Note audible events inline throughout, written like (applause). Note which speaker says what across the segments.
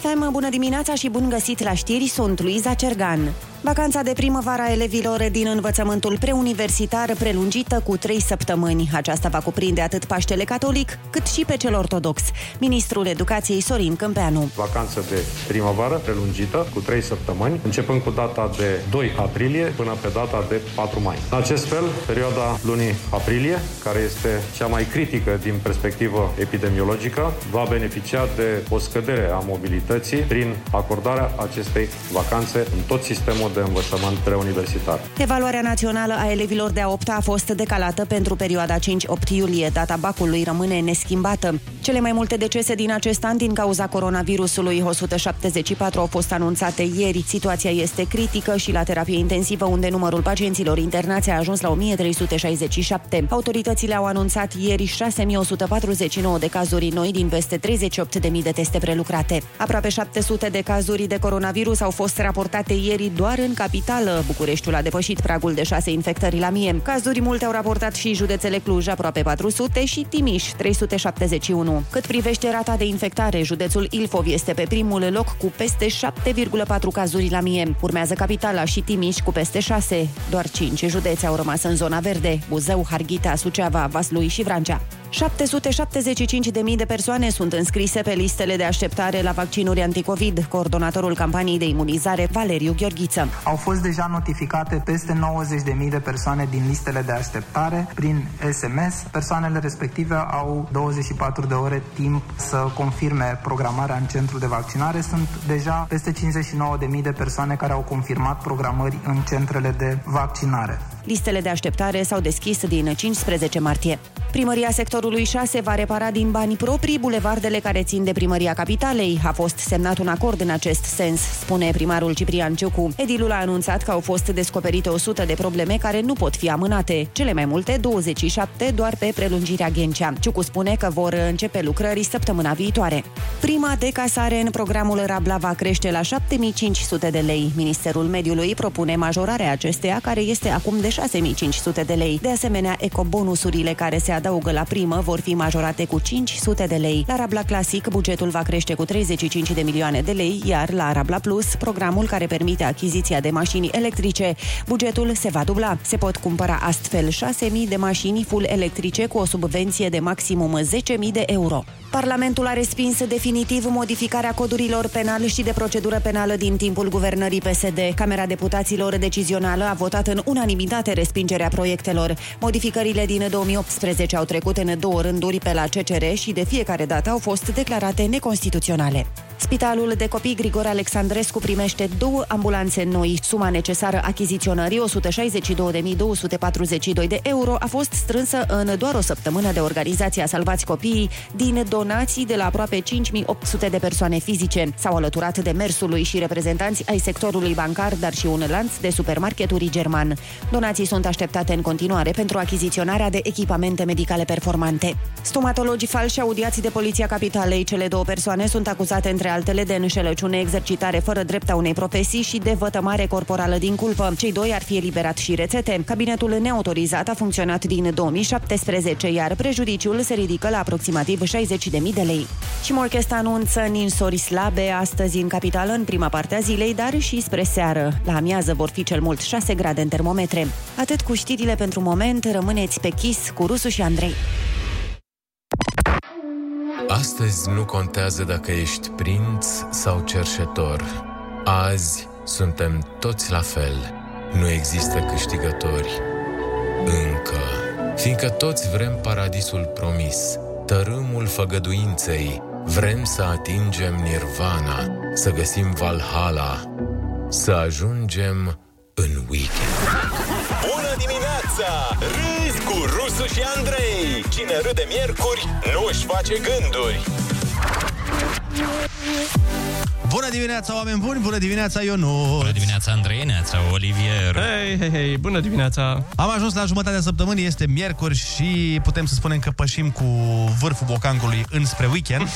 Speaker 1: FM, bună dimineața și bun găsit la știri, sunt Luiza Cergan. Vacanța de primăvară a elevilor din învățământul preuniversitar prelungită cu trei săptămâni. Aceasta va cuprinde atât Paștele Catolic, cât și pe cel ortodox. Ministrul Educației Sorin Câmpeanu.
Speaker 2: Vacanță de primăvară prelungită cu trei săptămâni, începând cu data de 2 aprilie până pe data de 4 mai. În acest fel, perioada lunii aprilie, care este cea mai critică din perspectivă epidemiologică, va beneficia de o scădere a mobilității prin acordarea acestei vacanțe în tot sistemul de învățământ preuniversitar.
Speaker 1: Evaluarea națională a elevilor de a 8 a fost decalată pentru perioada 5-8 iulie. Data bacului rămâne neschimbată. Cele mai multe decese din acest an din cauza coronavirusului 174 au fost anunțate ieri. Situația este critică și la terapie intensivă, unde numărul pacienților internați a ajuns la 1367. Autoritățile au anunțat ieri 6149 de cazuri noi din peste 38.000 de teste prelucrate. Aproape 700 de cazuri de coronavirus au fost raportate ieri doar în capitală. Bucureștiul a depășit pragul de 6 infectări la mie. Cazuri multe au raportat și județele Cluj, aproape 400 și Timiș, 371. Cât privește rata de infectare, județul Ilfov este pe primul loc cu peste 7,4 cazuri la mie. Urmează capitala și Timiș cu peste 6. Doar 5 județe au rămas în zona verde, Buzău, Harghita, Suceava, Vaslui și Vrancea. 775.000 de persoane sunt înscrise pe listele de așteptare la vaccinuri anticovid, coordonatorul campaniei de imunizare Valeriu Gheorghiță.
Speaker 3: Au fost deja notificate peste 90.000 de persoane din listele de așteptare prin SMS. Persoanele respective au 24 de ore timp să confirme programarea în centrul de vaccinare. Sunt deja peste 59.000 de persoane care au confirmat programări în centrele de vaccinare.
Speaker 1: Listele de așteptare s-au deschis din 15 martie. Primăria sectorului 6 va repara din bani proprii bulevardele care țin de Primăria Capitalei. A fost semnat un acord în acest sens, spune primarul Ciprian Ciucu. Edilul a anunțat că au fost descoperite 100 de probleme care nu pot fi amânate, cele mai multe 27 doar pe prelungirea Ghencea. Ciucu spune că vor începe lucrări săptămâna viitoare. Prima de casare în programul Rabla va crește la 7500 de lei. Ministerul Mediului propune majorarea acesteia, care este acum de 6500 de lei. De asemenea, ecobonusurile care se adaugă la primă vor fi majorate cu 500 de lei. La Rabla Classic, bugetul va crește cu 35 de milioane de lei, iar la Rabla Plus, programul care permite achiziția de mașini electrice, bugetul se va dubla. Se pot cumpăra astfel 6.000 de mașini full electrice cu o subvenție de maximum 10.000 de euro. Parlamentul a respins definitiv modificarea codurilor penal și de procedură penală din timpul guvernării PSD. Camera Deputaților Decizională a votat în unanimitate respingerea proiectelor. Modificările din 2018 au trecut în două rânduri pe la CCR și de fiecare dată au fost declarate neconstituționale. Spitalul de copii Grigore Alexandrescu primește două ambulanțe noi. Suma necesară achiziționării, 162.242 de euro, a fost strânsă în doar o săptămână de organizația Salvați Copiii din donații de la aproape 5.800 de persoane fizice. S-au alăturat de mersului și reprezentanți ai sectorului bancar, dar și un lanț de supermarketuri german. Donații sunt așteptate în continuare pentru achiziționarea de echipamente medicale performante. Stomatologii falși audiați de Poliția Capitalei, cele două persoane sunt acuzate între între altele de înșelăciune, exercitare fără drept a unei profesii și de vătămare corporală din culpă. Cei doi ar fi eliberat și rețete. Cabinetul neautorizat a funcționat din 2017, iar prejudiciul se ridică la aproximativ 60.000 de lei. Și Morchesta anunță ninsori slabe astăzi în capitală în prima parte a zilei, dar și spre seară. La amiază vor fi cel mult 6 grade în termometre. Atât cu știrile pentru moment, rămâneți pe chis cu Rusu și Andrei.
Speaker 4: Astăzi nu contează dacă ești prinț sau cerșetor. Azi suntem toți la fel. Nu există câștigători. Încă. Fiindcă toți vrem paradisul promis, tărâmul făgăduinței, vrem să atingem nirvana, să găsim Valhalla, să ajungem în weekend.
Speaker 5: Bună dimineața! Râzi cu Rusu și Andrei! Cine râde miercuri, nu își face gânduri!
Speaker 6: Bună dimineața, oameni buni! Bună dimineața, Ionut!
Speaker 7: Bună dimineața, Andrei, neața, Olivier!
Speaker 8: Hei, hei, hei, bună dimineața!
Speaker 6: Am ajuns la jumătatea săptămânii, este miercuri și putem să spunem că pășim cu vârful bocangului înspre weekend.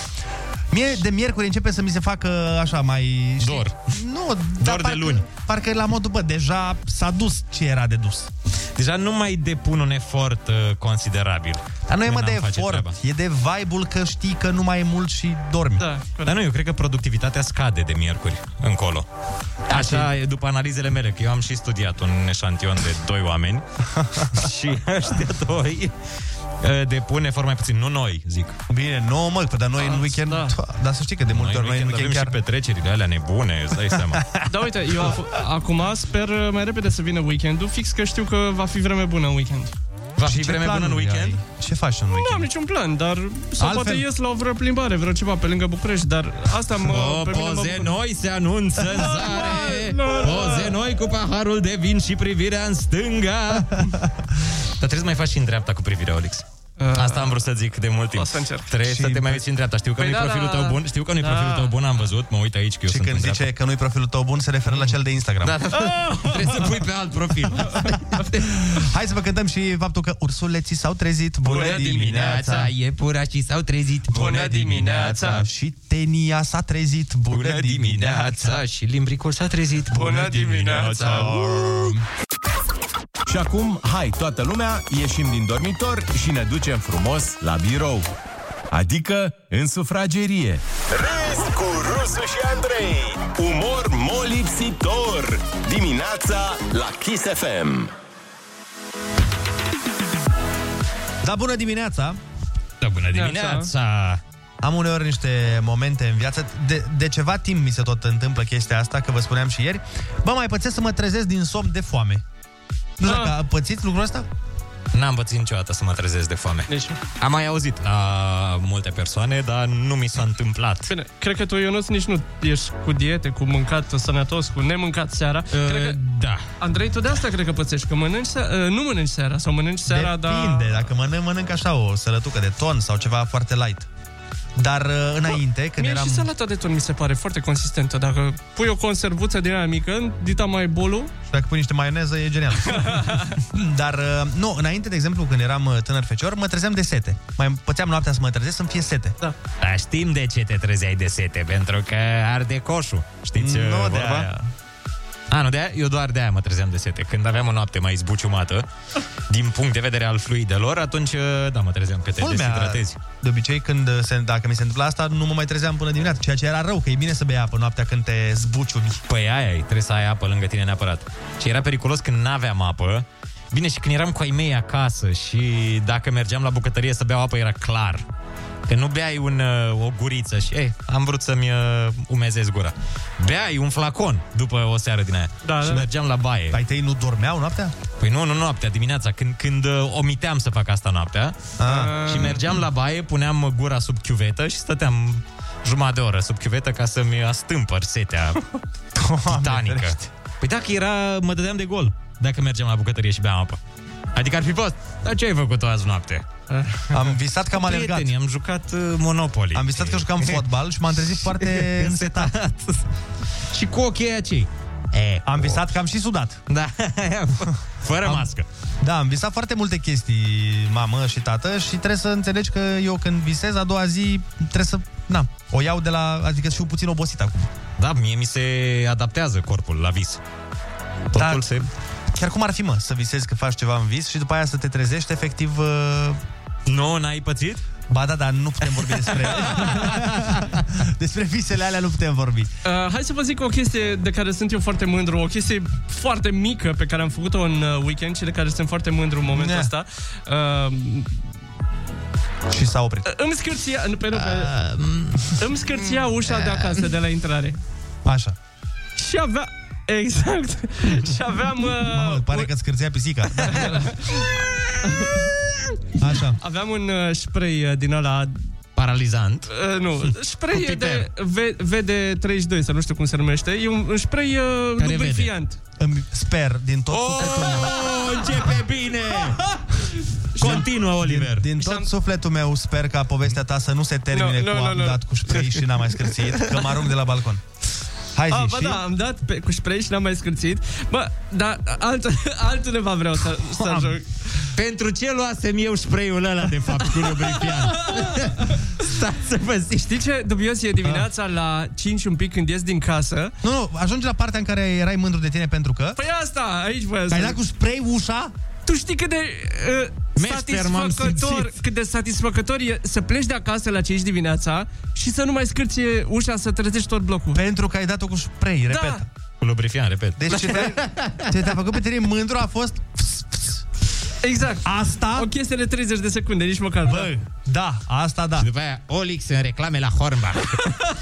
Speaker 6: Mie de miercuri începe să mi se facă așa mai...
Speaker 7: Știi? Dor.
Speaker 6: Nu,
Speaker 7: Dor de
Speaker 6: parcă,
Speaker 7: luni.
Speaker 6: Parcă la modul, bă, deja s-a dus ce era de dus.
Speaker 7: Deja nu mai depun un efort uh, considerabil.
Speaker 6: Dar nu e
Speaker 7: când
Speaker 6: mă de
Speaker 7: am face
Speaker 6: efort,
Speaker 7: treaba.
Speaker 6: e de vibe-ul că știi că nu mai e mult și dormi.
Speaker 8: Da, corect.
Speaker 7: Dar nu, eu cred că productivitatea scade de miercuri încolo. Așa e după analizele mele, că eu am și studiat un eșantion de doi
Speaker 6: (laughs)
Speaker 7: oameni și ăștia doi uh, depun efort mai puțin. Nu noi, zic.
Speaker 6: Bine, nu, mă, că dar noi în weekend...
Speaker 8: da.
Speaker 6: Da. Dar să știi că de multe ori noi în weekend
Speaker 7: avem
Speaker 6: chiar...
Speaker 7: și petrecerile alea nebune, îți dai
Speaker 6: (laughs)
Speaker 7: seama.
Speaker 8: (laughs) Da, uite, eu ac- acum sper uh, mai repede să vină weekendul, fix că știu că va fi vreme bună în weekend.
Speaker 7: Va
Speaker 6: Și
Speaker 7: fi
Speaker 6: ce
Speaker 7: Da, vreme bună în
Speaker 6: planuri
Speaker 7: weekend?
Speaker 6: ai? Ce faci în
Speaker 7: (laughs)
Speaker 8: Nu am
Speaker 6: weekend?
Speaker 8: niciun plan, dar sau
Speaker 6: Altfel-
Speaker 8: poate ies la o vreo plimbare, vreo ceva pe lângă București, dar asta mă...
Speaker 7: O,
Speaker 8: pe mine mă
Speaker 7: poze
Speaker 8: bucură.
Speaker 7: noi se
Speaker 8: (laughs)
Speaker 7: anunță în zare Poze noi cu paharul de vin și privirea în stânga Dar trebuie să mai faci și în dreapta cu privirea, Olix
Speaker 6: Ah.
Speaker 7: Asta am vrut să zic de mult timp
Speaker 8: o să încerc.
Speaker 7: Trebuie
Speaker 6: Și
Speaker 7: să te mai uiți în dreapta Știu că
Speaker 8: Păi
Speaker 7: nu-i
Speaker 8: da,
Speaker 7: profilul
Speaker 8: da.
Speaker 7: tău bun Știu că nu-i
Speaker 8: Da.
Speaker 7: profilul tău bun, am văzut Mă uit aici că eu
Speaker 6: Și
Speaker 7: sunt
Speaker 6: când
Speaker 7: în
Speaker 6: zice
Speaker 7: dreapta
Speaker 6: că nu-i profilul tău bun, se referă la cel de Instagram. Ah!
Speaker 7: da, da, da. Trebuie să pui pe alt
Speaker 6: (laughs)
Speaker 7: profil
Speaker 6: Hai să vă cântăm și faptul că ursuleții s-au trezit.
Speaker 7: Iepurașii s-au trezit
Speaker 8: Bună dimineața!
Speaker 6: Și tenia s-a trezit. Bună,
Speaker 7: Și limbricul s-a trezit
Speaker 8: Bună dimineața!
Speaker 5: Și acum, hai, toată lumea, ieșim din dormitor și ne ducem frumos la birou. Adică în sufragerie. Râs cu Rusu și Andrei. Umor molipsitor. Dimineața la Kiss FM.
Speaker 6: Da, bună dimineața!
Speaker 7: Da, bună dimineața!
Speaker 6: Am uneori niște momente în viață de, de ceva timp mi se tot întâmplă chestia asta Că vă spuneam și ieri Bă, mai pățesc să mă trezesc din somn de foame Nu știu
Speaker 8: Ah.
Speaker 6: dacă pățiți lucrul ăsta?
Speaker 7: N-am pățit niciodată să mă trezesc de foame.
Speaker 8: Deci,
Speaker 7: Am mai auzit la multe persoane, dar nu mi s-a întâmplat.
Speaker 8: bine, cred că tu, Ionuț, nici nu ești cu diete, cu mâncat sănătos, cu nemâncat seara. Cred că,
Speaker 7: Da.
Speaker 8: Andrei, tu de asta cred că pățești, că mănânci seara, nu mănânci seara, sau mănânci seara, dar...
Speaker 6: Depinde, dacă mănânc, mănânc așa o sălătucă de ton sau ceva foarte light Dar uh, înainte, când
Speaker 8: Mie
Speaker 6: eram...
Speaker 8: și salata de ton mi se pare foarte consistentă. Dacă pui o conservuță din aia mică, dita mai bolu,
Speaker 6: Dacă pui niște maioneză, e
Speaker 8: (laughs)
Speaker 6: genial. Dar, uh, nu, înainte, de exemplu, când eram uh, tânăr fecior, mă trezeam de sete. Mai pățeam noaptea să mă trezesc să-mi fie sete.
Speaker 7: Dar știm de ce te trezeai de sete, pentru că arde coșul. Știți
Speaker 6: Nu
Speaker 7: uh,
Speaker 6: de
Speaker 7: vorba?
Speaker 6: aia.
Speaker 7: A, nu de aia? Eu doar de aia mă trezeam de sete. Când aveam o noapte mai zbuciumată, din punct de vedere al fluidelor, atunci, uh, da, mă trezeam că te deshidratezi.
Speaker 6: de obicei, când uh, se, dacă mi se întâmpla asta, nu mă mai trezeam până dimineața, ceea ce era rău, că e bine să bei apă noaptea când te zbuciumi.
Speaker 7: Păi aia e, trebuie să ai apă lângă tine neapărat. Și era periculos când n-aveam apă. Bine, și când eram cu ai mei acasă și dacă mergeam la bucătărie să beau apă, era clar. Că nu beai un, uh, o guriță și, ei, am vrut să-mi uh, umezez gura. Beai un flacon după o seară din aia.
Speaker 8: Da,
Speaker 7: și
Speaker 8: da.
Speaker 7: mergeam la baie.
Speaker 6: Ai tăi nu dormeau noaptea?
Speaker 7: Păi nu, nu noaptea, dimineața, când, când uh, omiteam să fac asta noaptea.
Speaker 6: Ah.
Speaker 7: Și mergeam la baie, puneam uh, gura sub chiuvetă și stăteam jumătate de oră sub chiuvetă ca să-mi astâmpăr setea
Speaker 6: (laughs)
Speaker 7: titanică. Păi dacă era, mă dădeam de gol dacă mergeam la bucătărie și beam apă. Adică ar fi fost. Dar ce ai făcut-o azi noapte?
Speaker 6: Am visat că am alergat.
Speaker 7: Prieteni, am jucat uh, Monopoly.
Speaker 6: Am visat că
Speaker 7: (laughs)
Speaker 6: jucam fotbal și m-am trezit foarte însetat.
Speaker 7: și cu ochii aia cei. E,
Speaker 6: Am visat că am și sudat.
Speaker 7: Da, (laughs) fără am... mască.
Speaker 6: Da, am visat foarte multe chestii, mamă și tată, și trebuie să înțelegi că eu când visez, a doua zi trebuie să, na, o iau de la, adică și eu puțin obosit acum.
Speaker 7: Da, mie mi se adaptează corpul la vis. Totul
Speaker 6: Da.
Speaker 7: se...
Speaker 6: Chiar cum ar fi, mă, să visezi că faci ceva în vis și după aia să te trezești, efectiv, uh,
Speaker 7: Nu, n-ai pățit?
Speaker 6: ba da, dar nu putem vorbi
Speaker 7: (laughs)
Speaker 6: despre... (laughs) despre visele alea nu putem vorbi.
Speaker 8: Uh, hai să vă zic o chestie de care sunt eu foarte mândru, o chestie foarte mică pe care am făcut-o în uh, weekend și de care sunt foarte mândru în momentul
Speaker 6: Ne.
Speaker 8: ăsta. Uh,
Speaker 6: Și s-a oprit.
Speaker 8: îmi scârția, nu, pe, nu,
Speaker 6: Ah,
Speaker 8: pe,
Speaker 6: mm.
Speaker 8: îmi scârția ușa de acasă, de la intrare.
Speaker 6: Așa.
Speaker 8: Și avea, exact, și aveam, uh,
Speaker 6: Mamă, pare că îți scârțea pisica. Da, Așa.
Speaker 8: aveam un uh, spray uh, din ăla
Speaker 7: Paralizant.
Speaker 8: Uh, nu, spray
Speaker 7: Cu
Speaker 8: e de
Speaker 7: piper.
Speaker 8: v, VD32, sau nu știu cum se numește. E un, un spray uh,
Speaker 7: Care
Speaker 8: lubrifiant.
Speaker 6: Îmi sper din tot sufletul meu.
Speaker 7: Oh, începe
Speaker 6: (laughs)
Speaker 7: bine! Continuă, Oliver.
Speaker 6: Din tot
Speaker 8: Și-am-
Speaker 6: sufletul meu sper ca povestea ta să nu se termine
Speaker 8: Nu, nu,
Speaker 6: cu
Speaker 8: nu,
Speaker 6: am
Speaker 8: nu.
Speaker 6: dat cu spray și n-am mai
Speaker 8: (laughs)
Speaker 6: scârțit, că mă arunc de la balcon. Hai zi,
Speaker 8: Ah, bă,
Speaker 6: și...
Speaker 8: da, am dat pe, cu spray și n-am mai scârțit. Bă, dar alt, (laughs) altundeva vreau să, să
Speaker 6: Am.
Speaker 8: joc.
Speaker 7: Pentru ce luasem eu spray-ul ăla, de fapt, cu
Speaker 8: (laughs)
Speaker 7: lubrifiant? Stați să vă zic.
Speaker 8: Știi ce dubios e dimineața la 5 un pic când ies din casă?
Speaker 6: Ah. Nu, nu, ajunge la partea în care erai mândru de tine pentru că...
Speaker 8: Păi asta, aici voiam
Speaker 6: Ai
Speaker 8: să...
Speaker 6: dat cu spray ușa
Speaker 8: Tu știi cât de uh,
Speaker 7: Mester m-am
Speaker 8: satisfăcător,
Speaker 7: simțit.
Speaker 8: cât de satisfăcător e să pleci de acasă la 5 dimineața și să nu mai scârție ușa să trezești tot blocul.
Speaker 6: Pentru că ai dat-o cu spray,
Speaker 8: Da.
Speaker 6: repet.
Speaker 7: Cu lubrifiant, repet.
Speaker 6: Deci
Speaker 7: (laughs)
Speaker 6: ce
Speaker 8: (laughs)
Speaker 6: te-ai, ce te-a făcut pe tine mândru a fost...
Speaker 8: Exact.
Speaker 6: Asta?
Speaker 8: O chestie de 30 de secunde, nici măcar.
Speaker 6: Bă, da, asta da.
Speaker 7: Și după aia Olix în reclame la
Speaker 6: (laughs)
Speaker 7: Hornbach.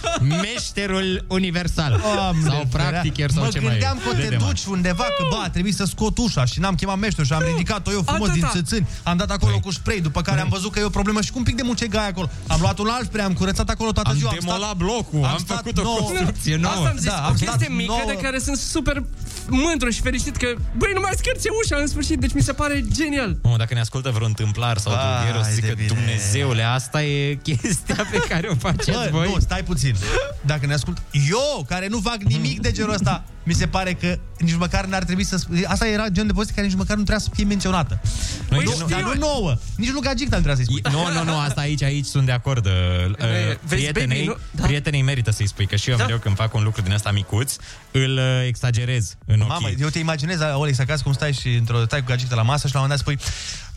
Speaker 7: Da. Meșterul universal.
Speaker 6: Doamne,
Speaker 7: sau practicher sau
Speaker 6: mă
Speaker 7: ce mai e.
Speaker 6: gândeam că o te
Speaker 7: Dede, mă.
Speaker 6: duci undeva Că bă, a trebuit să scot ușa și n-am chemat meșterul Și am ridicat-o eu frumos din
Speaker 8: Atâta.
Speaker 6: țățâni Am dat acolo
Speaker 7: Păi.
Speaker 6: cu spray După care am văzut că e o problemă și cu un pic de mucegai acolo Am luat un alt spray, am curățat acolo toată
Speaker 7: Am
Speaker 6: ziua
Speaker 7: demolat blocul, am,
Speaker 6: stat
Speaker 7: făcut o
Speaker 6: nouă-
Speaker 7: construcție nouă.
Speaker 8: Asta am zis,
Speaker 6: Da,
Speaker 8: da,
Speaker 6: am
Speaker 8: o
Speaker 6: stat
Speaker 8: chestie mică
Speaker 6: nouă-
Speaker 8: de care sunt super mândru și fericit că, băi, nu mai scârție ușa în sfârșit, deci mi se pare genial.
Speaker 7: Mamă, dacă ne ascultă vreun întâmplar sau
Speaker 6: Vai
Speaker 7: dulgher, o să
Speaker 6: de
Speaker 7: zică,
Speaker 6: bine.
Speaker 7: Dumnezeule, asta e
Speaker 6: (laughs)
Speaker 7: chestia pe care o faceți
Speaker 6: Bă,
Speaker 7: voi.
Speaker 6: nu, stai puțin. Dacă ne ascult eu, care nu fac nimic de genul ăsta, mi se pare că nici măcar n-ar trebui să... sp- Asta era genul de poziție care nici măcar nu trebuia să fie menționată.
Speaker 7: Noi
Speaker 6: nu,
Speaker 7: știu.
Speaker 6: dar nu nouă. Păi Nici Luca Gicta nu trebuia să-i spui.
Speaker 7: E- Nu, nu, nu, asta aici, aici sunt de acord. uh, uh,
Speaker 8: vezi,
Speaker 7: Prietenei,
Speaker 8: baby, nu- da.
Speaker 7: prietenei merită să-i spui, că și eu
Speaker 8: Da.
Speaker 7: mereu când fac un lucru din ăsta micuț, îl uh,
Speaker 8: (laughs)
Speaker 7: exagerez în ochii.
Speaker 6: Mamă, eu te imaginez, Olex, acasă cum stai și într-o stai cu gagicta la masă și la un moment dat spui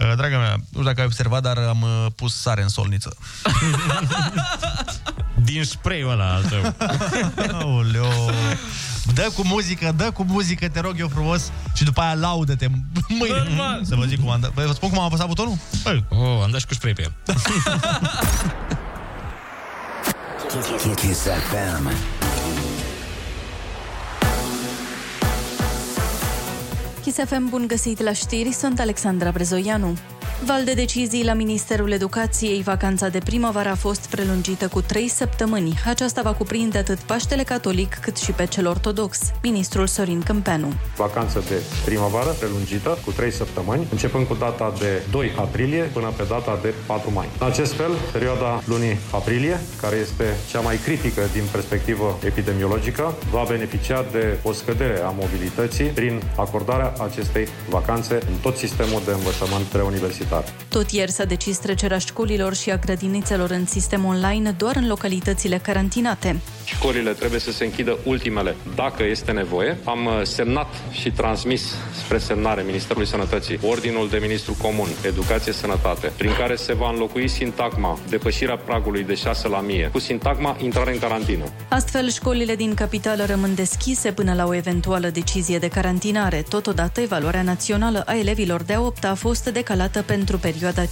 Speaker 6: "Uh, Draga mea, nu știu dacă ai observat, dar am uh, pus sare în solniță.
Speaker 7: Din spray-ul ăla al
Speaker 6: (laughs)
Speaker 7: tău.
Speaker 6: Aoleo. Dă cu muzică, dă cu muzică, te rog eu frumos Și după aia laudă-te mâine
Speaker 8: Normal.
Speaker 6: Să vă zic cum am dat Păi, Vă spun cum am apăsat butonul? Păi,
Speaker 7: Oh, am dat și cu spray pe el.
Speaker 9: Kiss FM.
Speaker 10: Kiss FM, bun găsit la știri, sunt Alexandra Brezoianu. Val de decizii la Ministerul Educației, vacanța de primăvară a fost prelungită cu trei săptămâni. Aceasta va cuprinde atât Paștele Catolic cât și pe cel ortodox, ministrul Sorin Câmpeanu.
Speaker 2: Vacanță de primăvară prelungită cu 3 săptămâni, începând cu data de 2 aprilie până pe data de 4 mai. În acest fel, perioada lunii aprilie, care este cea mai critică din perspectivă epidemiologică, va beneficia de o scădere a mobilității prin acordarea acestei vacanțe în tot sistemul de învățământ preuniversitar.
Speaker 10: Tot ieri s-a decis trecerea școlilor și a grădinițelor în sistem online doar în localitățile carantinate.
Speaker 2: Școlile trebuie să se închidă ultimele, dacă este nevoie. Am uh, semnat și transmis spre semnare Ministerului Sănătății Ordinul de Ministru Comun Educație-Sănătate, prin care se va înlocui sintagma depășirea pragului de 6 la 1000 cu sintagma intrare în carantină.
Speaker 10: Astfel, școlile din capitală rămân deschise până la o eventuală decizie de carantinare. Totodată, evaluarea națională a elevilor de a 8 a fost decalată pentru perioada 5-8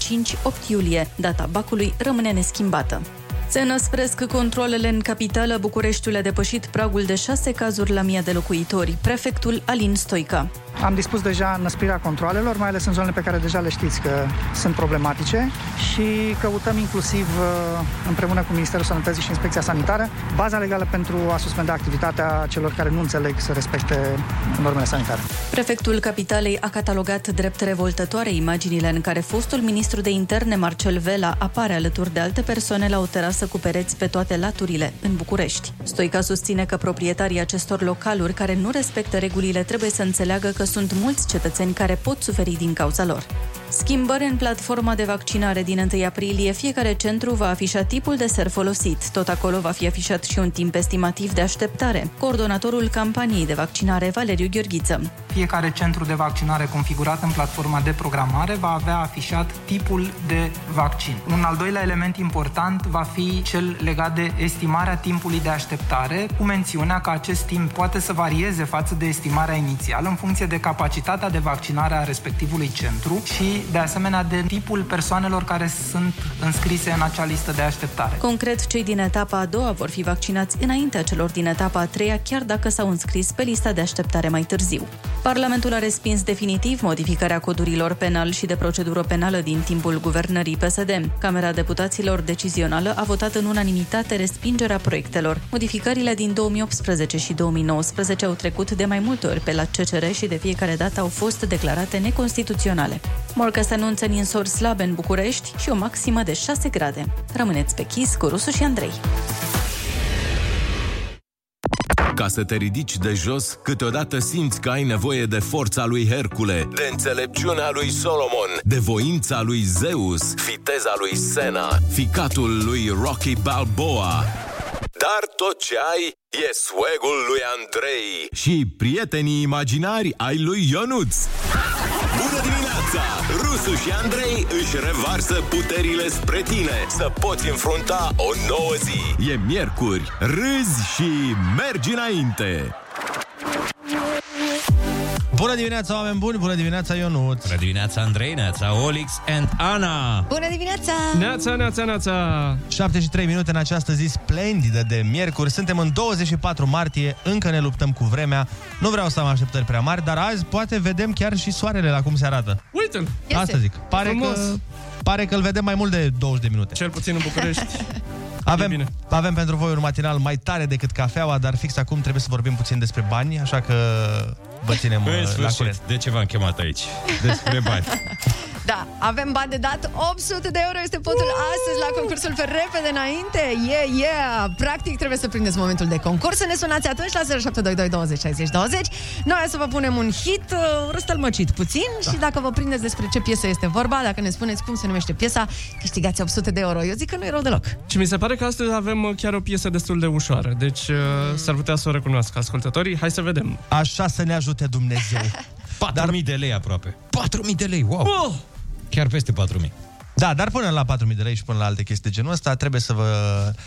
Speaker 10: iulie. Data bacului rămâne neschimbată. Se năspresc controlele în capitală. Bucureștiul a depășit pragul de 6 cazuri la 1000 de locuitori. Prefectul Alin Stoica.
Speaker 3: Am dispus deja înăsprirea controalelor, mai ales în zonele pe care deja le știți că sunt problematice și căutăm inclusiv uh, împreună cu Ministerul Sănătății și Inspecția Sanitară baza legală pentru a suspenda activitatea celor care nu înțeleg să respecte normele sanitare.
Speaker 10: Prefectul Capitalei a catalogat drept revoltătoare imaginile în care fostul ministru de interne Marcel Vela apare alături de alte persoane la o terasă cu pereți pe toate laturile în București. Stoica susține că proprietarii acestor localuri care nu respectă regulile trebuie să înțeleagă că sunt mulți cetățeni care pot suferi din cauza lor. Schimbări în platforma de vaccinare din 1 aprilie, fiecare centru va afișa tipul de ser folosit. Tot acolo va fi afișat și un timp estimativ de așteptare. Coordonatorul campaniei de vaccinare, Valeriu Gheorghiță.
Speaker 3: Fiecare centru de vaccinare configurat în platforma de programare va avea afișat tipul de vaccin. Un al doilea element important va fi cel legat de estimarea timpului de așteptare, cu mențiunea că acest timp poate să varieze față de estimarea inițială în funcție de capacitatea de vaccinare a respectivului centru și, de asemenea, de tipul persoanelor care sunt înscrise în acea listă de așteptare.
Speaker 10: Concret, cei din etapa a doua vor fi vaccinați înaintea celor din etapa a treia, chiar dacă s-au înscris pe lista de așteptare mai târziu. Parlamentul a respins definitiv modificarea codurilor penal și de procedură penală din timpul guvernării PSD. Camera Deputaților Decizională a votat în unanimitate respingerea proiectelor. Modificările din 2018 și 2019 au trecut de mai multe ori pe la CCR și de fiecare dată au fost declarate neconstituționale. Morca se anunță ninsori slabe în București și o maximă de 6 grade. Rămâneți pe chis cu Rusu și Andrei.
Speaker 5: Ca să te ridici de jos, câteodată simți că ai nevoie de forța lui Hercule, de înțelepciunea lui Solomon, de voința lui Zeus, viteza lui Sena, ficatul lui Rocky Balboa. Dar tot ce ai e swag-ul lui Andrei și prietenii imaginari ai lui Ionuț. Bună dimineața! dimineața, Rusu și Andrei își revarsă puterile spre tine să poți înfrunta o nouă zi. E miercuri, râzi și mergi înainte.
Speaker 6: Bună dimineața, oameni buni! Bună dimineața, Ionut!
Speaker 7: Bună dimineața, Andrei, neața, Olix and Ana!
Speaker 11: Bună dimineața!
Speaker 8: Neața, neața, neața!
Speaker 6: 73 minute în această zi splendidă de miercuri. Suntem în 24 martie, încă ne luptăm cu vremea. Nu vreau să am așteptări prea mari, dar azi poate vedem chiar și soarele la cum se arată.
Speaker 8: Uite-l!
Speaker 11: Este.
Speaker 6: Asta zic. Pare
Speaker 8: Frumos.
Speaker 6: că, pare că îl vedem mai mult de 20 de minute.
Speaker 8: Cel puțin în
Speaker 6: (laughs)
Speaker 8: București.
Speaker 6: Avem, avem pentru voi un matinal mai tare decât cafeaua, dar fix acum trebuie să vorbim puțin despre bani, așa că vă ținem
Speaker 7: În
Speaker 6: uh, la curent.
Speaker 7: sfârșit, de ce v-am chemat aici? Despre bani.
Speaker 11: Da, avem bani de dat. 800 de euro este potul astăzi la concursul pe repede înainte. Yeah, yeah! Practic trebuie să prindeți momentul de concurs. Să ne sunați atunci la 0722 20 60 20. Noi o să vă punem un hit uh, răstălmăcit puțin da. și dacă vă prindeți despre ce piesă este vorba, dacă ne spuneți cum se numește piesa, câștigați 800 de euro. Eu zic că nu e rău deloc.
Speaker 8: Și mi se pare că astăzi avem uh, chiar o piesă destul de ușoară, deci uh, s-ar putea să o recunoască ascultătorii. Hai să vedem.
Speaker 6: Așa să ne ajute
Speaker 8: (laughs)
Speaker 6: Dumnezeu.
Speaker 7: 4.000 de lei aproape. 4.000 de lei, wow! Oh! Chiar peste 4.000.
Speaker 6: Da, dar până la 4.000 de lei și până la alte chestii de genul ăsta, trebuie să vă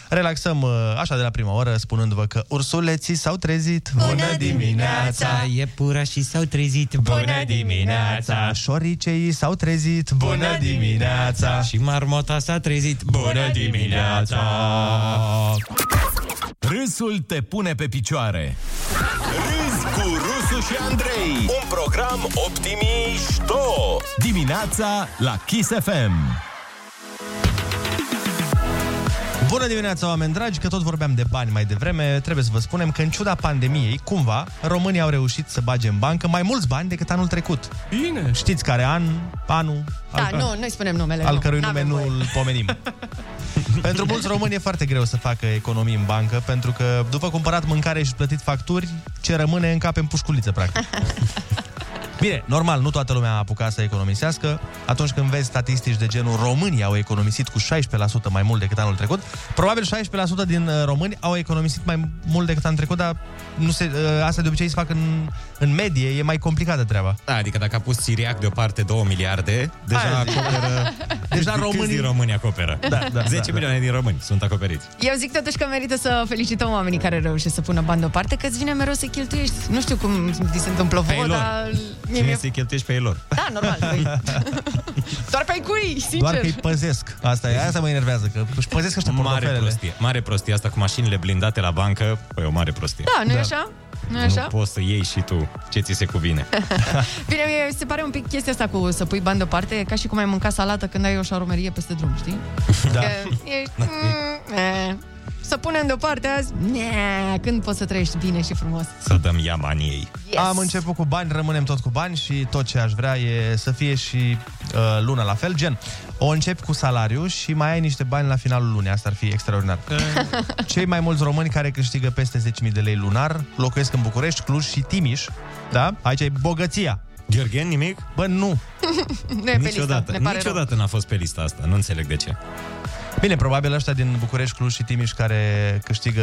Speaker 6: relaxăm uh, așa de la prima oră, spunându-vă că ursuleții s-au trezit.
Speaker 7: Bună dimineața! Iepurașii s-au trezit. Bună dimineața!
Speaker 6: Șoriceii s-au trezit.
Speaker 7: Bună dimineața! Și marmota s-a trezit. Bună dimineața!
Speaker 5: Râsul te pune pe picioare. Râzi cu Rusu și Andrei. Un program optimișto. Dimineața la Kiss FM.
Speaker 6: Bună dimineața, oameni dragi, că tot vorbeam de bani mai devreme, trebuie să vă spunem că în ciuda pandemiei, cumva, românii au reușit să bage în bancă mai mulți bani decât anul trecut.
Speaker 8: Bine!
Speaker 6: Știți care an, anul,
Speaker 11: Da, nu, noi spunem numele.
Speaker 6: al
Speaker 11: nu,
Speaker 6: cărui nume
Speaker 11: n-avem
Speaker 6: nu
Speaker 11: voie.
Speaker 6: îl pomenim.
Speaker 11: (laughs)
Speaker 6: pentru mulți români e foarte greu să facă economii în bancă, pentru că după cumpărat mâncare și plătit facturi, ce rămâne încape în pușculiță,
Speaker 11: (laughs)
Speaker 6: practic. Bine, normal, nu toată lumea a apucat să economisească. Atunci când vezi statistici de genul românii au economisit cu 16% mai mult decât anul trecut, probabil 16% din uh, români au economisit mai mult decât anul trecut, dar nu se, uh, asta de obicei se fac în, în medie, e mai complicată treaba.
Speaker 7: Da, adică dacă a pus Siriac deoparte 2 miliarde, deja
Speaker 6: Aia zic.
Speaker 7: (laughs) acoperă...
Speaker 6: Deja
Speaker 7: Câți
Speaker 6: românii-
Speaker 7: din România acoperă.
Speaker 6: Da, da,
Speaker 7: 10
Speaker 6: da,
Speaker 7: milioane din români sunt acoperiți.
Speaker 11: Eu zic totuși că merită să felicităm oamenii care reușesc să pună bani deoparte, că îți vine mereu să cheltuiești. Nu știu cum vi se întâmplă
Speaker 7: Pe ei
Speaker 11: vouă,
Speaker 7: lor.
Speaker 11: dar... mie
Speaker 7: Cine
Speaker 11: mi-e-
Speaker 7: să-i cheltuiești pe ei lor?
Speaker 11: Da, normal. păi.
Speaker 7: (laughs)
Speaker 11: Doar pe cui, sincer.
Speaker 6: Doar că îi păzesc. Asta, e, asta mă enervează, că își păzesc ăștia
Speaker 7: Mare
Speaker 6: portofelele.
Speaker 7: prostie. Mare prostie asta cu mașinile blindate la bancă. Păi o mare prostie.
Speaker 11: Da, nu e așa? Nu e așa?
Speaker 7: Nu poți să iei și tu ce ți se
Speaker 11: (laughs)
Speaker 7: cuvine.
Speaker 11: Bine, mie se pare un pic chestia asta cu să pui bani deoparte, ca și cum ai mânca salată când ai o șaromerie peste drum, știi?
Speaker 6: Da.
Speaker 11: Că ești... mm, eh. Să punem deoparte azi, nea, când poți să trăiești bine și frumos.
Speaker 7: Să dăm ea banii ei.
Speaker 11: Yes.
Speaker 6: Am început cu bani, rămânem tot cu bani și tot ce aș vrea e să fie și uh, luna la fel, gen. O încep cu salariu și mai ai niște bani la finalul lunii, asta ar fi extraordinar. (laughs) Cei mai mulți români care câștigă peste 10.000 de lei lunar locuiesc în București, Cluj și Timiș, da? Aici e bogăția.
Speaker 7: Gheorghen, nimic?
Speaker 6: Bă, nu.
Speaker 11: Nu e pe listă,
Speaker 7: niciodată,
Speaker 11: (laughs) ne pare (laughs) rău.
Speaker 7: niciodată n-a fost pe lista asta. Nu înțeleg de ce.
Speaker 6: Bine, probabil ăștia din București, Cluj și Timiș care câștigă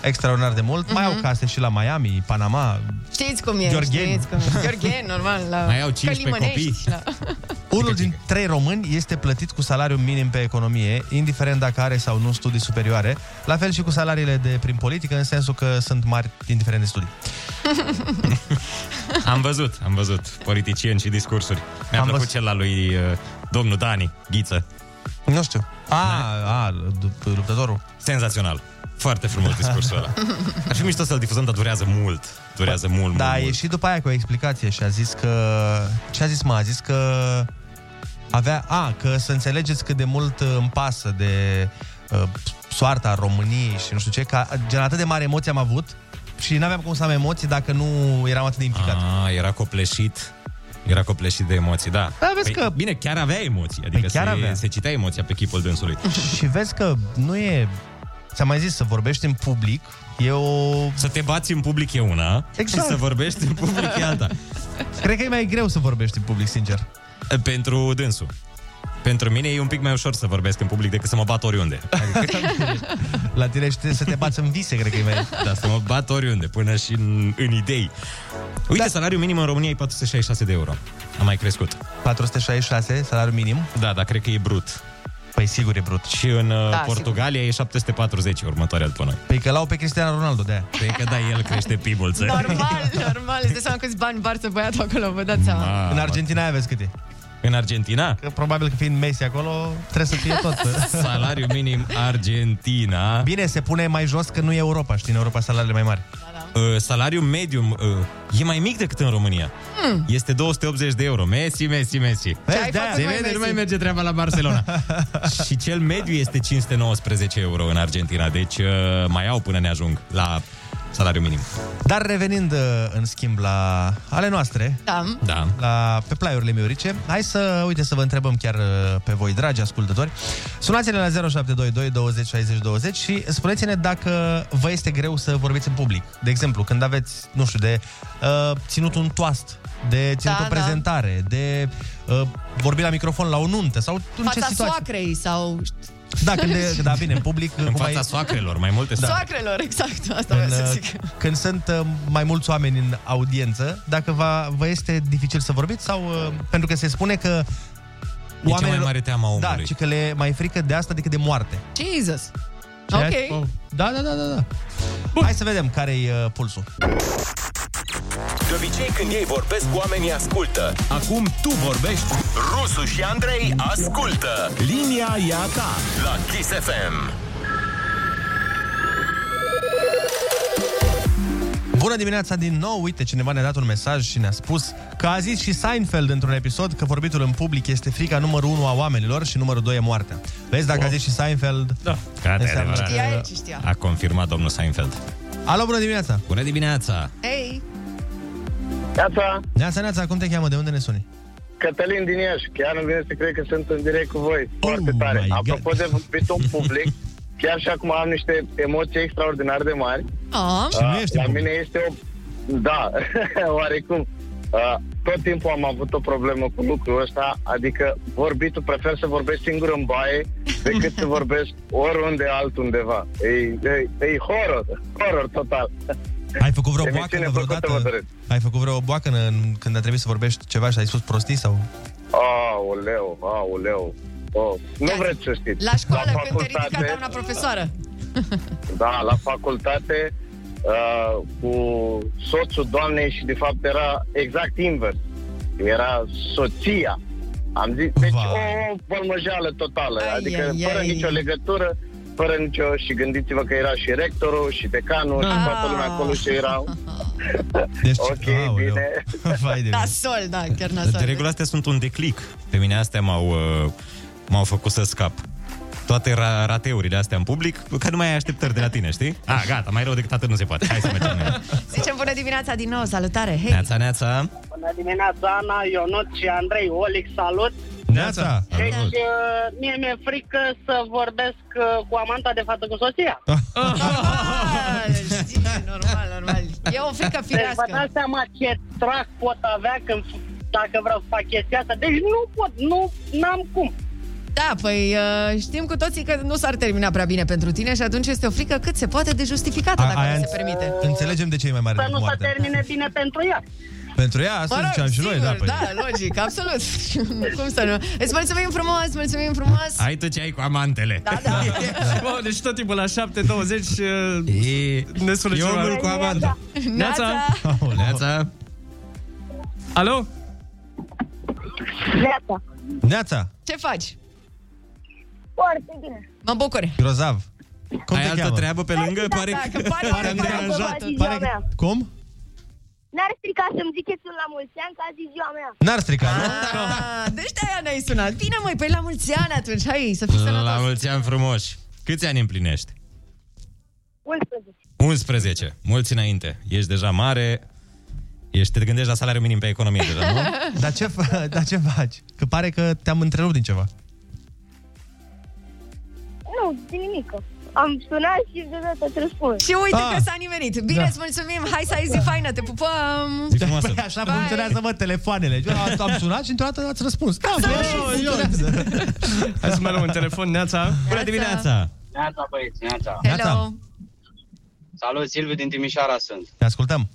Speaker 6: extraordinar de
Speaker 11: Mhm.
Speaker 6: mult, mai au case și la Miami, Panama.
Speaker 11: Știți cum e,
Speaker 6: Gheorgheni.
Speaker 11: știți cum e. Gheorghen, normal, la
Speaker 7: Mai au 15
Speaker 11: Călimănești,
Speaker 7: copii.
Speaker 11: La...
Speaker 6: Unul din trei români este plătit cu salariu minim pe economie, indiferent dacă are sau nu studii superioare, la fel și cu salariile de prin politică, în sensul că sunt mari indiferent de studii.
Speaker 7: Am văzut, am văzut politicieni și discursuri. Mi-a
Speaker 6: Am
Speaker 7: plăcut
Speaker 6: văzut.
Speaker 7: cel la lui uh, domnul Dani, Ghiță. Da?
Speaker 6: Nu știu. A, a, d- luptătorul.
Speaker 7: Senzațional. Foarte frumos
Speaker 6: (laughs)
Speaker 7: discursul ăla. Ar fi mișto să-l difuzăm, dar durează mult. Durează mult,
Speaker 6: Da,
Speaker 7: mult,
Speaker 6: e
Speaker 7: mult.
Speaker 6: și după aia cu o explicație și a zis că... Ce a zis, mă? A zis că avea... A, că să înțelegeți cât de mult uh, îmi pasă de uh, soarta României și nu știu ce, că gen atât de mare emoții am avut și n-aveam cum să am emoții dacă nu eram atât de implicat.
Speaker 7: Ah, era copleșit. Era copleșit de emoții, da.
Speaker 6: Da, vezi că-
Speaker 7: Bine, chiar avea emoții. Adică
Speaker 6: Păi chiar
Speaker 7: se,
Speaker 6: avea.
Speaker 7: se citea emoția pe chipul dânsului.
Speaker 6: Și vezi că nu e... Ți-am mai zis, să vorbești în public e o...
Speaker 7: Să te bați în public e una
Speaker 6: Exact.
Speaker 7: și să vorbești în public e alta.
Speaker 6: Cred că e mai greu să vorbești în public, sincer.
Speaker 7: Pentru dânsul. Pentru mine e un pic mai ușor să vorbesc în public decât să mă bat oriunde.
Speaker 6: Adică La tine și trebuie să te bați în vise, cred că e mai...
Speaker 7: Da, să mă bat oriunde, până și în, în idei. Uite, da. salariul minim în România e 466 de euro. A mai crescut.
Speaker 6: 466, salariul minim?
Speaker 7: Da, dar cred că e brut.
Speaker 6: Păi sigur e brut.
Speaker 7: Și în da, Portugalia sigur. e 740 următoarea după noi.
Speaker 6: Păi că l-au pe Cristiano Ronaldo de aia.
Speaker 7: Păi că da, el crește pibul țării.
Speaker 11: Normal, (laughs) normal. Îți dai seama câți bani barță băiatul acolo, vă dați seama. Ma,
Speaker 6: în Argentina aia vezi cât e.
Speaker 7: Ah, În Argentina?
Speaker 6: Că probabil că fiind Messi acolo, trebuie să fie
Speaker 7: (laughs)
Speaker 6: tot.
Speaker 7: Salariul minim Argentina.
Speaker 6: Bine, se pune mai jos că nu e Europa, știi, în Europa salariile mai mari.
Speaker 7: Da, da. Uh, salariul medium uh, e mai mic decât în România. Mm. Este 280 de euro. Messi, Messi, Messi.
Speaker 6: Păi,
Speaker 11: Vezi, da,
Speaker 7: se vede, nu mai
Speaker 6: (laughs)
Speaker 7: merge treaba la Barcelona. Și cel mediu este 519 euro în Argentina. Deci uh, mai au până ne ajung la salariu minim.
Speaker 6: Dar revenind, uh, în schimb, la ale noastre,
Speaker 11: da.
Speaker 7: Da.
Speaker 6: La, pe plaiurile miorice, hai să, uite, să vă întrebăm chiar uh, pe voi, dragi ascultători. Sunați-ne la 0722 20 60 20 și spuneți-ne dacă vă este greu să vorbiți în public. De exemplu, când aveți, nu știu, de uh, ținut un toast, de ținut da, o prezentare, da. de uh, vorbit la microfon la o nuntă sau în
Speaker 11: Fața
Speaker 6: ce situație.
Speaker 11: soacrei sau
Speaker 6: da, când e, da,
Speaker 11: (laughs)
Speaker 6: bine, în public...
Speaker 7: În fața ai... soacrelor, mai multe
Speaker 11: da. Soacrelor, exact, asta
Speaker 6: când, uh,
Speaker 11: vreau să zic.
Speaker 6: Când sunt uh, mai mulți oameni în audiență, dacă va, vă este dificil să vorbiți sau... Uh, pentru că se spune că
Speaker 7: oamenilor... E cea mai mare teama omului.
Speaker 6: Da, ci că le mai frică de asta decât de moarte.
Speaker 11: Jesus! Ceea ok.
Speaker 6: Oh. Da, da, da, da. da. Bun. Hai să vedem care-i uh, pulsul.
Speaker 5: De obicei când ei vorbesc, oamenii ascultă. Acum tu vorbești. Rusu și Andrei ascultă. Linia e a ta la Kiss FM.
Speaker 6: Bună dimineața din nou! Uite, cineva ne-a dat un mesaj și ne-a spus că a zis și Seinfeld într-un episod că vorbitul în public este frica numărul 1 a oamenilor și numărul 2 e moartea. Vezi, dacă wow. a zis și Seinfeld...
Speaker 7: Da, Gata,
Speaker 11: știa, știa.
Speaker 7: A confirmat domnul Seinfeld.
Speaker 6: Alo, bună dimineața!
Speaker 7: Bună dimineața!
Speaker 11: Hei!
Speaker 12: Neața!
Speaker 6: Neața, Neața, cum te cheamă? De unde ne suni?
Speaker 12: Cătălin din Iași. Chiar îmi vine să cred că sunt în direct cu voi. Foarte oh tare. Apropo God. de vorbit în public, chiar și acum am niște emoții extraordinar de mari.
Speaker 11: Oh.
Speaker 12: Uh, la public. mine este o... Da, (laughs) oarecum. Uh, tot timpul am avut o problemă cu lucrul ăsta, adică vorbitul, prefer să vorbesc singur în baie decât să vorbesc oriunde altundeva. E, e, e horror, horror total.
Speaker 6: Ai făcut vreo boacă vreodată? Ai făcut vreo boacă în, când a trebuit să vorbești ceva și ai spus prostii sau?
Speaker 12: Aoleu, aoleu. Oh. Nu da. vreți să știți.
Speaker 11: La școală, la facultate, când te ridica doamna profesoară.
Speaker 12: Da, la facultate uh, cu soțul doamnei și de fapt era exact invers. Era soția. Am zis, deci Va. o bălmăjeală totală, ai, adică ai, fără ai. nicio legătură fără nicio și gândiți-vă că era și rectorul și decanul ah. și toată lumea acolo și (laughs) erau.
Speaker 6: Deci,
Speaker 12: ok, au, bine. (laughs)
Speaker 11: Vai de nasol, da, chiar nasol.
Speaker 7: Deci, De regulă astea sunt un declic. Pe mine astea m-au, uh, m-au făcut să scap toate ra- rateurile astea în public, că nu mai ai așteptări de la tine, știi? Ah, gata, mai rău decât atât nu se poate. Hai să mergem. noi.
Speaker 11: Zicem bună dimineața din nou, salutare, hei!
Speaker 7: Neața, neața!
Speaker 13: Bună dimineața, Ana, (laughs) Ionut și Andrei, Olic, salut!
Speaker 6: Neața!
Speaker 13: Deci, uh, mie mi-e frică să vorbesc uh, cu amanta de față cu soția.
Speaker 11: normal, știi, normal, normal. E o frică firească.
Speaker 13: Deci, vă dați seama ce trac pot avea când, dacă vreau să fac chestia asta. Deci nu pot, nu, n-am cum.
Speaker 11: Da, păi uh, știm cu toții că nu s-ar termina prea bine pentru tine și atunci este o frică cât se poate de justificată, a, dacă aia se permite.
Speaker 6: Înțelegem de ce e mai mare
Speaker 13: Să nu se termine bine pentru ea.
Speaker 6: Pentru ea, asta mă rog, ziceam sigur, și noi, da, păi.
Speaker 11: da, logic, absolut. (laughs) Cum să nu? Îți mulțumim frumos, mulțumim frumos.
Speaker 7: Ai tu ce ai cu amantele.
Speaker 11: Da,
Speaker 7: (laughs)
Speaker 11: da.
Speaker 8: da. Wow, deci tot timpul la 7.20
Speaker 7: e...
Speaker 8: ne sună ceva.
Speaker 7: omul cu amanta.
Speaker 11: Neața!
Speaker 7: Neața!
Speaker 8: Alo?
Speaker 14: Neața!
Speaker 6: Neața!
Speaker 11: Ce faci?
Speaker 14: Foarte bine.
Speaker 11: mă bucur.
Speaker 6: Grozav.
Speaker 7: Cum Ai te altă cheamă? treabă pe lângă?
Speaker 14: Da, pare da, că pare, pare că deranjat. Pare că...
Speaker 6: Cum?
Speaker 14: N-ar strica să-mi ziceți la mulți ani, că a zis ziua mea.
Speaker 6: N-ar strica, nu?
Speaker 11: Deci de-aia ne-ai sunat. Bine, măi, păi la mulți ani atunci, hai să fii
Speaker 6: Ah.
Speaker 11: sănătos.
Speaker 7: La mulți ani frumoși. Câți ani împlinești?
Speaker 14: 11.
Speaker 7: 11. Mulți înainte. Ești deja mare, Ești, te gândești la salariul minim pe economie deja, nu?
Speaker 6: dar, ce, fa- dar ce faci? Că pare că te-am întrerupt din ceva.
Speaker 14: Nu, din nimic. Am sunat și deodată ați răspuns.
Speaker 11: Și
Speaker 6: Ah.
Speaker 11: uite că s-a nimerit. Bine, da. îți mulțumim. Hai să ai zi faină, te pupăm.
Speaker 6: Da, Păi așa Bye. funcționează, mă, telefoanele. Eu am- am sunat și într-o dată ați răspuns. Da, bă, eu- eu-
Speaker 8: Hai să mai luăm un telefon, Neața.
Speaker 15: Bună dimineața! Neața, băieți, neața!
Speaker 6: Neața.
Speaker 15: Salut, Silviu din Timișoara sunt.
Speaker 6: Te ascultăm.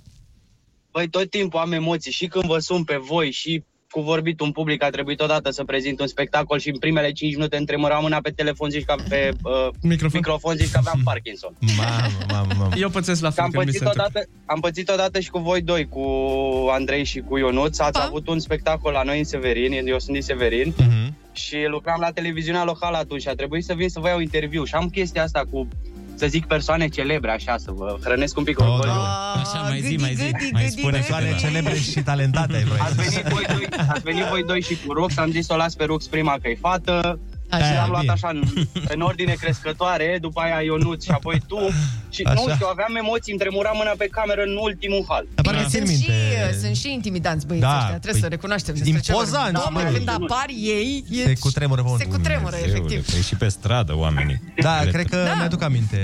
Speaker 15: Băi, tot timpul am emoții și când vă sun pe voi și cu vorbitul în public a trebuit odată să prezint un spectacol și în primele 5 minute îmi tremuram mâna pe telefon zici că am- pe uh,
Speaker 8: microfon.
Speaker 15: microfon zici că
Speaker 8: (laughs)
Speaker 15: aveam Parkinson.
Speaker 6: Mamă, mamă, mamă.
Speaker 8: Eu pățesc la fel
Speaker 15: Am
Speaker 8: când mi se
Speaker 15: pățit,
Speaker 8: întâmplă.
Speaker 15: odată, am pățit odată și cu voi doi, cu Andrei și cu Ionuț. Ați avut un spectacol la noi în Severin, eu sunt din Severin
Speaker 8: Mhm.
Speaker 7: Mhm.
Speaker 15: și lucram la televiziunea locală atunci și a trebuit să vin să vă iau interviu și am chestia asta cu, să zic, persoane celebre, așa, să vă hrănesc un
Speaker 8: Oh,
Speaker 15: pic orgoliu.
Speaker 8: da.
Speaker 7: Așa, mai zi, mai zi, mai spune
Speaker 6: Persoane
Speaker 7: câteva.
Speaker 6: celebre și talentate ai vrut.
Speaker 15: Ați venit voi doi și cu Rux, am zis să o las pe Rux prima că e fată,
Speaker 6: Așa.
Speaker 15: și am luat
Speaker 6: Bine.
Speaker 15: așa în, în ordine crescătoare, după aia Ionuț și apoi tu. Și nu
Speaker 6: Așa.
Speaker 15: știu, aveam emoții, îmi tremura mâna pe cameră în ultimul hal.
Speaker 11: Bine, sunt și, sunt și intimidanți băieții
Speaker 15: Da,
Speaker 11: da, ăștia, trebuie
Speaker 15: păi,
Speaker 11: să recunoaștem. despre ce vorbim.
Speaker 15: impozanți,
Speaker 11: Doamne,
Speaker 15: băi.
Speaker 11: când apar ei, e...
Speaker 6: da, Se cutremură pe
Speaker 11: Se cutremură, efectiv.
Speaker 7: Păi și pe stradă oamenii.
Speaker 6: Da, cred că
Speaker 11: Da.
Speaker 6: mi-aduc aminte.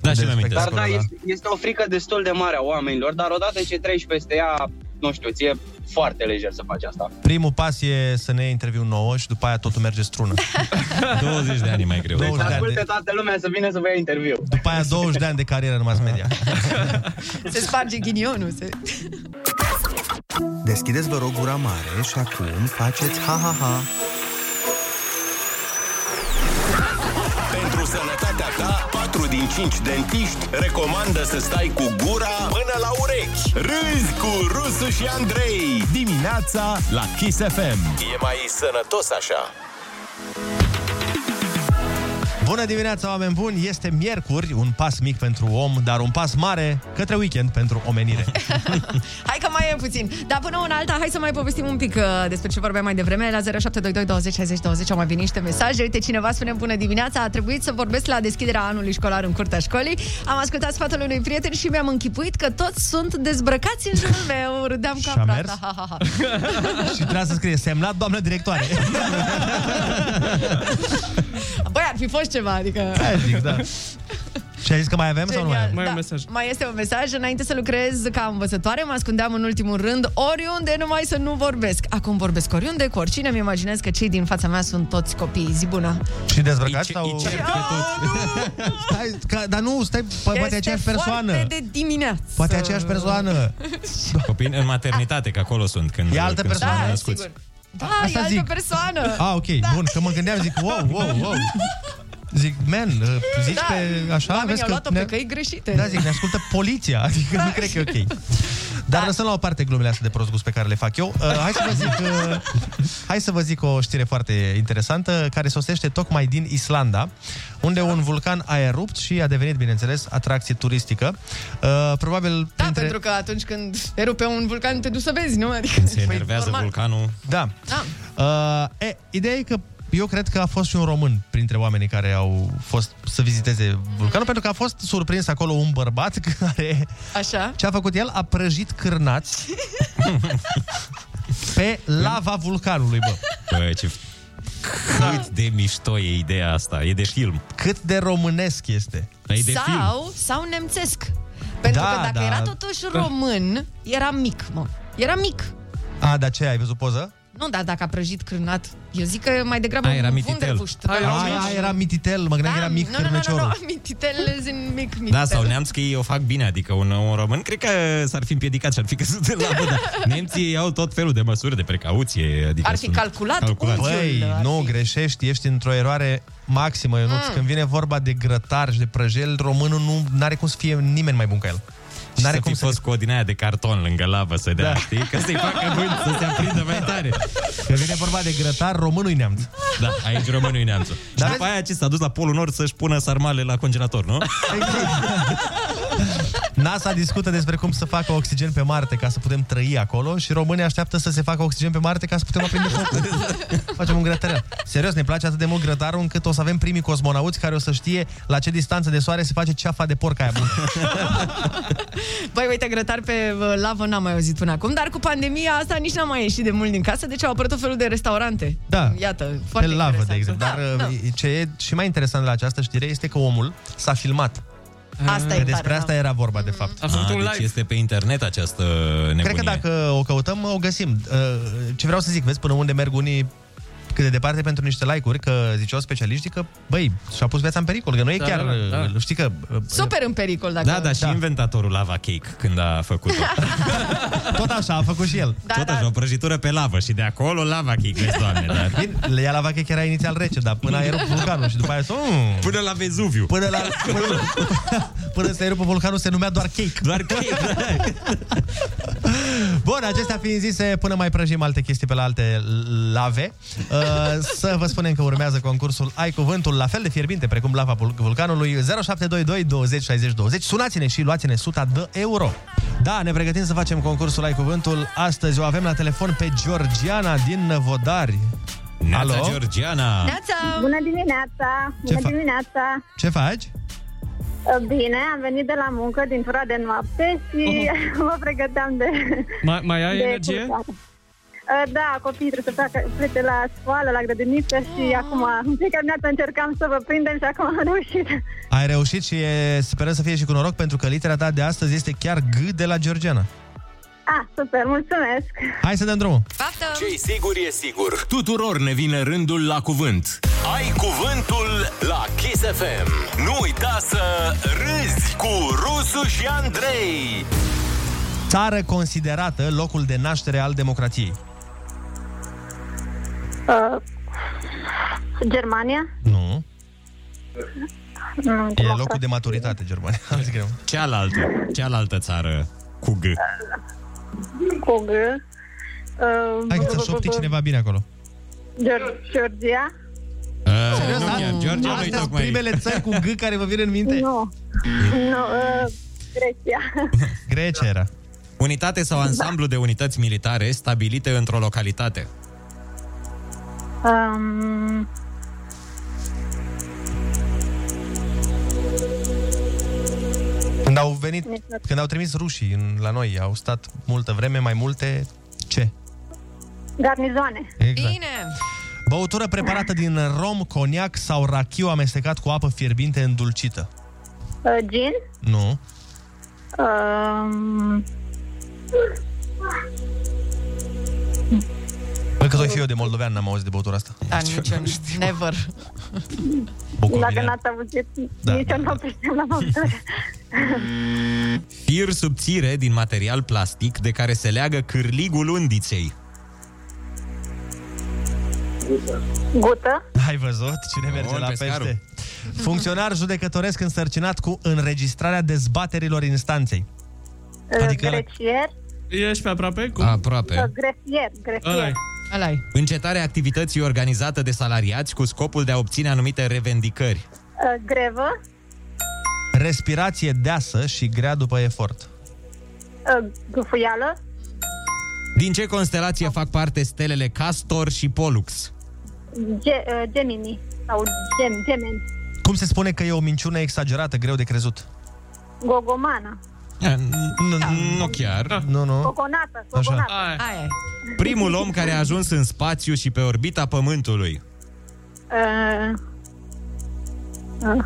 Speaker 7: Da, și mi-amintesc.
Speaker 15: Dar da, este, este o frică destul de mare a oamenilor, dar odată ce treci peste ea, nu știu, ție foarte lejer să faci asta.
Speaker 6: Primul pas e să ne iei interviu nouă și după aia totul merge
Speaker 7: (laughs)
Speaker 6: strună.
Speaker 7: 20 de ani e mai greu.
Speaker 15: Deci
Speaker 6: 20 de ani de,
Speaker 15: asculte toată lumea să vină să vă ia interviu.
Speaker 6: după aia 20 de ani de carieră în mass media.
Speaker 11: Se sparge ghinionul. Se...
Speaker 16: Deschideți, vă rog, gura mare și acum faceți ha-ha-ha.
Speaker 5: Pentru sănătatea ta, 4 din 5 dentiști recomandă să stai cu gura
Speaker 7: da.
Speaker 5: până la urechi. Râzi cu Rusu și Andrei. Dimineața la Kiss FM. E mai sănătos așa.
Speaker 6: Bună dimineața, oameni buni! Este miercuri, un pas mic pentru om, dar un pas mare către weekend pentru
Speaker 7: (laughs)
Speaker 6: omenire.
Speaker 11: Hai că mai e puțin. Dar până una alta, hai să mai povestim un pic uh, despre ce vorbeam mai devreme. La 0722 20 60 20 au mai venit niște mesaje. Uite, cineva spune bună dimineața, a trebuit să vorbesc la deschiderea anului școlar în curtea școlii. Am ascultat sfatul unui prieten și mi-am închipuit că toți sunt dezbrăcați în jurul meu. Râdeam
Speaker 6: Și
Speaker 11: ca
Speaker 6: a
Speaker 11: frata.
Speaker 6: mers?
Speaker 11: Ha, ha, ha.
Speaker 6: și trebuie să scrie semnat doamnă
Speaker 7: (laughs)
Speaker 6: directoare.
Speaker 11: Băi, ar fi fost ceva, adică...
Speaker 6: Aia zic, da. Și ai zis că mai avem sau nu mai
Speaker 11: Genial.
Speaker 6: avem?
Speaker 11: Da, Mai este un mesaj. Înainte să lucrez ca învățătoare, mă ascundeam în ultimul rând oriunde numai să nu vorbesc. Acum vorbesc oriunde, cu oricine. Îmi imaginez că cei din fața mea sunt toți copii. Zi bună!
Speaker 6: Și dezbrăcați sau...
Speaker 11: Stai,
Speaker 6: ca, dar nu, stai, păi, po- poate aceeași persoană.
Speaker 11: Foarte de dimineață.
Speaker 6: Poate aceeași persoană.
Speaker 7: Copii în maternitate, că acolo sunt când,
Speaker 6: E altă
Speaker 7: când sunt
Speaker 6: persoană.
Speaker 7: născuți.
Speaker 11: Da, e altă persoană.
Speaker 6: Ah, ok, bun, că mă gândeam, zic, wow, wow, wow. Zic, man, uh, zici
Speaker 11: Da,
Speaker 6: pe așa,
Speaker 11: oamenii
Speaker 6: vezi
Speaker 11: au
Speaker 6: că...
Speaker 11: luat-o pe căi greșite. Da.
Speaker 6: Da, zic, ne ascultă poliția, (laughs) adică nu cred că e ok. Dar lăsăm la o parte glumele astea de prost gust pe care le fac eu. Uh, hai, să vă zic, uh, hai să vă zic o știre foarte interesantă care sosește tocmai din Islanda, unde un vulcan a erupt și a devenit, bineînțeles, atracție turistică. Uh, probabil
Speaker 11: Da, pentru că atunci când erupe un vulcan, te duci să vezi, nu? Adică,
Speaker 7: Se enervează vulcanul.
Speaker 6: Da.
Speaker 11: Da.
Speaker 6: Uh, e, ideea e că eu cred că a fost și un român printre oamenii care au fost să viziteze vulcanul, pentru că a fost surprins acolo un bărbat (laughs) care...
Speaker 11: Așa.
Speaker 6: Ce a făcut el? A prăjit
Speaker 11: (laughs)
Speaker 6: cârnați pe lava vulcanului, bă.
Speaker 11: Da.
Speaker 7: Băi, Păi, ce...
Speaker 6: Da.
Speaker 7: Cât de mișto e ideea asta. E de film.
Speaker 6: Cât de românesc este.
Speaker 7: Dar e de film.
Speaker 11: sau, sau nemțesc. Pentru
Speaker 6: Da,
Speaker 11: că dacă
Speaker 6: da.
Speaker 11: era totuși român, era mic, mă. Era mic.
Speaker 6: A, dar ce, ai văzut poză?
Speaker 11: Nu, dar dacă a prăjit crânat, eu zic că mai degrabă
Speaker 6: A, era
Speaker 11: un
Speaker 6: mititel.
Speaker 11: wunderwurst.
Speaker 6: A, era- a, era mititel, mă gândeam că era mic
Speaker 11: Nu, nu, nu, nu, nu,
Speaker 7: cârnăciorul.
Speaker 11: mititel sunt mic, mititel.
Speaker 7: Da, sau neamții o fac bine, adică un, un român cred că s-ar fi împiedicat și ar fi căzut în labă,
Speaker 11: (laughs)
Speaker 7: dar nemții iau tot felul de măsuri de precauție. Adică
Speaker 11: Ar fi
Speaker 7: sunt
Speaker 11: calculat
Speaker 7: calculați.
Speaker 6: Băi, nu, greșești, ești într-o eroare maximă, Ionuț.
Speaker 11: Da, Mm.
Speaker 6: Când vine vorba de grătar și de prăjel, românul nu are cum să fie nimeni mai bun ca el.
Speaker 7: Și N-are să cum fi fost cu o din aia de carton lângă labă să dea, da. știi? Că să-i
Speaker 6: (laughs)
Speaker 7: facă vânt, să se aprindă mai tare.
Speaker 6: Că vine vorba de grătar, românul neamț.
Speaker 7: Da, aici românul e
Speaker 6: Exact.
Speaker 7: neamțul. Și după aia ce s-a dus la Polul Nord să-și pună sarmale la congelator, nu?
Speaker 6: NASA discută despre cum să facă oxigen pe Marte ca să putem trăi acolo și România așteaptă să se facă oxigen pe Marte ca să putem aprinde
Speaker 11: (laughs)
Speaker 6: focul. Facem un grătărean. Serios, ne place atât de mult grătarul încât o să avem primii cosmonauți care o să știe la ce distanță de soare se face ceafa de porc
Speaker 11: (laughs)
Speaker 6: aia bună.
Speaker 11: Băi, uite, grătar pe uh, lavă n-am mai auzit până acum, dar cu pandemia asta nici n-am mai ieșit de mult din casă, deci au apărut tot felul de restaurante.
Speaker 6: Da.
Speaker 11: Iată,
Speaker 6: Pe
Speaker 11: foarte
Speaker 6: lavă, de
Speaker 11: interesant.
Speaker 6: exemplu. Dar
Speaker 11: da,
Speaker 6: uh, ce e și mai interesant la această știre este că omul s-a filmat.
Speaker 11: Asta e
Speaker 6: că
Speaker 11: tare,
Speaker 6: despre
Speaker 11: da.
Speaker 6: asta era vorba, de fapt.
Speaker 7: Ah, deci este pe internet această nebunie.
Speaker 6: Cred că dacă o căutăm, o găsim. Uh, Ce vreau să zic, vezi până unde merg unii cât de departe pentru niște like-uri, că ziceau specialiștii că, băi, și-a pus viața în pericol, că nu e
Speaker 7: Da,
Speaker 6: chiar,
Speaker 7: da,
Speaker 6: da. știi că... uh,
Speaker 11: Super în pericol dacă...
Speaker 7: Da, da, și da. inventatorul lava cake când a făcut-o.
Speaker 6: (laughs)
Speaker 7: (laughs)
Speaker 6: Tot așa a făcut și el.
Speaker 11: Da,
Speaker 7: Tot așa, o prăjitură pe lavă și de acolo lava cake, vezi, doamne, da. dar...
Speaker 6: Bine, ea lava cake era inițial rece, dar până a erupt vulcanul și după aia... Mm,
Speaker 7: până la Vezuviu.
Speaker 6: Până la... Până, (laughs) până se erupă vulcanul se numea doar cake.
Speaker 7: Doar cake, da.
Speaker 6: (laughs) Bun, acestea fiind zise, până mai prăjim alte chestii pe la alte lave, uh, să vă spunem că urmează concursul Ai Cuvântul, la fel de fierbinte precum lava vul- vulcanului, 0722 20 60 20. Sunați-ne și luați-ne 100 de euro. Da, ne pregătim să facem concursul Ai Cuvântul. Astăzi o avem la telefon pe Georgiana din Năvodari.
Speaker 7: Neața, Georgiana!
Speaker 14: Neața! Bună dimineața!
Speaker 6: Ce
Speaker 14: Bună
Speaker 6: fa-
Speaker 14: dimineața! Uh,
Speaker 6: Ce faci?
Speaker 14: Bine, am venit de la muncă din tura de noapte și oh. (laughs) mă pregăteam de...
Speaker 8: Mai, mai ai
Speaker 14: de
Speaker 8: energie?
Speaker 14: culcare. Uh, Da, copiii trebuie să facă, plece la școală, la grădiniță și acum în fiecare dimineață încercam să vă prindem și acum am reușit.
Speaker 6: Ai reușit și e, sperăm să fie și cu noroc, pentru că litera ta de astăzi este chiar G de la Georgiana.
Speaker 14: Ah, super, mulțumesc!
Speaker 6: Hai să dăm drumul!
Speaker 5: ce sigur e sigur. Tuturor ne vine rândul la cuvânt. Ai cuvântul la Kiss FM. Nu uita să râzi cu Rusu și Andrei.
Speaker 6: Țară considerată locul de naștere al democrației.
Speaker 14: Uh, Germania?
Speaker 6: Nu.
Speaker 14: Nu,
Speaker 6: E locul de maturitate, Germania. Am zis greu.
Speaker 7: Cealaltă, cealaltă țară cu G.
Speaker 14: cu G. Uh,
Speaker 6: Hai că să șopti cineva bine acolo.
Speaker 14: Gior- Georgia?
Speaker 7: Serios, Ă, nu chiar, Georgia nu-i
Speaker 6: Astea da? sunt
Speaker 7: tocmai...
Speaker 6: primele țări cu G care vă vin în minte?
Speaker 14: Nu. Nu, uh, Grecia.
Speaker 6: Grecia era.
Speaker 7: Unitate sau ansamblu de unități militare stabilite într-o localitate.
Speaker 14: Um,
Speaker 6: Când au venit, când au trimis rușii în, la noi, au stat multă vreme, mai multe... Ce?
Speaker 14: garnizoane.
Speaker 6: Exact.
Speaker 11: Bine!
Speaker 6: Băutură preparată din rom, coniac sau rachiu amestecat cu apă fierbinte îndulcită.
Speaker 14: Uh, gin.
Speaker 6: Nu.
Speaker 14: Um,
Speaker 6: Bă, că doi fiu eu de moldovean, n-am auzit de băutura asta.
Speaker 11: Da, nici eu nu- never.
Speaker 14: dacă n-ați auzit,
Speaker 7: Da,
Speaker 14: da, nici
Speaker 7: da,
Speaker 14: eu nu Uh, priceam
Speaker 6: (laughs)
Speaker 14: la băutură.
Speaker 7: Fir subțire din material plastic de care se leagă cârligul undiței.
Speaker 14: Gută.
Speaker 6: Ai văzut cine merge
Speaker 7: Bun,
Speaker 6: la
Speaker 7: pescarul.
Speaker 6: pește? Funcționar judecătoresc însărcinat cu înregistrarea dezbaterilor instanței.
Speaker 14: Uh,
Speaker 6: Adică ăla-
Speaker 14: grefier.
Speaker 7: Ești pe aproape? Cum?
Speaker 14: Uh,
Speaker 7: Aproape.
Speaker 14: grefier. Grefier.
Speaker 11: Alai.
Speaker 7: Încetarea activității organizată de salariați cu scopul de a obține anumite revendicări.
Speaker 14: Uh, grevă.
Speaker 6: Respirație deasă și grea după efort.
Speaker 14: Uh, gufuială.
Speaker 7: Din ce constelație fac parte stelele Castor și Pollux?
Speaker 14: Ge- uh, gemini. Sau gem, gemeni.
Speaker 6: Cum se spune că e o minciună exagerată, greu de crezut?
Speaker 14: Gogomana.
Speaker 7: Eh, Nu chiar.
Speaker 6: Nu, nu.
Speaker 14: Coconată.
Speaker 6: Ah. Așa.
Speaker 14: Coconată.
Speaker 11: Aia.
Speaker 7: Primul om care a ajuns în spațiu și pe orbita Pământului.
Speaker 14: Uh, uh,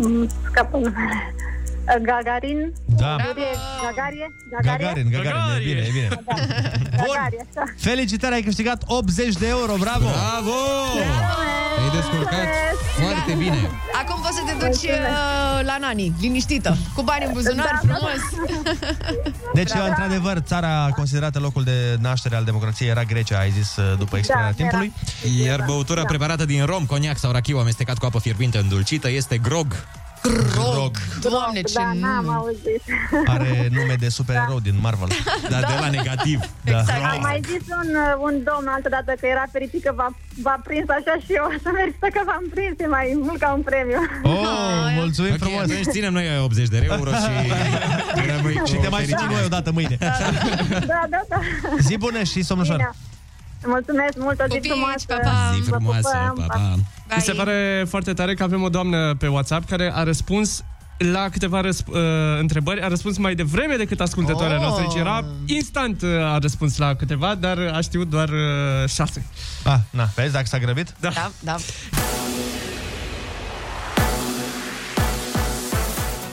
Speaker 14: îmi scapă numele. Uh, Gagarin.
Speaker 6: Da.
Speaker 14: Gagarie. Gagarie. Da,
Speaker 6: Gagarin, Gagarin, e bine, e bine.
Speaker 14: Gagarie, așa.
Speaker 6: Felicitări, ai câștigat 80 de euro, bravo!
Speaker 7: Bravo! Te-ai descurcat foarte bine.
Speaker 11: Acum poți să te duci uh, la nani, liniștită, cu bani în buzunar,
Speaker 14: Da.
Speaker 11: frumos.
Speaker 6: Deci, într-adevăr, țara considerată locul de naștere al democrației era Grecia, ai zis uh,
Speaker 14: Da,
Speaker 6: după expirarea
Speaker 7: era.
Speaker 6: timpului. Da.
Speaker 7: Iar băutura preparată din rom, coniac sau rachiu amestecat cu apă fierbinte îndulcită este grog.
Speaker 6: Grog.
Speaker 11: Doamne, ce...
Speaker 14: Da, n-am auzit. (laughs)
Speaker 6: Are nume de supererou din Marvel. Da.
Speaker 14: Dar de la
Speaker 6: negativ.
Speaker 14: Da. Exact. Am mai zis un, uh, un domn altă dată că era fericit că v-a, v-a prins așa și eu. Să mergi să că v-am prins e mai mult ca un premiu.
Speaker 6: (laughs) Oh, mulțumim okay, frumos.
Speaker 7: Deci ținem noi 80 de euro
Speaker 6: (laughs)
Speaker 7: și... rămâi cu
Speaker 6: Și te mai citim
Speaker 7: fericirea.
Speaker 6: noi odată mâine.
Speaker 14: (laughs) Da, da, da.
Speaker 6: Zi bună și somnușoară.
Speaker 14: Bine. Mulțumesc mult, o zi frumoasă.
Speaker 8: pa.
Speaker 14: Vă pupăm, pa.
Speaker 8: Mi se pare foarte tare că avem o doamnă pe WhatsApp care a răspuns la câteva răsp- uh, întrebări, a răspuns mai devreme decât ascultătoarea oh.
Speaker 7: Oh.
Speaker 8: noastră, deci era instant uh, a răspuns la câteva, dar a știut doar uh, șase.
Speaker 6: Ah, na, vezi dacă s-a grăbit?
Speaker 8: Da.
Speaker 11: da, da.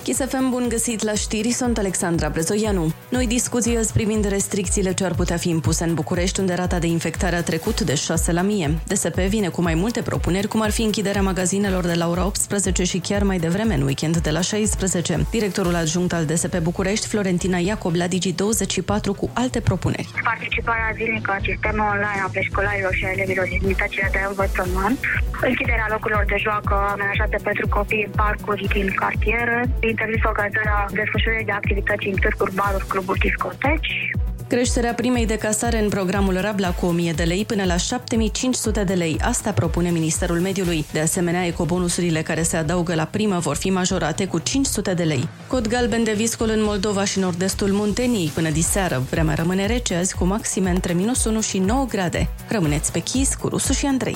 Speaker 10: Chisefem, bun găsit la știri, sunt Alexandra Brezoianu. Noi discuții azi privind restricțiile ce ar putea fi impuse în București, unde rata de infectare a trecut de 6 la mie. DSP vine cu mai multe propuneri, cum ar fi închiderea magazinelor de la ora 18 și chiar mai devreme în weekend de la 16. Directorul adjunct al DSP București, Florentina Iacob, la Digi24 cu alte propuneri.
Speaker 17: participarea zilnică a sistemelor online a preșcolarilor și a elevilor din unitățile de învățământ, închiderea locurilor de joacă amenajate pentru copii în parcuri din cartiere, interzis organizarea desfășurării de activități în târguri, baruri, cluburi, discoteci,
Speaker 10: Creșterea primei de casare în programul Rabla cu 1000 de lei până la 7500 de lei. Asta propune Ministerul Mediului. De asemenea, ecobonusurile care se adaugă la primă vor fi majorate cu 500 de lei. Cod galben de viscol în Moldova și nord-estul Munteniei până diseară. Vremea rămâne rece azi cu maxime între minus 1 și 9 grade. Rămâneți pe chis cu Rusu și Andrei.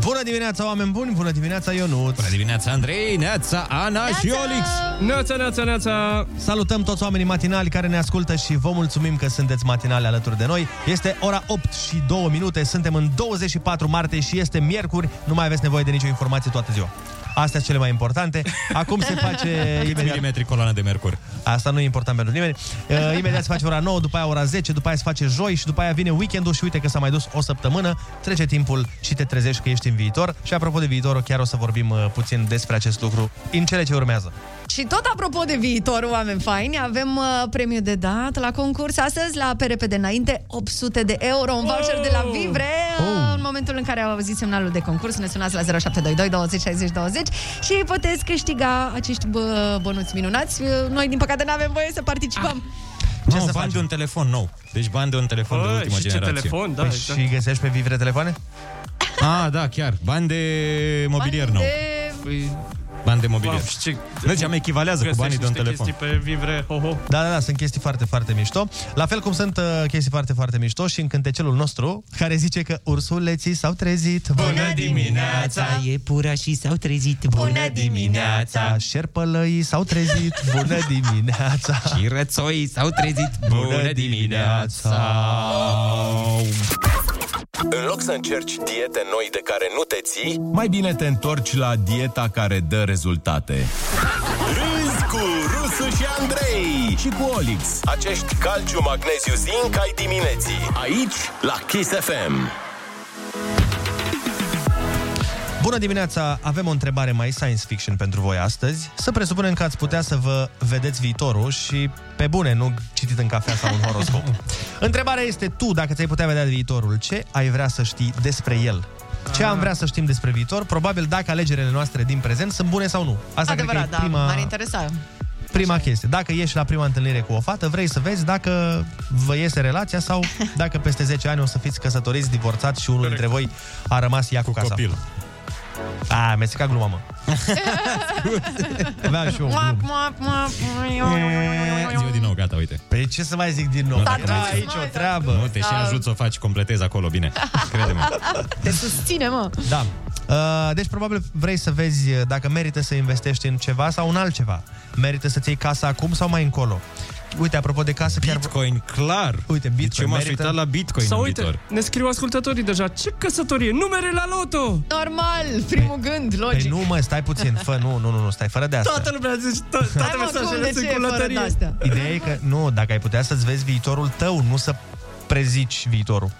Speaker 6: Bună dimineața, oameni buni! Bună dimineața, Ionut! Bună
Speaker 7: dimineața, Andrei! Neața, Ana
Speaker 6: neața!
Speaker 7: și Olix!
Speaker 8: Neața, neața, neața!
Speaker 6: Salutăm toți oamenii matinali care ne ascultă și vă mulțumim că sunteți matinali alături de noi. Este ora 8 și 2 minute, suntem în 24 martie și este miercuri. Nu mai aveți nevoie de nicio informație toată ziua. Astea sunt cele mai importante. Acum se
Speaker 7: (laughs)
Speaker 6: face
Speaker 7: Câți
Speaker 6: imediat...
Speaker 7: milimetri coloana de mercur?
Speaker 6: Asta nu e important pentru nimeni. Uh, Imediat se face ora 9, după aia ora 10, după aia se face joi și după aia vine weekendul și uite că s-a mai dus o săptămână, trece timpul și te trezești că ești în viitor. Și apropo de viitor, chiar o să vorbim uh, puțin despre acest lucru în cele ce urmează.
Speaker 11: Și tot apropo de viitor, oameni faini, avem uh, premiu de dat la concurs astăzi, la PRP de înainte, 800 de euro, un voucher de
Speaker 6: Oh!
Speaker 11: la Vivre. Uh, în momentul în care au auzit semnalul de concurs, ne sunați la 0722 20 60 20 și puteți câștiga acești bă, bănuți minunați. Uh, Noi, din păcate, nu avem voie să participăm.
Speaker 6: Ah.
Speaker 7: Ce no, să bani de un telefon nou. Deci bani de un telefon de
Speaker 8: Băi,
Speaker 7: ultima
Speaker 8: și ce
Speaker 7: generație.
Speaker 8: telefon, da, Păi exact.
Speaker 6: și găsești pe vivre telefoane?
Speaker 7: Ah, da, chiar. Bani de mobilier nou.
Speaker 11: De...
Speaker 8: Păi,
Speaker 7: Bani de mobilier.
Speaker 8: Wow, și ce-
Speaker 7: Mergeam, echivalează cu
Speaker 8: găsești
Speaker 7: banii de un
Speaker 8: niște
Speaker 7: telefon.
Speaker 8: chestii pe vivre, ho-ho.
Speaker 6: Da, da, da, sunt chestii foarte, foarte mișto. La fel cum sunt uh, chestii foarte, foarte mișto și în cântecelul nostru, care zice că ursuleții s-au trezit. Bună
Speaker 18: dimineața! Iepurașii s-au trezit. Bună dimineața!
Speaker 6: Șerpălăii s-au trezit. Bună dimineața!
Speaker 18: Și rățoii s-au trezit. Bună dimineața!
Speaker 19: În loc să încerci diete noi de care nu te ții,
Speaker 5: Mai bine te întorci la dieta care dă rezultate.
Speaker 19: râzi cu Rusu și Andrei și cu Olix. Acești calciu, magneziu, zinc ai dimineții. Aici la Kiss FM.
Speaker 6: Bună dimineața! Avem o întrebare mai science fiction pentru voi astăzi. Să presupunem că ați putea să vă vedeți viitorul și, pe bune, nu citit în cafea sau în
Speaker 11: (laughs)
Speaker 6: horoscop. Întrebarea este tu, dacă ți-ai putea vedea viitorul, ce ai vrea să știi despre el? Ce
Speaker 11: Ah.
Speaker 6: am vrea să știm despre viitor? Probabil dacă alegerile noastre din prezent sunt bune sau nu. Asta cred că
Speaker 11: Adevărat,
Speaker 6: e
Speaker 11: da,
Speaker 6: prima...
Speaker 11: m-ar
Speaker 6: (laughs)
Speaker 11: interesa.
Speaker 6: Prima chestie, dacă ieși la prima întâlnire cu o fată, vrei să vezi dacă vă iese relația
Speaker 7: (laughs)
Speaker 6: sau dacă peste 10 ani o să fiți căsătoriți, divorțați și unul dintre voi a rămas ea cu, casa.
Speaker 7: copil.
Speaker 6: A, mi-a stricat gluma, mă. Aveam și eu o glumă.
Speaker 11: Moap, moap, moap,
Speaker 7: Zi-o din nou, gata, uite.
Speaker 6: Păi ce să mai zic din nou?
Speaker 11: Da,
Speaker 6: Da,
Speaker 11: da,
Speaker 6: aici
Speaker 11: da,
Speaker 6: o
Speaker 11: da.
Speaker 6: treabă.
Speaker 7: Nu, te și ajut să o faci, completezi acolo, bine.
Speaker 6: (laughs)
Speaker 7: Crede-mă.
Speaker 6: Eh.
Speaker 11: Te susține, mă.
Speaker 6: Da. Uh, Deci probabil vrei să vezi uh, dacă merită să investești în ceva sau în altceva. Merită să-ți iei casa acum sau mai încolo. uite, apropo de casă, chiar...
Speaker 7: Bitcoin, clar.
Speaker 6: Uite, Bitcoin
Speaker 7: Deci eu m-aș
Speaker 6: merită.
Speaker 7: uita la Bitcoin
Speaker 8: Sau
Speaker 7: în
Speaker 8: uite,
Speaker 7: viitor.
Speaker 8: ne scriu ascultătorii deja. Ce căsătorie? Numere la loto!
Speaker 11: Normal, primul gând, logic.
Speaker 6: Păi nu, mă, stai puțin. Fă, nu, nu, nu, nu, stai fără de asta.
Speaker 8: Toată lumea zice, to-
Speaker 11: Hai,
Speaker 8: toate
Speaker 11: mă, cum, de
Speaker 8: mesajele sunt
Speaker 11: ce
Speaker 8: cu
Speaker 11: e fără
Speaker 8: lătărie.
Speaker 11: de-astea?
Speaker 6: Ideea e că, nu, dacă ai putea să-ți vezi viitorul tău, nu să prezici viitorul.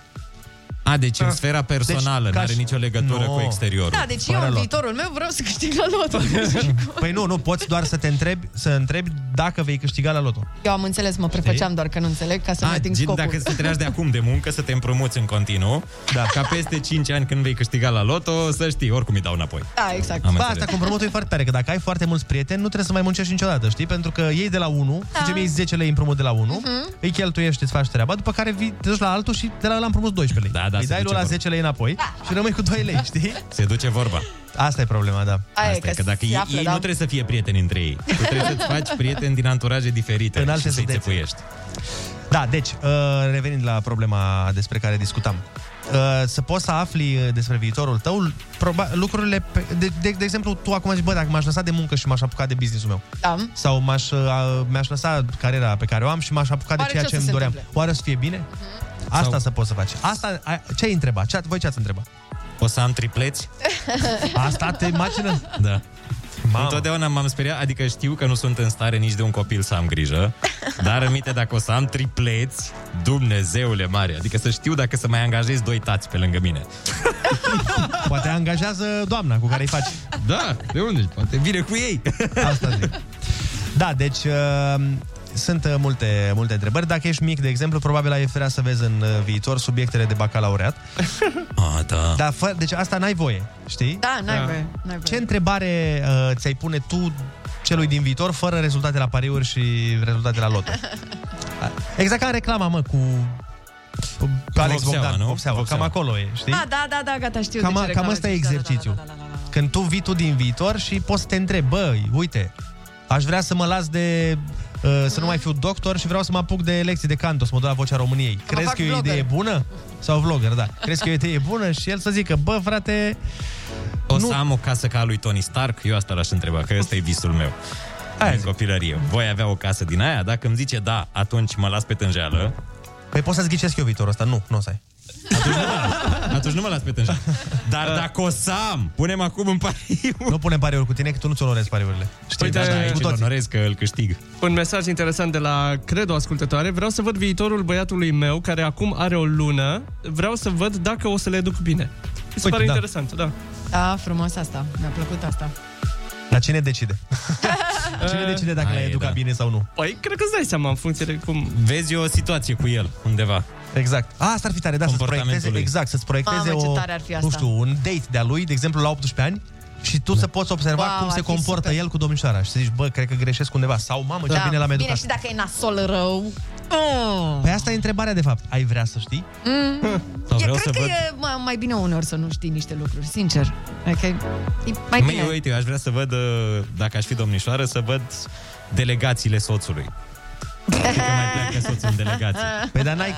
Speaker 7: A, deci
Speaker 6: Ah.
Speaker 7: în sfera personală,
Speaker 6: Deci,
Speaker 7: deci,
Speaker 6: ca
Speaker 7: n-are
Speaker 6: și-
Speaker 7: nicio legătură
Speaker 6: Nu.
Speaker 7: cu exteriorul.
Speaker 11: Da, deci eu
Speaker 6: Fără
Speaker 11: în
Speaker 6: loc.
Speaker 11: viitorul meu vreau să câștig la loto.
Speaker 6: (laughs) Păi nu, nu, poți doar să te întrebi, să întrebi dacă vei câștiga la loto.
Speaker 11: Eu am înțeles, mă prefăceam doar că nu înțeleg ca să nu
Speaker 7: A,
Speaker 11: ating
Speaker 7: Ah, gen,
Speaker 11: scopul.
Speaker 7: dacă să treci de acum de muncă, să te împrumuți în continuu, da. ca peste 5 ani când vei câștiga la loto, să știi, oricum îi dau înapoi.
Speaker 11: (laughs) Da, exact.
Speaker 7: Am
Speaker 6: Ba,
Speaker 7: înțeles.
Speaker 6: asta cu împrumutul e foarte tare, că dacă ai foarte mulți prieteni, nu trebuie să mai muncești niciodată, știi? Pentru că iei de la 1, da. zicem, iei 10 lei împrumut de la 1,
Speaker 11: Mhm.
Speaker 6: uh-huh. îi cheltuiești, îți faci treaba, după care vii, te duci la altul și de la ăla împrumuți 12 lei. Da, da, îi
Speaker 7: se
Speaker 6: dai
Speaker 7: duce
Speaker 6: lui la
Speaker 7: vorba.
Speaker 6: 10 lei înapoi
Speaker 11: Da.
Speaker 6: și rămâi cu 2 lei, știi?
Speaker 7: Se duce vorba.
Speaker 6: Asta e problema, da.
Speaker 11: Aia e,
Speaker 7: Asta e, că dacă
Speaker 11: se
Speaker 7: ei,
Speaker 11: află,
Speaker 7: ei
Speaker 11: da.
Speaker 7: nu trebuie să fie prieteni între ei. Tu trebuie să-ți faci prieteni din anturaje diferite
Speaker 6: În
Speaker 7: și
Speaker 6: alte
Speaker 7: să-i
Speaker 6: județe.
Speaker 7: țepuiești.
Speaker 6: Da, deci, uh, revenind la problema despre care discutam. Uh, Să poți să afli uh, despre viitorul tău proba- lucrurile... Pe, de, de, de exemplu, tu acum zici, bă, dacă m-aș lăsa de muncă și m-aș apuca de businessul meu.
Speaker 11: Da.
Speaker 6: Sau m-aș, uh, mi-aș lăsa carriera pe care o am și m-aș apuca de
Speaker 11: Oare
Speaker 6: ceea
Speaker 11: ce o
Speaker 6: ce îmi
Speaker 11: să se
Speaker 6: doream.
Speaker 11: întâmple? Mhm.
Speaker 6: Oare o să fie bine? Asta să poți să faci. Asta, a, ce ai întrebat? Ce, voi ce ați
Speaker 11: (laughs)
Speaker 6: întrebat?
Speaker 7: O să am tripleți?
Speaker 6: Asta te macină?
Speaker 7: Da. Mamă. Întotdeauna m-am speriat, adică știu că nu sunt în stare nici de un copil să am
Speaker 6: (laughs)
Speaker 7: grijă, dar aminte dacă o să am tripleți, Dumnezeule mare, adică să știu dacă să mai angajez doi tați pe lângă mine.
Speaker 6: Poate angajează doamna cu care îi faci.
Speaker 7: Da, de unde? Poate vine cu ei.
Speaker 6: Asta zic. Da, deci uh, sunt uh, multe, multe întrebări. Dacă ești mic, de exemplu, probabil ai ferea să vezi în uh, viitor subiectele de
Speaker 7: (laughs)
Speaker 6: bacalaureat.
Speaker 7: A, da.
Speaker 6: Dar fă, deci asta n-ai voie, știi?
Speaker 11: Da, n-ai voie, n-ai voie.
Speaker 6: Ce întrebare uh, ți-ai pune tu celui din viitor fără rezultate la pariuri și rezultate la loto? Exact ca în reclama, mă, cu, cu Alex
Speaker 7: vopseaua,
Speaker 6: Bogdan.
Speaker 7: nu?
Speaker 6: Vopseaua, Cam
Speaker 7: Vopseaua.
Speaker 6: acolo e, știi?
Speaker 11: Ah, da, da, da, gata, știu
Speaker 6: cam,
Speaker 11: de ce
Speaker 6: cam
Speaker 11: reclamă
Speaker 6: asta e
Speaker 11: zici, da, da, da.
Speaker 6: exercițiul. Când tu vii tu din viitor și poți să te întrebi, băi, uite, aș vrea să mă las de... Uh, să nu mai fiu doctor și vreau să mă apuc de lecții de canto, să mă duc la Vocea României.
Speaker 11: mă
Speaker 6: Crezi
Speaker 11: fac
Speaker 6: că e o
Speaker 11: vlogger.
Speaker 6: idee bună? Sau vlogger, da. Crezi că e o idee bună? Și el să zică, bă, frate,
Speaker 7: O să am o casă ca a lui Tony Stark? Eu asta l-aș întreba, că ăsta e visul meu. Aia în copilărie. Voi avea o casă din aia? Dacă îmi zice da, atunci mă las pe tânjeală.
Speaker 6: păi poți să-ți ghicesc eu viitorul ăsta. Nu, nu o să ai.
Speaker 7: Atunci nu mă las pe tânjeală.
Speaker 6: Da.
Speaker 7: Dar dacă o să am, punem acum în pariu.
Speaker 6: Nu punem pariuri cu tine, că tu nu-ți onorezi pariurile. Știi,
Speaker 7: Păi da, da, aici
Speaker 6: cu
Speaker 7: îl
Speaker 6: toții.
Speaker 7: onorez că îl câștig.
Speaker 8: Un mesaj interesant de la Credo Ascultătoare. Vreau să văd viitorul băiatului meu, care acum are o lună. Vreau să văd dacă o să le duc bine. Mi se
Speaker 6: Uite,
Speaker 8: pare
Speaker 6: da.
Speaker 8: interesant, da.
Speaker 11: Da, frumos asta. Mi-a plăcut asta.
Speaker 6: Dar cine decide?
Speaker 11: Eh,
Speaker 6: cine decide dacă l-ai educat bine sau nu?
Speaker 8: Eh, Păi, cred că îți dai seama în funcție de cum...
Speaker 7: Vezi o situație cu el undeva.
Speaker 6: Exact. A, asta ar fi tare, da, să-ți proiecteze,
Speaker 7: Comportamentul lui.
Speaker 6: exact, să-ți proiecteze
Speaker 11: Mamă, ce
Speaker 6: o,
Speaker 11: tare ar fi asta.
Speaker 6: nu știu, un date de-a lui, de exemplu, la 18 ani, și
Speaker 7: Da.
Speaker 6: tu să poți observa
Speaker 11: Wow,
Speaker 6: cum
Speaker 11: ar
Speaker 6: se
Speaker 11: fi
Speaker 6: comportă
Speaker 11: super.
Speaker 6: el cu domnișoara și să zici, bă, cred că greșesc undeva, sau mamă, ce
Speaker 11: da.
Speaker 6: bine l-am
Speaker 11: Bine,
Speaker 6: educat.
Speaker 11: și dacă e nasol rău. Mm.
Speaker 6: Păi asta e întrebarea, de fapt. Ai vrea să știi?
Speaker 11: Mm.
Speaker 7: Sau
Speaker 11: Eu
Speaker 7: vreau
Speaker 11: cred
Speaker 7: să
Speaker 11: că
Speaker 7: văd-
Speaker 11: e mai, mai bine uneori să nu știi niște lucruri, sincer. Ok? E mai
Speaker 7: Mai
Speaker 11: bine.
Speaker 7: eu, uite, eu aș vrea să văd, uh, dacă aș fi domnișoară, să văd delegațiile soțului. Adică mai pleacă soțul în delegație.
Speaker 6: Păi dar n-ai...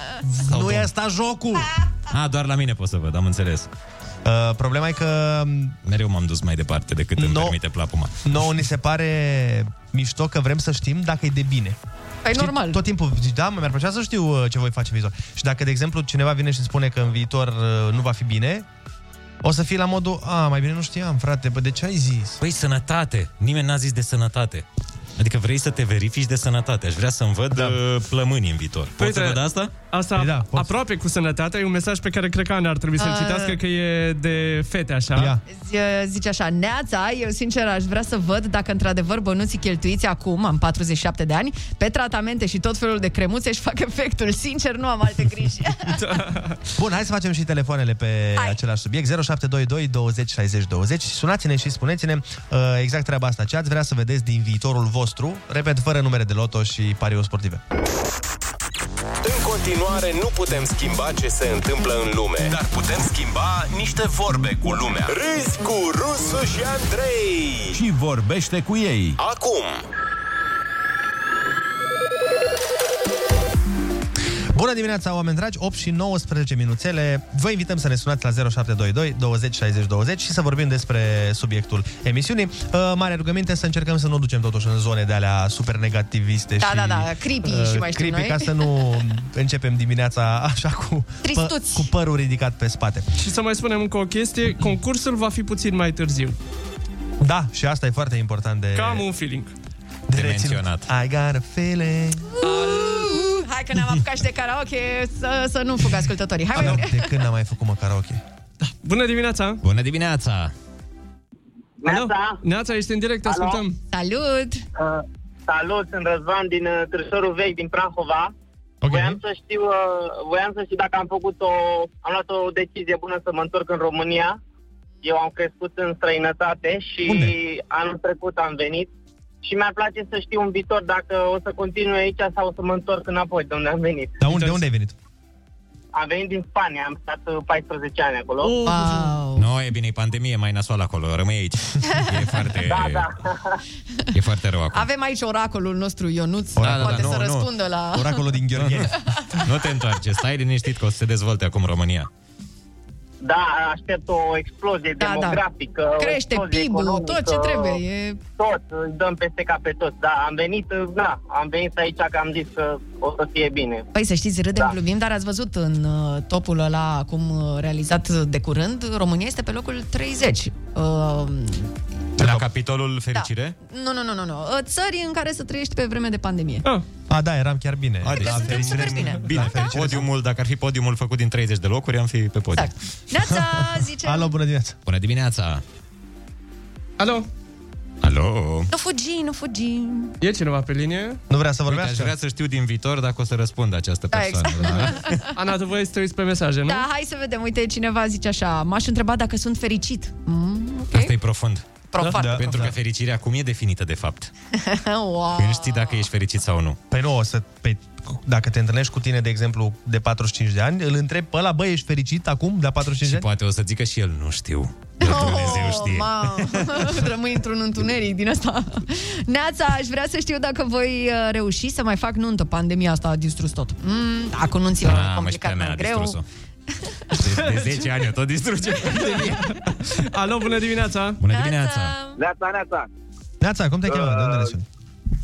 Speaker 7: Sau
Speaker 6: nu e
Speaker 7: domn.
Speaker 6: asta jocul!
Speaker 7: A, doar la mine pot să văd, am înțeles.
Speaker 6: Uh, problema e că um,
Speaker 7: Mereu m-am dus mai departe decât îmi
Speaker 6: No.
Speaker 7: permite plapuma.
Speaker 6: nouă ni se pare mișto că vrem să știm dacă e de bine.
Speaker 11: Păi
Speaker 6: Știi,
Speaker 11: normal.
Speaker 6: Tot timpul zici, da, mă, mi-ar plăcea să știu uh, ce voi face în viitor. Și dacă, de exemplu, cineva vine și îți spune că în viitor uh, nu va fi bine, o să fii la modul, a, mai bine nu știam, frate, bă, de ce ai zis?
Speaker 7: Păi sănătate, nimeni n-a zis de sănătate. Adică vrei să te verifici de sănătate. Aș vrea să-mi văd da. plămâni în viitor. Pot să văd asta?
Speaker 6: Păi
Speaker 8: Asta da, aproape cu sănătatea e un mesaj pe care cred că Ana ar trebui să-l
Speaker 11: Ah.
Speaker 8: citească, că e de fete, așa.
Speaker 6: Ia.
Speaker 11: Zi- eh, Zice așa, Neața, eu sincer aș vrea să văd dacă într-adevăr bănuții cheltuiți acum, am 47 de ani, pe tratamente și tot felul de cremuțe își fac efectul. Sincer, nu am alte griji.
Speaker 6: (laughs) Bun, hai să facem și telefoanele pe hai. același subiect. 0722 20 60 20. Sunați-ne și spuneți-ne uh, exact treaba asta. Ce ați vrea să vedeți din viitorul vostru? Repet, fără numere de loto și pariuri sportive.
Speaker 19: În continuare nu putem schimba ce se întâmplă în lume, dar putem schimba niște vorbe cu lumea. Râzi cu Rusu și Andrei.
Speaker 5: Și vorbește cu ei.
Speaker 19: Acum,
Speaker 6: Bună Bună dimineața, oameni dragi, 8 și 19 minuțele. Vă invităm să ne sunați la 0722 20 60 20 și să vorbim despre subiectul emisiunii. Uh, mare rugăminte să încercăm să nu ducem totuși în zone de alea super negativiste
Speaker 11: Da,
Speaker 6: și... uh,
Speaker 11: da, da, creepy și mai știu
Speaker 6: creepy,
Speaker 11: noi.
Speaker 6: ca să nu
Speaker 11: (laughs)
Speaker 6: începem dimineața așa cu,
Speaker 11: Tristuți.
Speaker 6: cu părul ridicat pe spate.
Speaker 8: Și să mai spunem încă o chestie, concursul va fi puțin mai târziu.
Speaker 6: Da, și asta e foarte important de...
Speaker 8: Cam un feeling.
Speaker 6: de menționat. I got a feeling.
Speaker 11: Uh, Hai că ne-am apucat și de karaoke Să, să nu fug ascultătorii Hai, mai-
Speaker 6: De când n-am mai făcut mă karaoke?
Speaker 8: Da. Bună dimineața!
Speaker 7: Bună dimineața!
Speaker 8: Neața! Neața, ești în direct,
Speaker 13: Alo?
Speaker 8: ascultăm!
Speaker 11: Salut!
Speaker 13: Uh, salut, sunt Răzvan din uh, Târșorul Vechi, din Prahova.
Speaker 6: Okay.
Speaker 13: Voiam să știu, uh, voiam să știu dacă am făcut o, am luat o decizie bună să mă întorc în România. Eu am crescut în străinătate și
Speaker 6: Unde?
Speaker 13: anul trecut am venit și mi-ar place să știu în viitor dacă o să continui aici sau o să mă întorc înapoi de unde am venit.
Speaker 6: Dar unde, unde ai venit?
Speaker 13: Am venit din Spania, am stat uh, 14 ani acolo.
Speaker 11: Oh.
Speaker 6: Ah.
Speaker 7: Nu, no, e bine, e pandemie, e mai nasol acolo, rămâi aici. E foarte,
Speaker 13: Da, da.
Speaker 7: e foarte rău acolo.
Speaker 11: Avem aici oracolul nostru Ionuț
Speaker 7: Da, da, da,
Speaker 11: Poate
Speaker 7: nu,
Speaker 11: să
Speaker 7: nu.
Speaker 11: răspundă la
Speaker 6: din Gheorghe.
Speaker 7: (laughs) Nu te întoarce, stai liniștit că o să se dezvolte acum România.
Speaker 13: Da, aștept o explozie
Speaker 11: Da, da.
Speaker 13: demografică. o
Speaker 11: Crește
Speaker 13: explozie
Speaker 11: PIB-ul,
Speaker 13: economică,
Speaker 11: tot ce trebuie, e-
Speaker 13: Tot, îi dăm peste cap pe tot. Da, am venit, da, am venit aici că am zis că o să fie bine.
Speaker 11: Păi să știți, râdem, da. glumim, dar ați văzut în uh, topul ăla acum uh, realizat de curând, România este pe locul 30. Uh,
Speaker 7: La
Speaker 6: Da.
Speaker 7: capitolul fericire?
Speaker 11: nu, nu, nu, nu, nu. Uh, Țări în care să trăiești pe vreme de pandemie.
Speaker 8: Ah.
Speaker 6: A, da, eram chiar bine.
Speaker 7: Adică
Speaker 11: suntem super bine.
Speaker 7: Bine, da. podiumul, dacă ar fi podiumul făcut din 30 de locuri, am fi pe podium. Exact. (laughs)
Speaker 11: Neața, zice...
Speaker 6: Alo, bună dimineața!
Speaker 7: Bună dimineața!
Speaker 8: Alo!
Speaker 7: Alo!
Speaker 11: Nu fugi, nu fugi.
Speaker 8: E cineva pe linie?
Speaker 6: Nu vrea să
Speaker 7: Uite, aș vrea să știu din viitor dacă o să răspundă această
Speaker 11: Da,
Speaker 7: persoană.
Speaker 11: exact.
Speaker 7: Da.
Speaker 8: Ana, tu voi să te uiți pe mesaje, nu?
Speaker 11: (laughs) Da, hai să vedem. Uite, cineva zice așa, m-aș întreba dacă sunt fericit. Mm, (laughs) ok.
Speaker 7: Asta e profund.
Speaker 11: Profund. Da,
Speaker 7: Pentru că fericirea cum e definită, de fapt?
Speaker 11: wow.
Speaker 7: Când știi
Speaker 11: Ah.
Speaker 7: dacă ești fericit sau nu.
Speaker 6: Păi nu, o să, pe, dacă te întâlnești cu tine, de exemplu, de 45 de ani, îl întrebi pe ăla, bă, ești fericit acum, de 45 de ani?
Speaker 7: Poate o să zică și el, nu știu.
Speaker 11: Dumnezeu știe. Oh, (laughs) Rămâi într-un întuneric din asta. Neața, aș vrea să știu dacă voi uh, reuși să mai fac nuntă. Pandemia asta a distrus tot. Mm, acum nunțile
Speaker 7: Ah,
Speaker 11: ah,
Speaker 7: mă, și
Speaker 11: complicat,
Speaker 7: pe-a mea a
Speaker 11: mai greu.
Speaker 7: distrus-o. De,
Speaker 8: (laughs)
Speaker 7: de 10 ani eu tot distruge.
Speaker 8: Alo, bună dimineața!
Speaker 7: Bună dimineața!
Speaker 20: Neața, neața!
Speaker 6: Neața, cum te cheamă? De unde ne suni?
Speaker 20: Uh,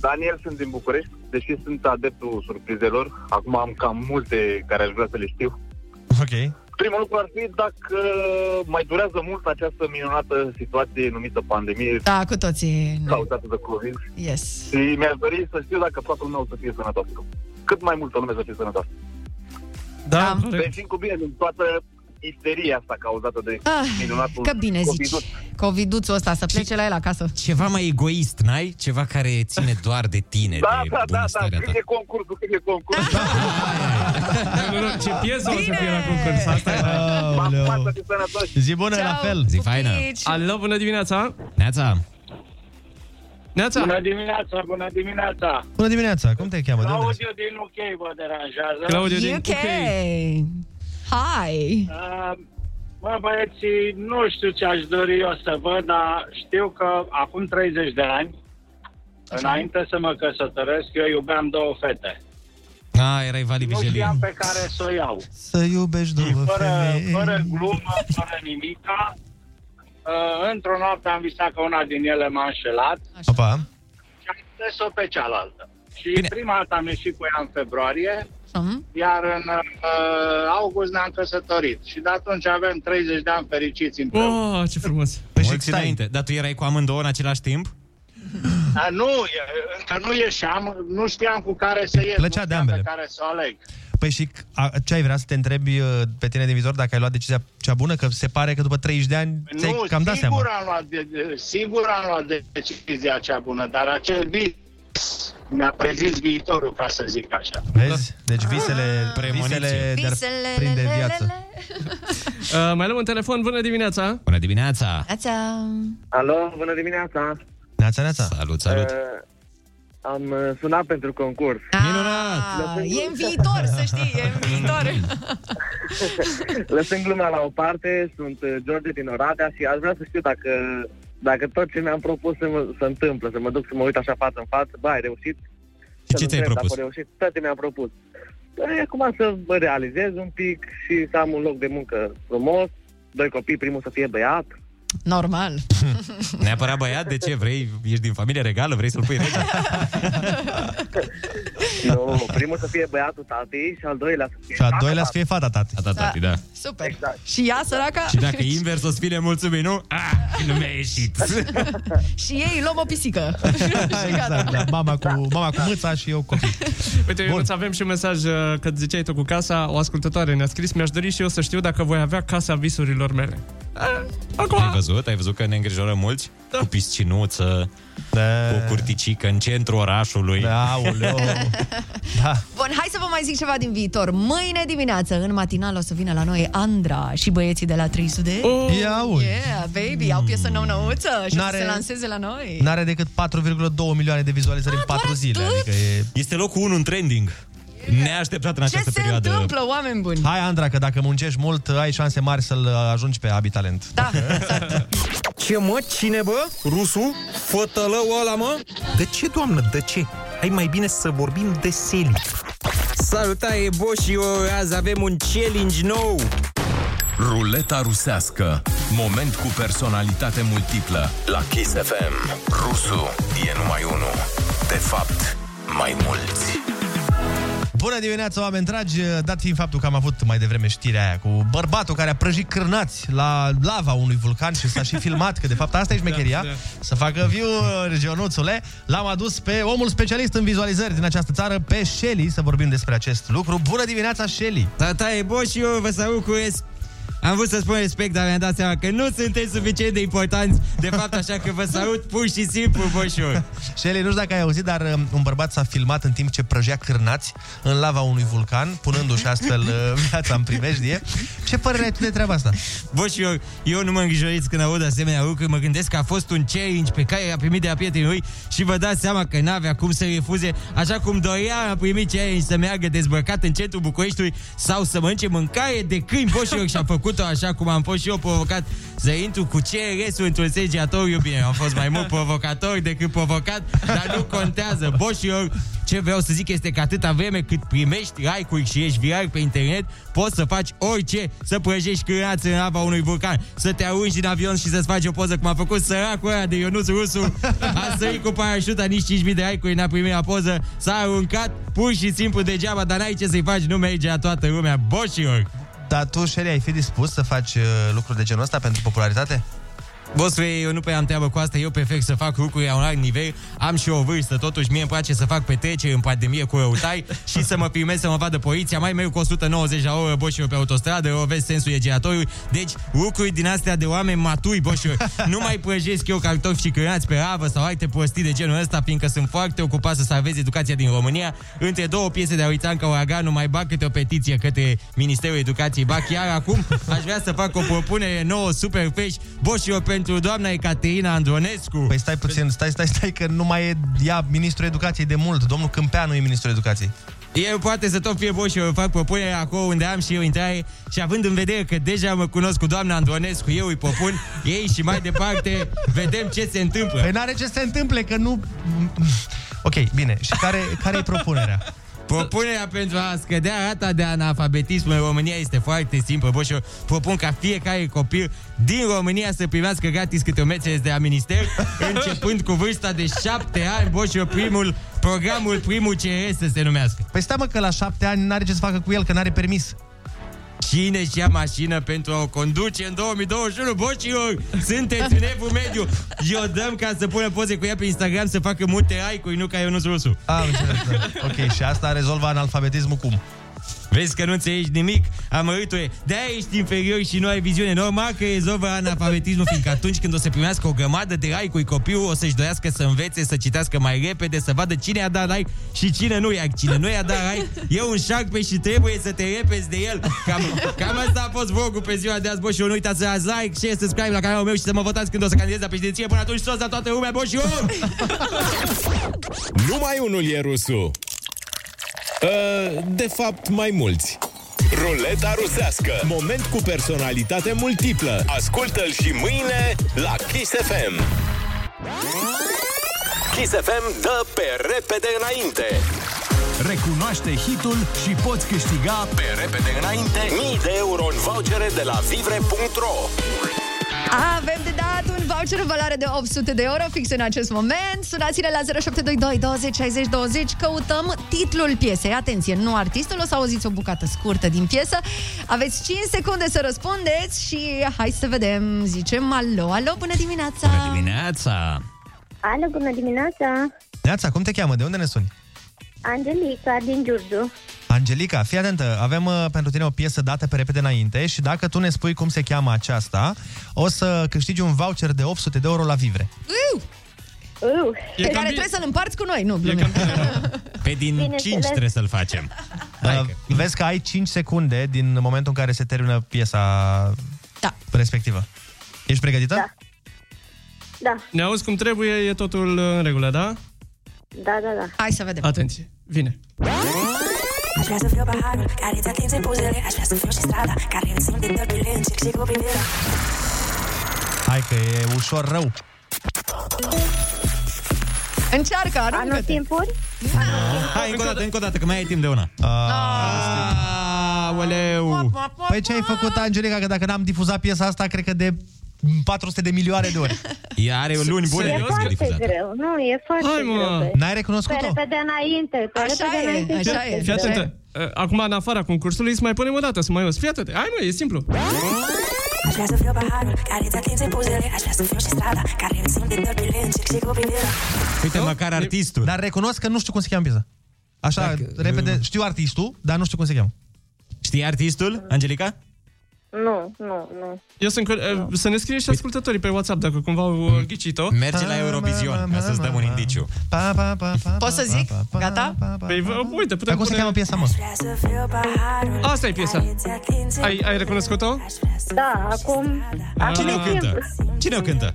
Speaker 20: Daniel, sunt din București, deși sunt adeptul surprizelor. Acum am cam multe care aș vrea să le știu.
Speaker 6: Ok.
Speaker 20: Primul lucru ar fi dacă mai durează mult această minunată situație numită pandemie
Speaker 11: Da, cu toții.
Speaker 20: cauzată de COVID.
Speaker 11: Yes.
Speaker 20: Și mi-aș dori să știu dacă toată lumea o să fie sănătoasă. Cât mai multă lume să fie sănătoasă.
Speaker 8: Da,
Speaker 20: Să ieșim cu bine din toată isteria asta cauzată de
Speaker 11: Ah,
Speaker 20: minunatul
Speaker 11: că bine zici.
Speaker 20: COVID-ul.
Speaker 11: Coviduțul ăsta, să plece la el acasă.
Speaker 7: Ceva mai egoist, n-ai? Ceva care ține doar de tine,
Speaker 20: Da,
Speaker 7: de
Speaker 20: da, da, da,
Speaker 7: bunăstarea ta.
Speaker 20: cât e concursul, cât e concursul.
Speaker 6: Da.
Speaker 8: Nu, nu, ce piesă o să fie la concurs? Asta e.
Speaker 6: Aoleu. Zi bună,
Speaker 8: Ceau,
Speaker 6: la fel!
Speaker 7: Zi faină!
Speaker 8: Alo, bună dimineața!
Speaker 7: Neața!
Speaker 8: Neața!
Speaker 21: Bună dimineața, bună dimineața!
Speaker 6: Bună dimineața, cum te cheamă? De unde ne suni?
Speaker 21: Claudiu din UK vă deranjează.
Speaker 6: Claudiu
Speaker 11: UK. Hi.
Speaker 21: Uh, Mă, băieții, nu știu ce aș dori eu să văd, dar știu că acum 30 de ani, înainte să mă căsătoresc, eu iubeam două fete.
Speaker 7: A, erai Vali
Speaker 21: Nu știam
Speaker 7: Vigelie.
Speaker 21: pe care să o iau.
Speaker 6: Să iubești două
Speaker 21: Fără,
Speaker 6: femei.
Speaker 21: fără glumă, fără nimica. Uh, într-o noapte am visat că una din ele m-a înșelat
Speaker 6: Opa.
Speaker 21: și am ales-o pe cealaltă. Și
Speaker 6: Bine.
Speaker 21: prima dată am ieșit cu ea în februarie, iar în uh, august ne-am căsătorit. Și de atunci avem 30 de ani fericiți împreună.
Speaker 8: Oh, ce frumos!
Speaker 7: Mulți înainte. Dar tu erai cu amândouă în același timp?
Speaker 21: Dar nu, e- încă nu ieșeam, nu știam cu care să ies,
Speaker 6: Plăcea
Speaker 21: nu
Speaker 6: de
Speaker 21: știam pe
Speaker 6: ambele.
Speaker 21: care să o aleg.
Speaker 6: Păi și a, ce ai vrea să te întrebi uh, pe tine de vizor dacă ai luat decizia cea bună? Că se pare că după 30 de ani ți-ai
Speaker 21: nu,
Speaker 6: cam dat
Speaker 21: sigur,
Speaker 6: seama.
Speaker 21: am luat de, de- sigur am luat de- decizia cea bună, dar acel vis mi-a prezis viitorul, ca să zic așa.
Speaker 6: Vezi? Deci visele, visele de-ar
Speaker 11: Visele,
Speaker 6: prinde
Speaker 11: le, le,
Speaker 6: viață.
Speaker 8: Uh, mai luăm un telefon, bună dimineața!
Speaker 7: Bună dimineața!
Speaker 11: Neața.
Speaker 21: Alo, bună dimineața!
Speaker 6: Neața, neața!
Speaker 7: Salut, salut!
Speaker 21: Uh, am uh, sunat pentru concurs.
Speaker 11: Ah, e în viitor, să știi, e în viitor.
Speaker 21: Lăsând gluma la o parte, sunt uh, George din Oradea și aș vrea să știu dacă, dacă tot ce mi-am propus să, mă, să întâmplă, să mă duc să mă uit așa față în față, bă, ai reușit?
Speaker 7: ce
Speaker 21: Să-l
Speaker 7: ți-ai
Speaker 21: întreb
Speaker 7: propus?
Speaker 21: Dacă am reușit, tot ce mi-am propus.
Speaker 22: E acum să mă realizez un pic și să am un loc de muncă frumos, doi copii, primul să fie băiat.
Speaker 11: Normal.
Speaker 23: Neapărat băiat, de ce? Vrei, ești din familie regală, vrei să-l pui rege?
Speaker 22: Nu, primul să fie băiatul tatii și al doilea să fie
Speaker 6: Și a doilea să fie fata tati. Fata
Speaker 23: tati, da.
Speaker 11: Super. Exact. Și ea, săraca...
Speaker 23: Și dacă invers o să fie nemulțumit, nu? Ah, nu mi-a ieșit.
Speaker 11: (laughs) și ei luăm o pisică. și gata.
Speaker 6: Exact, da. Mama cu, mama cu mâța și eu copii.
Speaker 8: Uite, eu îți avem și un mesaj uh, că ziceai tu cu casa, o ascultătoare ne-a scris, mi-aș dori și eu să știu dacă voi avea casa visurilor mele. Ah, Acum, Da.
Speaker 23: Ai văzut? Ai văzut că ne îngrijoră mulți? Cu piscinuță, da. cu curticică în centrul orașului.
Speaker 6: Da,
Speaker 7: (laughs)
Speaker 6: aoleu.
Speaker 11: Bun, hai să vă mai zic ceva din viitor. Mâine dimineață, în matinal, o să vină la noi Andra și băieții de la 300.
Speaker 6: Oh, ia uite.
Speaker 11: Yeah, baby, au piesă nou-nouță și o să
Speaker 6: N-are-
Speaker 11: se lanseze la noi.
Speaker 6: N-are decât 4,2 milioane de vizualizări în 4 zile. Adică e...
Speaker 23: Este locul 1 în trending. Neașteptat în
Speaker 11: Ce
Speaker 23: această
Speaker 11: se
Speaker 23: perioadă.
Speaker 11: întâmplă, oameni buni?
Speaker 6: Hai, Andra, că dacă muncești mult, ai șanse mari să-l uh, ajungi pe Abitalent.
Speaker 11: Da,
Speaker 24: Ce mă? Cine bă? Rusu? Fătălău ăla mă? De ce, doamnă, de ce? Hai mai bine să vorbim de seli.
Speaker 3: Salutare, boșii! Azi avem un challenge nou!
Speaker 5: Ruleta rusească. Moment cu personalitate multiplă. La Kiss FM. Rusu e numai unul. De fapt, mai mulți.
Speaker 6: Bună dimineața, oameni dragi! Dat fiind faptul că am avut mai devreme știrea aia cu bărbatul care a prăjit cârnați la lava unui vulcan și s-a și filmat, că de fapt asta e șmecheria,
Speaker 24: Da, da.
Speaker 6: să facă viu regionuțule, l-am adus pe omul specialist în vizualizări din această țară, pe Shelly, să vorbim despre acest lucru. Bună dimineața, Shelly!
Speaker 7: Tata e boș și eu vă salut cu es... Am vrut să spun respect, dar mi-am dat seama că nu sunteți suficient de importanți, de fapt, așa că vă salut pur și simplu,
Speaker 6: (laughs)
Speaker 7: boșor.
Speaker 6: Shelly, nu știu dacă ai auzit, dar um, un bărbat s-a filmat în timp ce prăjea cârnați în lava unui vulcan, punându-și astfel uh, (laughs) viața în primejdie. Ce părere ai tu de treaba asta?
Speaker 7: Bă, și eu, eu nu mă îngrijoriți când aud asemenea lucruri, mă gândesc că a fost un challenge pe care a primit de la prietenii lui și vă dați seama că n-avea cum să refuze, așa cum dorea a primit challenge să meargă dezbrăcat în centrul Bucureștiului sau să mănânce mâncare de câini, bă, și eu, și a făcut-o așa cum am fost și eu provocat să intru cu CRS-ul într-un sediatoriu, bine, am fost mai mult provocator decât provocat, dar nu contează, boșilor, ce vreau să zic este că atâta vreme cât primești like-uri și ești viral pe internet, poți să faci orice, să prăjești cârați în lava unui vulcan, să te arunci din avion și să-ți faci o poză, cum a făcut săracul ăla de Ionuț Rusu, a sărit cu parașuta, nici 5.000 de like-uri n-a primit la poză, s-a aruncat pur și simplu degeaba, dar n-ai ce să-i faci, nu merge la toată lumea, boșilor!
Speaker 6: Dar tu, Shelly, ai fi dispus să faci uh, lucruri de genul ăsta pentru popularitate?
Speaker 7: Bosule, eu nu prea am treabă cu asta, eu prefer să fac lucruri la un alt nivel, am și o vârstă, totuși mie îmi place să fac petreceri în pandemie cu răutai și să mă filmez să mă vadă poliția, mai merg cu 190 la oră boșilor pe autostradă, o vezi sensul e giratoriu, deci lucruri din astea de oameni maturi, boșilor, nu mai prăjesc eu cartofi și cârnați pe ravă sau alte prostii de genul ăsta, fiindcă sunt foarte ocupat să salvez educația din România, între două piese de Aurițanca Uraganu mai bag câte o petiție către Ministerul Educației, ba chiar acum aș vrea să fac o propunere nouă, super fresh, boșilor pentru doamna Ecaterina Andronescu.
Speaker 6: Păi stai puțin, stai, stai, stai, că nu mai e ea ministrul educației de mult. Domnul Câmpeanu e ministrul educației.
Speaker 7: Eu poate să tot fie bun și eu fac propunere acolo unde am și eu intrare și având în vedere că deja mă cunosc cu doamna Andronescu, eu îi
Speaker 6: (laughs)
Speaker 7: propun ei și mai departe vedem ce se întâmplă.
Speaker 6: Păi n-are ce să se întâmple, că nu... Ok, bine. Și care, care e propunerea?
Speaker 7: Propunerea pentru a scădea rata de analfabetism în România este foarte simplă, bă, și eu propun ca fiecare copil din România să primească gratis câte o mețeles de la minister, începând cu vârsta de șapte ani, bă, și eu primul, programul primul CRS să se numească.
Speaker 6: Păi stai mă că la șapte ani n-are ce să facă cu el, că n-are permis.
Speaker 7: Cine își ia mașină pentru a o conduce în 2021? Bocilor, sunteți în evul mediu. Eu dăm ca să punem poze cu ea pe Instagram să facă multe like-uri, nu ca Ionuț Rusu.
Speaker 6: Am înțeles, da. Ok, și asta rezolvă analfabetismul cum?
Speaker 7: Vezi că nu înțelegi nimic, amărâtule. De-aia ești inferior și nu ai viziune. Normal că rezolvă analfabetismul, fiindcă atunci când o să primească o grămadă de like-uri, copilul o să-și doiască să învețe, să citească mai repede, să vadă cine a dat like și cine nu i-a. Cine nu i-a dat like, e un șarpe și trebuie să te repezi de el. Cam, cam asta a fost vlogul pe ziua de azi, bă, și eu nu uitați să dați like, share, subscribe la canalul meu și să mă votați când o să candidez la președinție. Până atunci, sos la toată lumea, bă, și eu!
Speaker 5: Numai unul e rusu. Uh, De fapt, mai mulți. Ruleta rusească. Moment cu personalitate multiplă. Ascultă-l și mâine la Kiss FM. Kiss FM dă pe repede înainte. Recunoaște hitul și poți câștiga pe repede înainte
Speaker 19: Mii de euro în vouchere de la vivre.ro
Speaker 11: Avem de dat un voucher în valoare de 800 de euro fix în acest moment. Sunați-ne la 0722 20 60 20. Căutăm titlul piesei. Atenție, nu artistul, o să auziți o bucată scurtă din piesă. Aveți 5 secunde să răspundeți și hai să vedem. Zicem alo, alo, bună dimineața! Bună
Speaker 7: Dimineața!
Speaker 14: Alo, bună dimineața!
Speaker 6: Neața, cum te cheamă? De unde ne suni?
Speaker 14: Angelica din Giurgiu.
Speaker 6: Angelica, fii atentă, avem uh, pentru tine o piesă dată pe repede înainte și dacă tu ne spui cum se cheamă aceasta, o să câștigi un voucher de 800 de euro la Vivre.
Speaker 11: Uu! Uu! Pe care trebuie să-l împarți cu noi, nu? Glume.
Speaker 7: Pe din 5 trebuie să-l facem.
Speaker 6: Uh, vezi că ai 5 secunde din momentul în care se termină piesa
Speaker 11: da.
Speaker 6: respectivă. Ești pregătită? Da.
Speaker 14: Da,
Speaker 8: Ne auzi cum trebuie, e totul în regulă, da?
Speaker 14: da, da, da.
Speaker 11: Hai să vedem.
Speaker 8: Atenție, vine.
Speaker 4: Aș vrea să fiu paharul care te atinge în buzele Aș vrea să fiu și strada care ne simte tăpile Încerc și cu privirea
Speaker 6: Hai că e ușor rău.
Speaker 11: Încearcă, aruncă Anul
Speaker 14: timpuri?
Speaker 7: Hai, încă o dată, încă o dată, că mai ai timp de una.
Speaker 6: Aoleu! Păi ce ai făcut, Angelica, că dacă n-am difuzat piesa asta, cred că de 400 de milioane de ori. (laughs)
Speaker 7: Ea are luni bune.
Speaker 14: e foarte greu, nu, e foarte
Speaker 8: Hai, mă!
Speaker 14: greu.
Speaker 6: N-ai
Speaker 14: Pe repede înainte, pe
Speaker 11: Așa
Speaker 14: repede
Speaker 11: e,
Speaker 14: înainte.
Speaker 11: așa
Speaker 14: foarte
Speaker 11: e.
Speaker 8: Fii
Speaker 14: greu.
Speaker 6: da.
Speaker 8: atentă. Uh, Acum, în afara concursului, îți mai punem o dată, să mai auzi. Fii atentă. Hai, mă, e simplu.
Speaker 4: Aș vrea să fiu paharul care te atinge în buzele Aș vrea să fiu și strada care ne simte tăpile Încerc și cu privirea
Speaker 7: (laughs) Uite, măcar artistul.
Speaker 6: Dar recunosc că nu știu cum se cheamă piesa. Așa, Dacă, repede, știu artistul, dar nu știu cum se cheamă.
Speaker 7: Știi artistul, Angelica?
Speaker 14: Nu, nu, nu.
Speaker 8: Eu sunt, cur- uh, să ne scrie și ascultătorii pe WhatsApp dacă cumva au uh, ghicit-o.
Speaker 7: Păi- Merge la Eurovision, ca să-ți dăm un indiciu.
Speaker 6: Pa, pa, pa, pa,
Speaker 11: Poți să zic? Gata?
Speaker 8: Păi, vă- uite, putem
Speaker 6: Dar cum se
Speaker 8: pune-
Speaker 6: cheamă piesa, mă?
Speaker 8: Asta e piesa. Ai, ai recunoscut-o?
Speaker 14: Da, acum...
Speaker 7: Cine o
Speaker 14: acum e
Speaker 7: cântă?
Speaker 14: timp.
Speaker 7: Cine o cântă?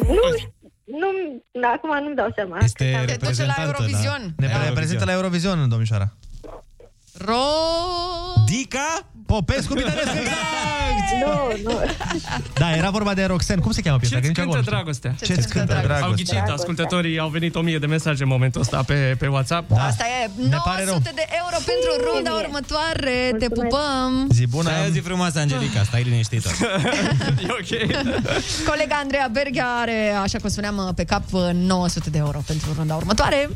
Speaker 14: Nu, nu, da, acum nu-mi dau seama.
Speaker 7: Este reprezentată,
Speaker 11: Eurovision.
Speaker 6: Da. Ne reprezintă la Eurovision, domnișoara.
Speaker 11: Ro...
Speaker 7: Dica?
Speaker 6: Popescu Bitanescu,
Speaker 14: Nu, nu.
Speaker 6: Da, era vorba de Roxen. Cum se cheamă piesa?
Speaker 8: Ce-ți
Speaker 6: Că nici acolo
Speaker 8: cântă
Speaker 6: nu știu.
Speaker 8: dragostea?
Speaker 6: Ce-ți cântă
Speaker 8: Au
Speaker 6: dragostea?
Speaker 8: ghicit, ascultătorii au venit o mie de mesaje în momentul ăsta pe, pe WhatsApp.
Speaker 11: Da. Asta e
Speaker 8: Ne pare
Speaker 11: 900 de euro pentru runda următoare. Te pupăm!
Speaker 6: Zi bună!
Speaker 7: Stai o zi frumoasă, Angelica, stai liniștită.
Speaker 8: E ok.
Speaker 11: (laughs) Colega Andreea Berghia are, așa cum spuneam, pe cap 900 de euro pentru runda următoare.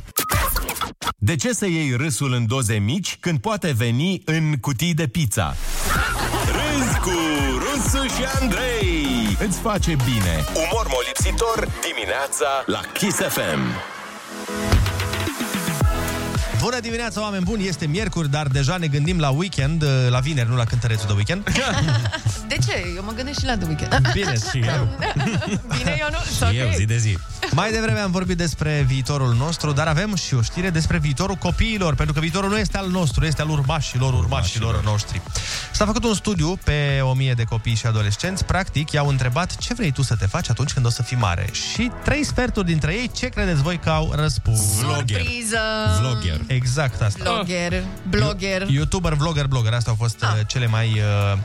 Speaker 5: De ce să iei râsul în doze mici când poate veni în cutii de pizza?
Speaker 19: Râzi cu Rusu și Andrei
Speaker 5: Îți face bine!
Speaker 19: Umor molipsitor dimineața la Kiss FM
Speaker 6: Bună dimineața, oameni buni! Este miercuri, dar deja ne gândim la weekend, uh, la vineri, nu la cântărețul de
Speaker 11: (laughs)
Speaker 6: weekend.
Speaker 11: (laughs) De ce? Eu mă gândesc și la de weekend.
Speaker 6: (laughs) Bine, și eu.
Speaker 11: (laughs) Bine, eu nu. Sau ok.
Speaker 7: de zi.
Speaker 6: Mai devreme am vorbit despre viitorul nostru, dar avem și o știre despre viitorul copiilor, pentru că viitorul nu este al nostru, este al urmașilor, urmașilor noștri. S-a făcut un studiu pe 1000 de copii și adolescenți, practic i-au întrebat ce vrei tu să te faci atunci când o să fii mare. Și trei sferturi dintre ei, ce credeți voi că au răspuns?
Speaker 11: Surpriză.
Speaker 7: Vlogger.
Speaker 6: Exact asta.
Speaker 11: Blogger. Blogger.
Speaker 6: YouTuber, vlogger, blogger. Astea au fost ah. cele mai uh,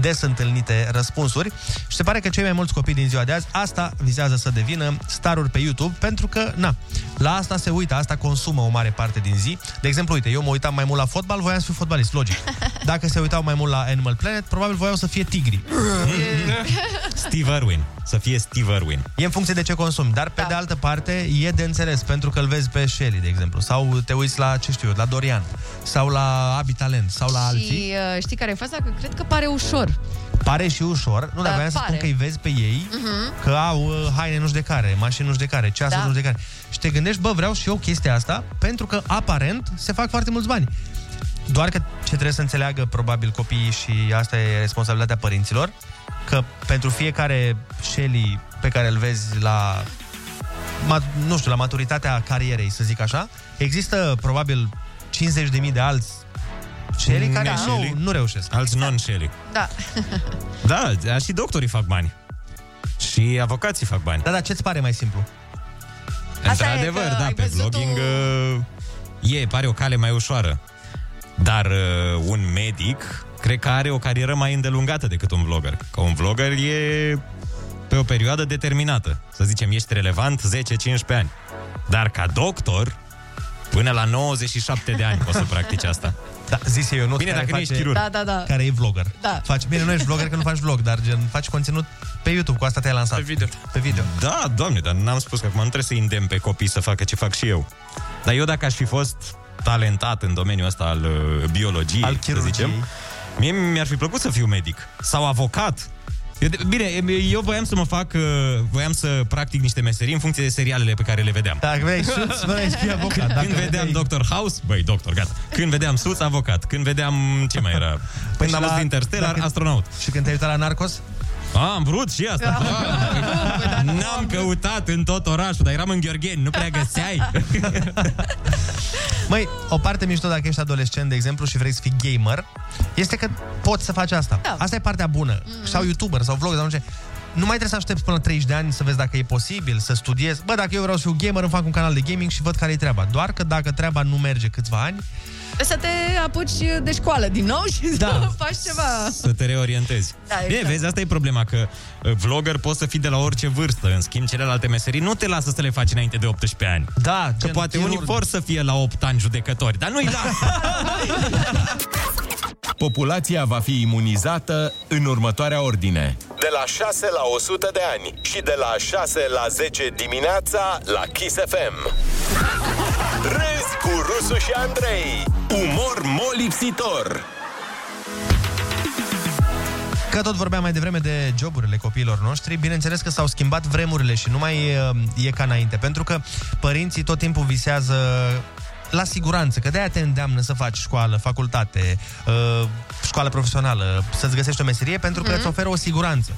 Speaker 6: des întâlnite răspunsuri. Și se pare că cei mai mulți copii din ziua de azi asta vizează să devină staruri pe YouTube pentru că, na, la asta se uită, asta consumă o mare parte din zi. De exemplu, uite, eu mă uitam mai mult la fotbal, voiam să fiu fotbalist, logic. Dacă se uitau mai mult la Animal Planet, probabil voiau să fie tigri.
Speaker 7: Steve Irwin. Să fie Steve Irwin.
Speaker 6: E în funcție de ce consumi, dar pe da. de altă parte e de înțeles, pentru că îl vezi pe Shelly, de exemplu, sau te uiți la, ce știu eu, la Dorian, sau la Abi Talent, sau la alții.
Speaker 11: Și uh, știi care e faza? Că cred că pare ușor.
Speaker 6: Pare și ușor, nu, dar
Speaker 11: Da,
Speaker 6: voiam să
Speaker 11: pare.
Speaker 6: spun că îi vezi pe ei
Speaker 11: Mhm.
Speaker 6: că au uh, haine nu știu de care, mașini nu știu de care, ceasuri
Speaker 11: Da.
Speaker 6: da. nu știu de care. Și te gândești, bă, vreau și eu chestia asta, pentru că aparent se fac foarte mulți bani. Doar că ce trebuie să înțeleagă probabil copiii și asta e responsabilitatea părinților, că pentru fiecare Shelly pe care îl vezi la ma- nu știu, la maturitatea carierei, să zic așa, există probabil 50.000 de alți Shelly
Speaker 7: Mm.
Speaker 6: care
Speaker 7: Ne-Shelly.
Speaker 6: Da. nu, nu reușesc.
Speaker 7: Alți non-Shelly.
Speaker 11: Da.
Speaker 7: Da, dar și doctorii fac bani. Și avocații fac bani.
Speaker 6: Da, dar ce-ți pare mai simplu?
Speaker 11: Asta e
Speaker 7: Într-adevăr,
Speaker 11: că
Speaker 7: da,
Speaker 11: ai
Speaker 7: pe
Speaker 11: văzut
Speaker 7: vlogging
Speaker 11: o-
Speaker 7: uh, e, pare o cale mai ușoară. Dar uh, un medic cred că are o carieră mai îndelungată decât un vlogger. Că un vlogger e pe o perioadă determinată. Să zicem, ești relevant 10-15 ani. Dar ca doctor, Până la 97 de ani poți să practici asta.
Speaker 6: Da, zis eu, nu
Speaker 7: Bine, dacă nu ești chirurg.
Speaker 11: Da, da, da.
Speaker 6: Care e vlogger.
Speaker 11: Da.
Speaker 6: Faci, bine, nu ești vlogger că nu faci vlog, dar gen faci conținut pe YouTube, cu asta te-ai lansat. Pe video. Pe video.
Speaker 7: Da, doamne, dar n-am spus că acum nu trebuie să îndemn pe copii să facă ce fac și eu. Dar eu dacă aș fi fost talentat în domeniul ăsta al uh, biologiei, al să zicem, mie mi-ar fi plăcut să fiu medic sau avocat. Eu de- Bine, eu voiam să mă fac, uh, voiam să practic niște meserii în funcție de serialele pe care le vedeam.
Speaker 6: Dacă vrei șuți, vrei să fii avocat. Dacă
Speaker 7: Când vedeam Dr. House, băi, doctor, gata. Când vedeam Suits, avocat. Când vedeam, ce mai era? Când
Speaker 6: Păi și
Speaker 7: am
Speaker 6: la-
Speaker 7: văzut Interstellar,
Speaker 6: dacă-
Speaker 7: astronaut.
Speaker 6: Și când te-ai uitat la Narcos?
Speaker 7: A, am vrut și asta.
Speaker 6: (laughs) Ah.
Speaker 7: N-am căutat în tot orașul, dar eram în Gheorgheni, nu prea găseai.
Speaker 6: (laughs) Măi, o parte mișto dacă ești adolescent, de exemplu, și vrei să fii gamer, este că poți să faci asta. Da. Asta e partea bună. Mm-hmm. Sau youtuber, sau vlogger, sau nu știu. ce. Nu mai trebuie să aștepți până la 30 de ani să vezi dacă e posibil, să studiezi. Bă, dacă eu vreau să fiu gamer, îmi fac un canal de gaming și văd care e treaba. Doar că dacă treaba nu merge câțiva ani,
Speaker 11: Să te apuci de școală din nou și
Speaker 7: Da.
Speaker 11: (laughs) să faci ceva.
Speaker 7: să te reorientezi.
Speaker 11: Da,
Speaker 7: Bine,
Speaker 11: exact.
Speaker 7: vezi, asta e problema, că uh, vlogger poți să fii de la orice vârstă. În schimb, celelalte meserii nu te lasă să le faci înainte de 18 ani.
Speaker 6: Da,
Speaker 7: că poate unii vor să fie la 8 ani judecători, dar nu-i lasă.
Speaker 5: (laughs) Populația va fi imunizată în următoarea ordine.
Speaker 19: De la 6 la 100 de ani și de la 6 la 10 dimineața la Kiss FM. Râzi cu Rusu și Andrei. Umor molipsitor.
Speaker 6: Că tot vorbeam mai devreme de joburile copiilor noștri, bineînțeles că s-au schimbat vremurile și nu mai uh, e, e ca înainte, pentru că părinții tot timpul visează la siguranță, că de-aia te îndeamnă să faci școală, facultate, ă, școală profesională, să-ți găsești o meserie, pentru că
Speaker 2: Mhm.
Speaker 6: îți oferă o siguranță.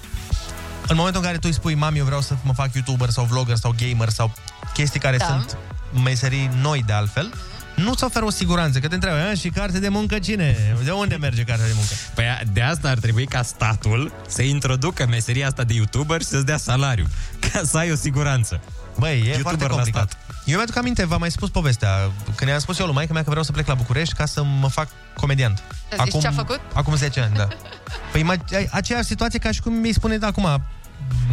Speaker 6: În momentul în care tu îi spui, mami, eu vreau să mă fac youtuber sau vlogger sau gamer sau chestii care
Speaker 2: Da.
Speaker 6: sunt meserii noi de altfel, nu-ți oferă o siguranță, că te întreabă, "A, și carte de muncă cine? De unde merge cartea de muncă?
Speaker 7: Păi de asta ar trebui ca statul să introducă meseria asta de YouTuber și să-ți dea salariu, (laughs) ca să ai o siguranță.
Speaker 6: Băi, Păi, e foarte complicat. Eu mi-aduc aminte, v-am mai spus povestea, când i-am spus eu lui maică mea că vreau să plec la București ca să mă fac comediant.
Speaker 11: A zis ce a făcut?
Speaker 6: Acum 10 ani, da. Păi ima- ai- aceeași situație ca și cum mi-i spune acum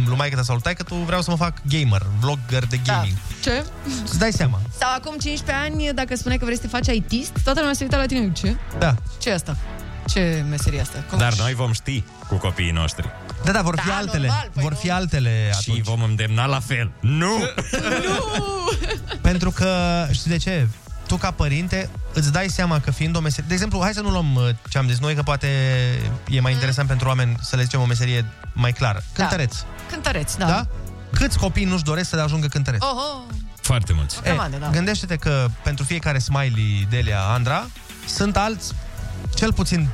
Speaker 6: lui maică ta sau lui taică, tu vreau să mă fac gamer, vlogger de gaming.
Speaker 11: Ce?
Speaker 6: Da. Îți dai seama.
Speaker 11: Sau acum 15 ani, dacă spune că vrei să te faci ITist, toată lumea se uită la tine. Ce?
Speaker 6: Da.
Speaker 11: ce e asta? Ce meserie asta? Cum?
Speaker 7: Dar noi vom ști cu copiii noștri.
Speaker 6: Da, da, vor fi altele. vor fi altele atunci.
Speaker 7: Și vom îndemna la fel. Nu!
Speaker 6: (laughs) Pentru că, știi de ce? Tu ca părinte îți dai seama că fiind o meserie... De exemplu, hai să nu luăm uh, ce am zis noi, că poate e mai interesant pentru oameni să le zicem o meserie mai clară.
Speaker 11: Da.
Speaker 6: Cântăreț.
Speaker 11: Cântăreți, da.
Speaker 6: Da? da? Câți copii nu-și doresc să ajungă cântăreț?
Speaker 11: Oh, oh.
Speaker 7: Foarte mulți.
Speaker 6: E,
Speaker 11: grămadă, da.
Speaker 6: Gândește-te că pentru fiecare smiley Delia Andra sunt alți cel puțin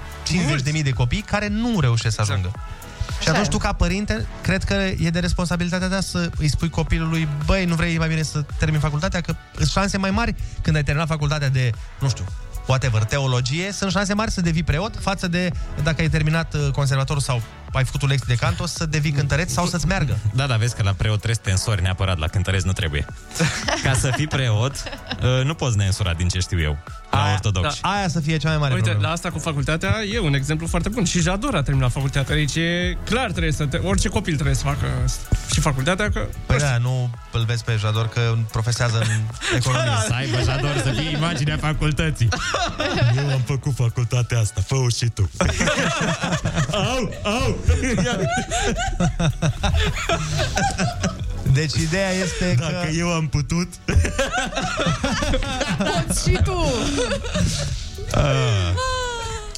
Speaker 6: 50.000 de copii care nu reușesc să ajungă. Și atunci tu ca părinte, cred că e de responsabilitatea ta să îi spui copilului, băi, nu vrei mai bine să termini facultatea, că sunt șanse mai mari când ai terminat facultatea de, nu știu, whatever, teologie, sunt șanse mari să devii preot față de dacă ai terminat uh, conservator sau ai făcut un lex de canto, să devii cântăreț sau să-ți meargă.
Speaker 7: Da, da, vezi că la preot trebuie să te însori neapărat, la cântăreț nu trebuie. Ca să fii preot, uh, nu poți neînsura din ce știu eu, la ortodox.
Speaker 6: Da. Aia să fie cea mai mare
Speaker 8: Uite,
Speaker 6: problemă.
Speaker 8: la asta cu facultatea e un exemplu foarte bun. Și Jador a terminat facultatea. Deci e clar trebuie să... Te, orice copil trebuie să facă și facultatea că...
Speaker 6: Păi da, nu îl vezi pe Jador că profesează în economie.
Speaker 8: Să aibă Jador, să fie imaginea
Speaker 7: facultății.
Speaker 25: Eu am făcut facultatea asta, fă și tu.
Speaker 7: Au, (laughs) au!
Speaker 6: Deci ideea este
Speaker 25: Dacă că... eu am putut...
Speaker 11: Poți și tu!
Speaker 6: Ah.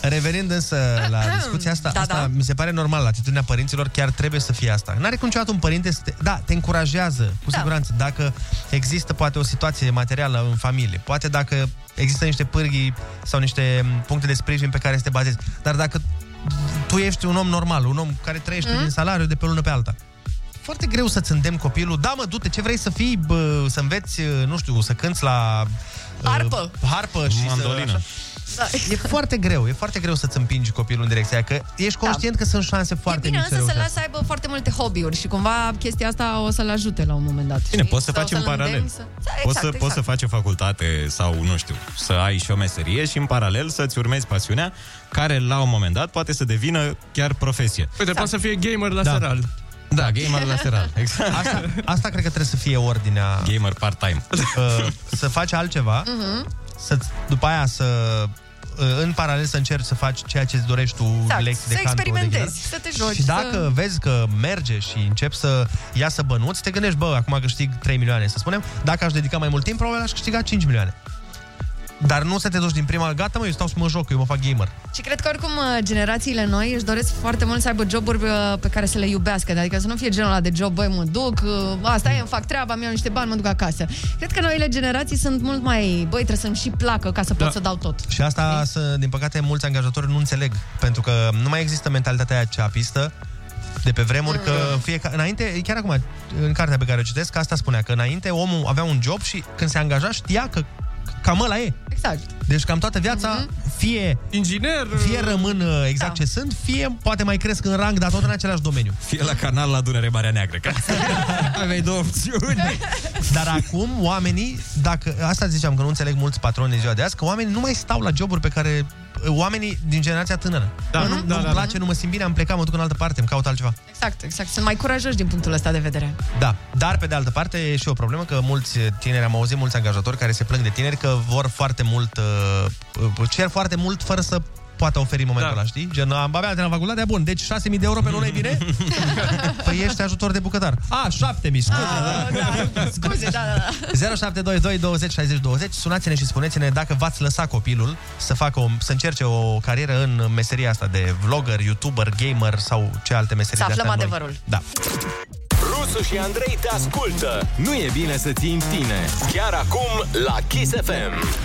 Speaker 6: Revenind însă la discuția asta, da,
Speaker 11: Da,
Speaker 6: asta
Speaker 11: da.
Speaker 6: da. mi se pare normal, atitudinea părinților chiar trebuie să fie asta. N-are cum niciodată un părinte să te... Da, te încurajează, cu
Speaker 11: Da.
Speaker 6: siguranță. Dacă există poate o situație materială în familie, poate dacă există niște pârghii sau niște m, puncte de sprijin pe care să te bazezi, dar dacă tu ești un om normal, un om care trăiește mm? din salariu de pe o lună pe alta, foarte greu să-ți îndemn copilul. Da, mă, du-te, ce vrei să fii, bă, să înveți, uh, nu știu, să cânți la... uh,
Speaker 11: Harpă. Da.
Speaker 6: Harpă și
Speaker 7: Mandolină.
Speaker 6: Să, așa. E foarte greu, e foarte greu să-ți împingi copilul în direcția aia, că ești conștient că sunt șanse foarte
Speaker 11: Da. Bine,
Speaker 6: mici.
Speaker 11: însă să-l las să aibă foarte multe hobby-uri și cumva chestia asta o să-l ajute la un moment dat.
Speaker 7: Bine,
Speaker 11: știi?
Speaker 7: poți să
Speaker 11: Sau
Speaker 7: faci în
Speaker 11: să-l
Speaker 7: paralel.
Speaker 11: îndemni să- Da, Exact,
Speaker 7: poți, să,
Speaker 11: exact.
Speaker 7: poți să faci o facultate sau, nu știu, să ai și o meserie și în paralel să-ți urmezi pasiunea, care la un moment dat poate să devină chiar profesie.
Speaker 8: Uite, poate să fie gamer la
Speaker 7: Da.
Speaker 8: da. seral.
Speaker 7: Da, gamer lateral. Exact.
Speaker 6: Asta, asta cred că trebuie să fie ordinea...
Speaker 7: Gamer part-time.
Speaker 6: Uh, să faci altceva,
Speaker 11: Mhm.
Speaker 6: să după aia să uh, în paralel să încerci să faci ceea ce îți dorești tu,
Speaker 11: Exact,
Speaker 6: lecții
Speaker 11: să
Speaker 6: de canto,
Speaker 11: experimentezi,
Speaker 6: de
Speaker 11: să te joci,
Speaker 6: Și dacă
Speaker 11: să-
Speaker 6: vezi că merge și începi să iasă bănuți, te gândești, bă, acum câștig 3 milioane, să spunem, dacă aș dedica mai mult timp, probabil aș câștiga 5 milioane. Dar nu să te duci din prima, gata, mă, eu stau să mă joc, eu mă fac gamer.
Speaker 11: Și cred că oricum uh, generațiile noi își doresc foarte mult să aibă joburi uh, pe care să le iubească, adică să nu fie genul ăla de job, băi, mă duc, uh, asta e, îmi fac treaba, mi-au niște bani, mă duc acasă. Cred că noile generații sunt mult mai, băi, trebuie să-mi și placă ca să pot
Speaker 6: Da.
Speaker 11: să dau tot.
Speaker 6: Și asta, să, din păcate, mulți angajatori nu înțeleg, pentru că nu mai există mentalitatea aia ceapistă de pe vremuri, că
Speaker 11: Mm.
Speaker 6: fiecare, înainte, chiar acum, în cartea pe care o citesc, asta spunea, că înainte omul avea un job și când se angaja știa că cam ăla e.
Speaker 11: Exact. Mhm.
Speaker 6: Deci cam toată viața, fie
Speaker 26: inginer,
Speaker 6: fie rămân uh, exact da. ce sunt, fie poate mai cresc în rang, dar tot în același domeniu.
Speaker 7: Fie la canal la Dunăre Marea Neagră. Că...
Speaker 6: Aveai două opțiuni. Dar acum oamenii, dacă asta ziceam că nu înțeleg mulți patroni din ziua de azi, că oamenii nu mai stau la joburi pe care eh, oamenii din generația tânără.
Speaker 26: Da,
Speaker 6: nu,
Speaker 26: da,
Speaker 6: nu-mi
Speaker 26: da,
Speaker 6: place, nu mă simt bine, am plecat, mă duc în altă parte, îmi caut altceva.
Speaker 11: Exact, exact. Sunt mai curajoși din punctul ăsta de vedere.
Speaker 6: Da, dar pe de altă parte e și o problemă că mulți tineri, am auzit mulți angajatori care se plâng de tineri că vor foarte mult, uh, uh, cer foarte mult fără să poată oferi în momentul da. ăla, știi? Gen, am abia de la facultatea, bun, deci 6.000 de euro pe lună e
Speaker 26: (laughs)
Speaker 6: bine? păi ești ajutor de bucătar. A, 7.000, scuze, da.
Speaker 11: Scuze, da, da, da.
Speaker 6: 0722 20 60 20 Sunați-ne și spuneți-ne dacă v-ați lăsat copilul să, facă o, să încerce o carieră în meseria asta de vlogger, youtuber, gamer sau ce alte meserii
Speaker 11: Să
Speaker 6: de
Speaker 11: aflăm
Speaker 6: astea noi.
Speaker 11: adevărul.
Speaker 6: Da.
Speaker 5: Rusu și Andrei te ascultă. Nu e bine să ții în tine. Chiar acum la Kiss FM.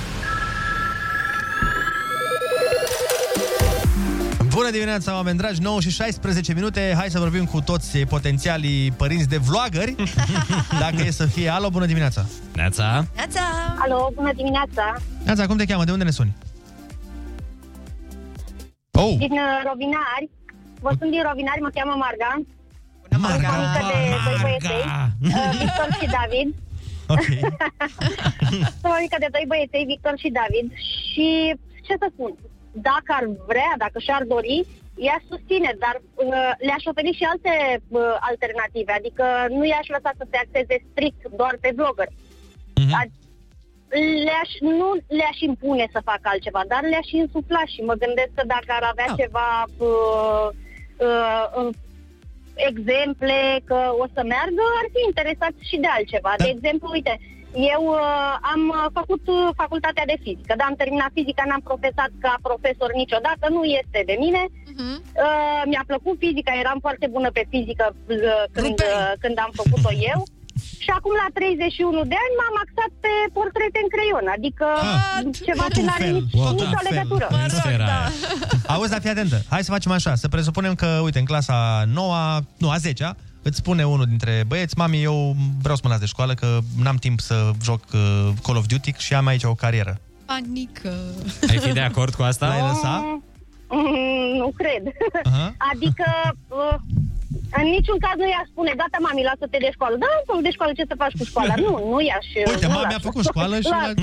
Speaker 6: Bună dimineața, oameni dragi, 9 și 16 minute. Hai să vorbim cu toți potențialii părinți de
Speaker 11: (laughs)
Speaker 6: vlogări. dacă e să fie. Alo, bună dimineața.
Speaker 7: Neața.
Speaker 14: Neața! Alo, bună dimineața!
Speaker 6: Neața, cum te cheamă? De unde ne suni? Oh,
Speaker 14: Din uh, Rovinari. Vă sunt din Rovinari, mă cheamă Marga.
Speaker 6: Marga.
Speaker 14: Marga. de doi băieței, uh, Victor și David. (laughs) Sunt mămică de doi băieței, Victor și David. Și ce să spun, dacă ar vrea, dacă și-ar dori, ea susține, dar uh, le-aș oferi și alte uh, alternative. Adică nu i-aș lăsa să se axeze strict doar pe vlogger.
Speaker 7: Mhm.
Speaker 14: Ad- le-aș, nu le-aș impune să facă altceva, dar le-aș insufla și mă gândesc că dacă ar avea ah. ceva uh, uh, uh, exemple că o să meargă, ar fi interesat și de altceva. De exemplu, uite, eu uh, am uh, făcut uh, facultatea de fizică, dar am terminat fizica, n-am profesat ca profesor niciodată, nu este de mine.
Speaker 7: Mhm.
Speaker 14: Uh-huh. Uh, mi-a plăcut fizica, eram foarte bună pe fizică uh, când, uh, când am făcut-o
Speaker 7: (laughs)
Speaker 14: eu. Și acum, la 31 de ani, m-am axat pe portrete în creion, adică
Speaker 7: Ah.
Speaker 14: ceva ce n-are
Speaker 6: fel,
Speaker 14: nici,
Speaker 6: tot
Speaker 7: da.
Speaker 6: un
Speaker 14: nicio
Speaker 6: fel.
Speaker 14: legătură. Exact,
Speaker 6: În
Speaker 14: da.
Speaker 6: sfera aia. Auzi, dar fii atentă. Hai să facem așa. Să presupunem că, uite, în clasa 9 nu, a 10 îți spune unul dintre băieți, mami, eu vreau să mă las de școală, că n-am timp să joc uh, Call of Duty și am aici o carieră.
Speaker 11: Panică.
Speaker 7: Ai fi de acord cu asta?
Speaker 6: L-ai
Speaker 14: Oh,
Speaker 6: lăsa?
Speaker 14: Mm, nu cred. adică, uh, în niciun caz nu i-aș spune, gata, mami, lasă-te de școală. Da, mă, de școală, ce să faci cu școala? Nu, nu i-aș...
Speaker 6: Uite,
Speaker 14: nu
Speaker 6: mami
Speaker 14: las.
Speaker 6: a făcut școală și...
Speaker 14: Las.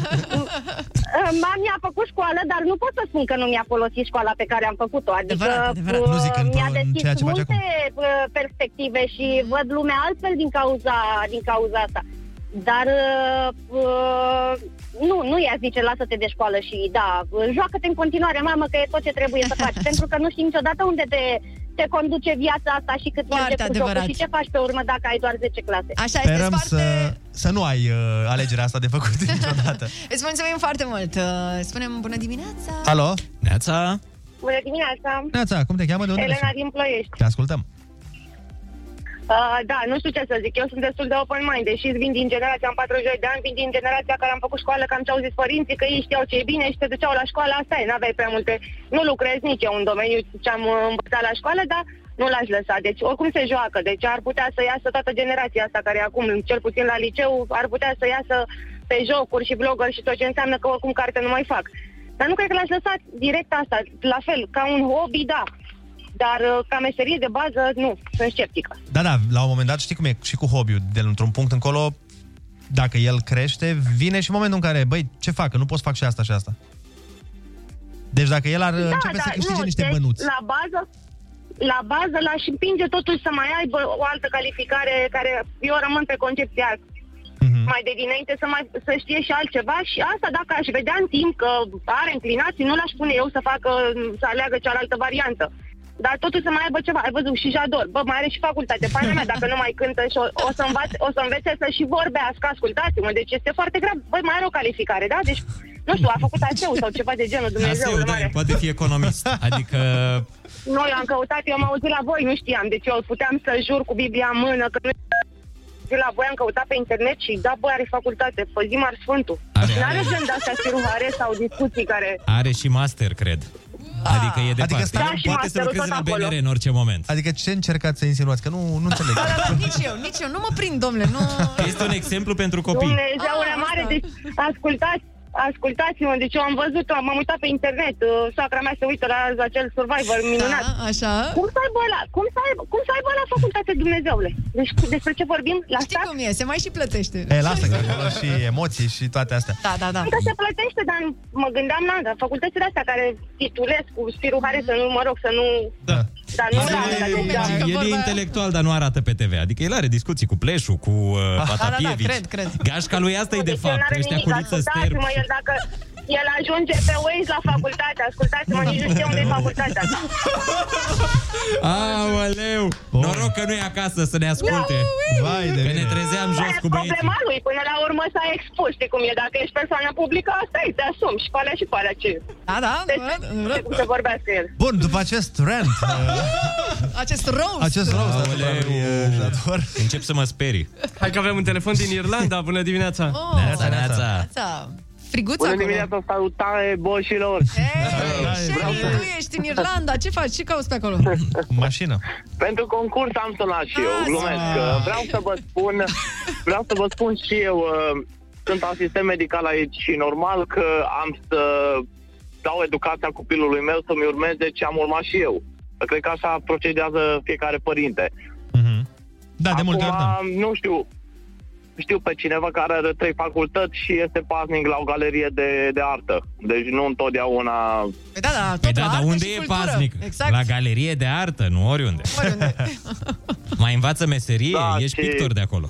Speaker 14: Uh, (laughs) Mami a făcut școală, dar nu pot să spun că nu mi-a folosit școala pe care am făcut-o. Adică
Speaker 6: Adevărat, adevărat.
Speaker 14: uh,
Speaker 6: Nu zic în-
Speaker 14: mi-a
Speaker 6: în
Speaker 14: deschis
Speaker 6: ceea ce face Mm.
Speaker 14: multe uh, perspective și văd lumea altfel din cauza, din cauza asta. Dar uh, uh, nu, nu i-a zice lasă-te de școală și da, uh, joacă-te în continuare, mamă, că e tot ce trebuie să
Speaker 6: (laughs)
Speaker 14: faci. pentru că nu știi niciodată unde te, te conduce viața asta și cât merge cu jocul
Speaker 11: adevărat.
Speaker 14: și ce faci pe urmă dacă ai doar 10 clase.
Speaker 11: Așa
Speaker 6: Sperăm să, să nu ai uh, alegerea asta de
Speaker 14: (laughs)
Speaker 6: făcut niciodată.
Speaker 11: Îți mulțumim foarte mult. Uh, Spunem bună dimineața.
Speaker 6: Alo? Neața.
Speaker 14: Bună dimineața!
Speaker 6: Neața, cum te cheamă? De unde ne
Speaker 14: Elena
Speaker 6: suni?
Speaker 14: din Ploiești.
Speaker 6: Te ascultăm.
Speaker 14: Uh, da, nu știu ce să zic. Eu sunt destul de open-mind, deși vin din generația, am 42 de ani, vin din generația care am făcut școală, cam ce au zis părinții, că ei știau ce e bine și te duceau la școală, asta e, n-aveai prea multe. Nu lucrez nici eu în domeniu ce am uh, învățat la școală, dar nu l-aș lăsa. Deci, oricum se joacă. Deci ar putea să iasă toată generația asta care e acum, cel puțin la liceu, ar putea să iasă pe jocuri și blogger și tot ce înseamnă că oricum carte nu mai fac. Dar nu cred că l-aș lăsa direct asta, la fel, ca un hobby, da. Dar uh, ca meserie de bază, nu, sunt sceptică.
Speaker 6: Da, da, la un moment dat știi cum e și cu hobby-ul, de la într-un punct încolo, dacă el crește, vine și momentul în care, băi, ce fac, că nu pot să fac și asta și asta. Deci dacă el ar da, începe să câștige niște
Speaker 11: (laughs)
Speaker 14: deci,
Speaker 6: bănuți.
Speaker 14: La bază,
Speaker 17: la bază l-aș împinge totuși să mai aibă o altă calificare care eu rămân pe concepția
Speaker 6: Mhm.
Speaker 17: mm-hmm. mai de dinainte să, mai, să știe și altceva și asta dacă aș vedea în timp că are înclinații, nu l-aș pune eu să facă, să aleagă cealaltă variantă. Dar totuși să mai aibă ceva. Ai văzut și Jador. Bă, mai are și facultate. Pana mea, dacă nu mai cântă și o, o, să, învaț, o să învețe să și vorbească, ascultați-mă. Deci este foarte grav. Băi, mai are o calificare, da? Deci, nu știu, a făcut aseu sau ceva de genul Dumnezeu.
Speaker 7: Aseu, da, poate fi
Speaker 17: (laughs)
Speaker 7: economist. Adică
Speaker 17: Nu, eu am căutat, eu am auzit la voi, nu știam. Deci eu puteam să jur cu Biblia în mână că nu de la voi am căutat pe internet și da, băi, are facultate, păzim ar sfântul.
Speaker 7: Are,
Speaker 17: Nu
Speaker 7: are.
Speaker 17: are gen de astea siruhare sau discuții care...
Speaker 7: are și master, cred. Adică e departe.
Speaker 6: Adică stai- Da,
Speaker 17: și
Speaker 7: poate să
Speaker 17: masterul
Speaker 7: lucreze
Speaker 17: tot
Speaker 7: la
Speaker 17: acolo.
Speaker 7: BNR în orice moment.
Speaker 6: Adică ce încercați să insinuați? Că nu, nu înțeleg.
Speaker 11: Da, da, nici eu, nici eu. Nu mă prind, domnule, nu...
Speaker 17: da.
Speaker 7: (laughs) Este un exemplu pentru copii.
Speaker 11: Ah,
Speaker 17: Dumnezeule mare, deci ascultați Ascultați-mă, deci eu am văzut, m-am uitat pe internet, uh, soacra mea se uită la acel Survivor minunat.
Speaker 11: Da, așa.
Speaker 17: Cum să aibă la, cum să aibă, cum să aibă la facultate Dumnezeule? Deci cu- despre ce vorbim? La
Speaker 11: Știi cum e, se mai și plătește.
Speaker 6: E, lasă că acolo și emoții și toate astea.
Speaker 11: Da, da, da.
Speaker 17: Încă se plătește, dar mă gândeam, na, dar facultățile astea care titulesc cu spirul hare să nu, mă rog, să nu...
Speaker 7: Da.
Speaker 17: Dar nu la asta, deci, da.
Speaker 7: El e intelectual, dar nu arată pe TV. Adică el are discuții cu Pleșu, cu
Speaker 6: Ah,
Speaker 7: uh,
Speaker 6: da,
Speaker 7: Patapievici.
Speaker 17: cred, cred.
Speaker 7: Gașca lui asta e de
Speaker 17: el
Speaker 7: fapt.
Speaker 17: n-are
Speaker 7: Ăștia
Speaker 17: nimic,
Speaker 7: cu lipsă sterb.
Speaker 17: ascultați-mă, el dacă... El ajunge pe Waze la facultate, ascultați-mă, nici nu știu unde e facultatea.
Speaker 7: Aoleu! Noroc că nu e acasă să ne asculte. Vai de că ne trezeam jos cu
Speaker 17: Aia e problema
Speaker 7: băieții.
Speaker 17: lui, până la urmă s-a expus, știi cum e, dacă ești persoană publică, asta e, te asumi și pe alea și pe alea ce...
Speaker 11: Da, da,
Speaker 17: deci, cum să vorbească el.
Speaker 6: Bun, după acest rant,
Speaker 11: (laughs)
Speaker 6: uh,
Speaker 11: Acest roast.
Speaker 6: acest roast da. dat
Speaker 7: Aoleu! Încep să mă sperii.
Speaker 8: Hai că avem un telefon din Irlanda. Bună dimineața!
Speaker 11: Oh. Neața,
Speaker 7: neața.
Speaker 11: Da. Friguța
Speaker 13: Bună
Speaker 11: acolo.
Speaker 13: dimineața, salutare, boșilor!
Speaker 20: Eh,
Speaker 11: Shelly, tu ești în Irlanda, ce faci? Ce cauți pe acolo?
Speaker 14: (laughs)
Speaker 6: mașină.
Speaker 13: Pentru concurs am sunat și eu,
Speaker 11: Ah,
Speaker 13: glumesc.
Speaker 11: ah.
Speaker 13: Uh, Vreau să vă spun, vreau să vă spun și eu, uh, sunt asistent medical aici și normal că am să dau educația copilului meu să-mi urmeze ce am urmat și eu. Cred că așa procedează fiecare părinte.
Speaker 6: Da, de multe ori, da.
Speaker 13: nu știu, știu pe cineva care are trei facultăți și este paznic la o galerie de, de artă. Deci nu întotdeauna...
Speaker 11: Păi da, da, tot
Speaker 7: Păi
Speaker 11: la
Speaker 7: da, dar
Speaker 11: artă
Speaker 7: unde
Speaker 11: și
Speaker 7: e
Speaker 11: cultură.
Speaker 7: paznic?
Speaker 11: Exact.
Speaker 7: La galerie de artă, nu oriunde. (laughs) Mai învață meserie, ești pictor de acolo.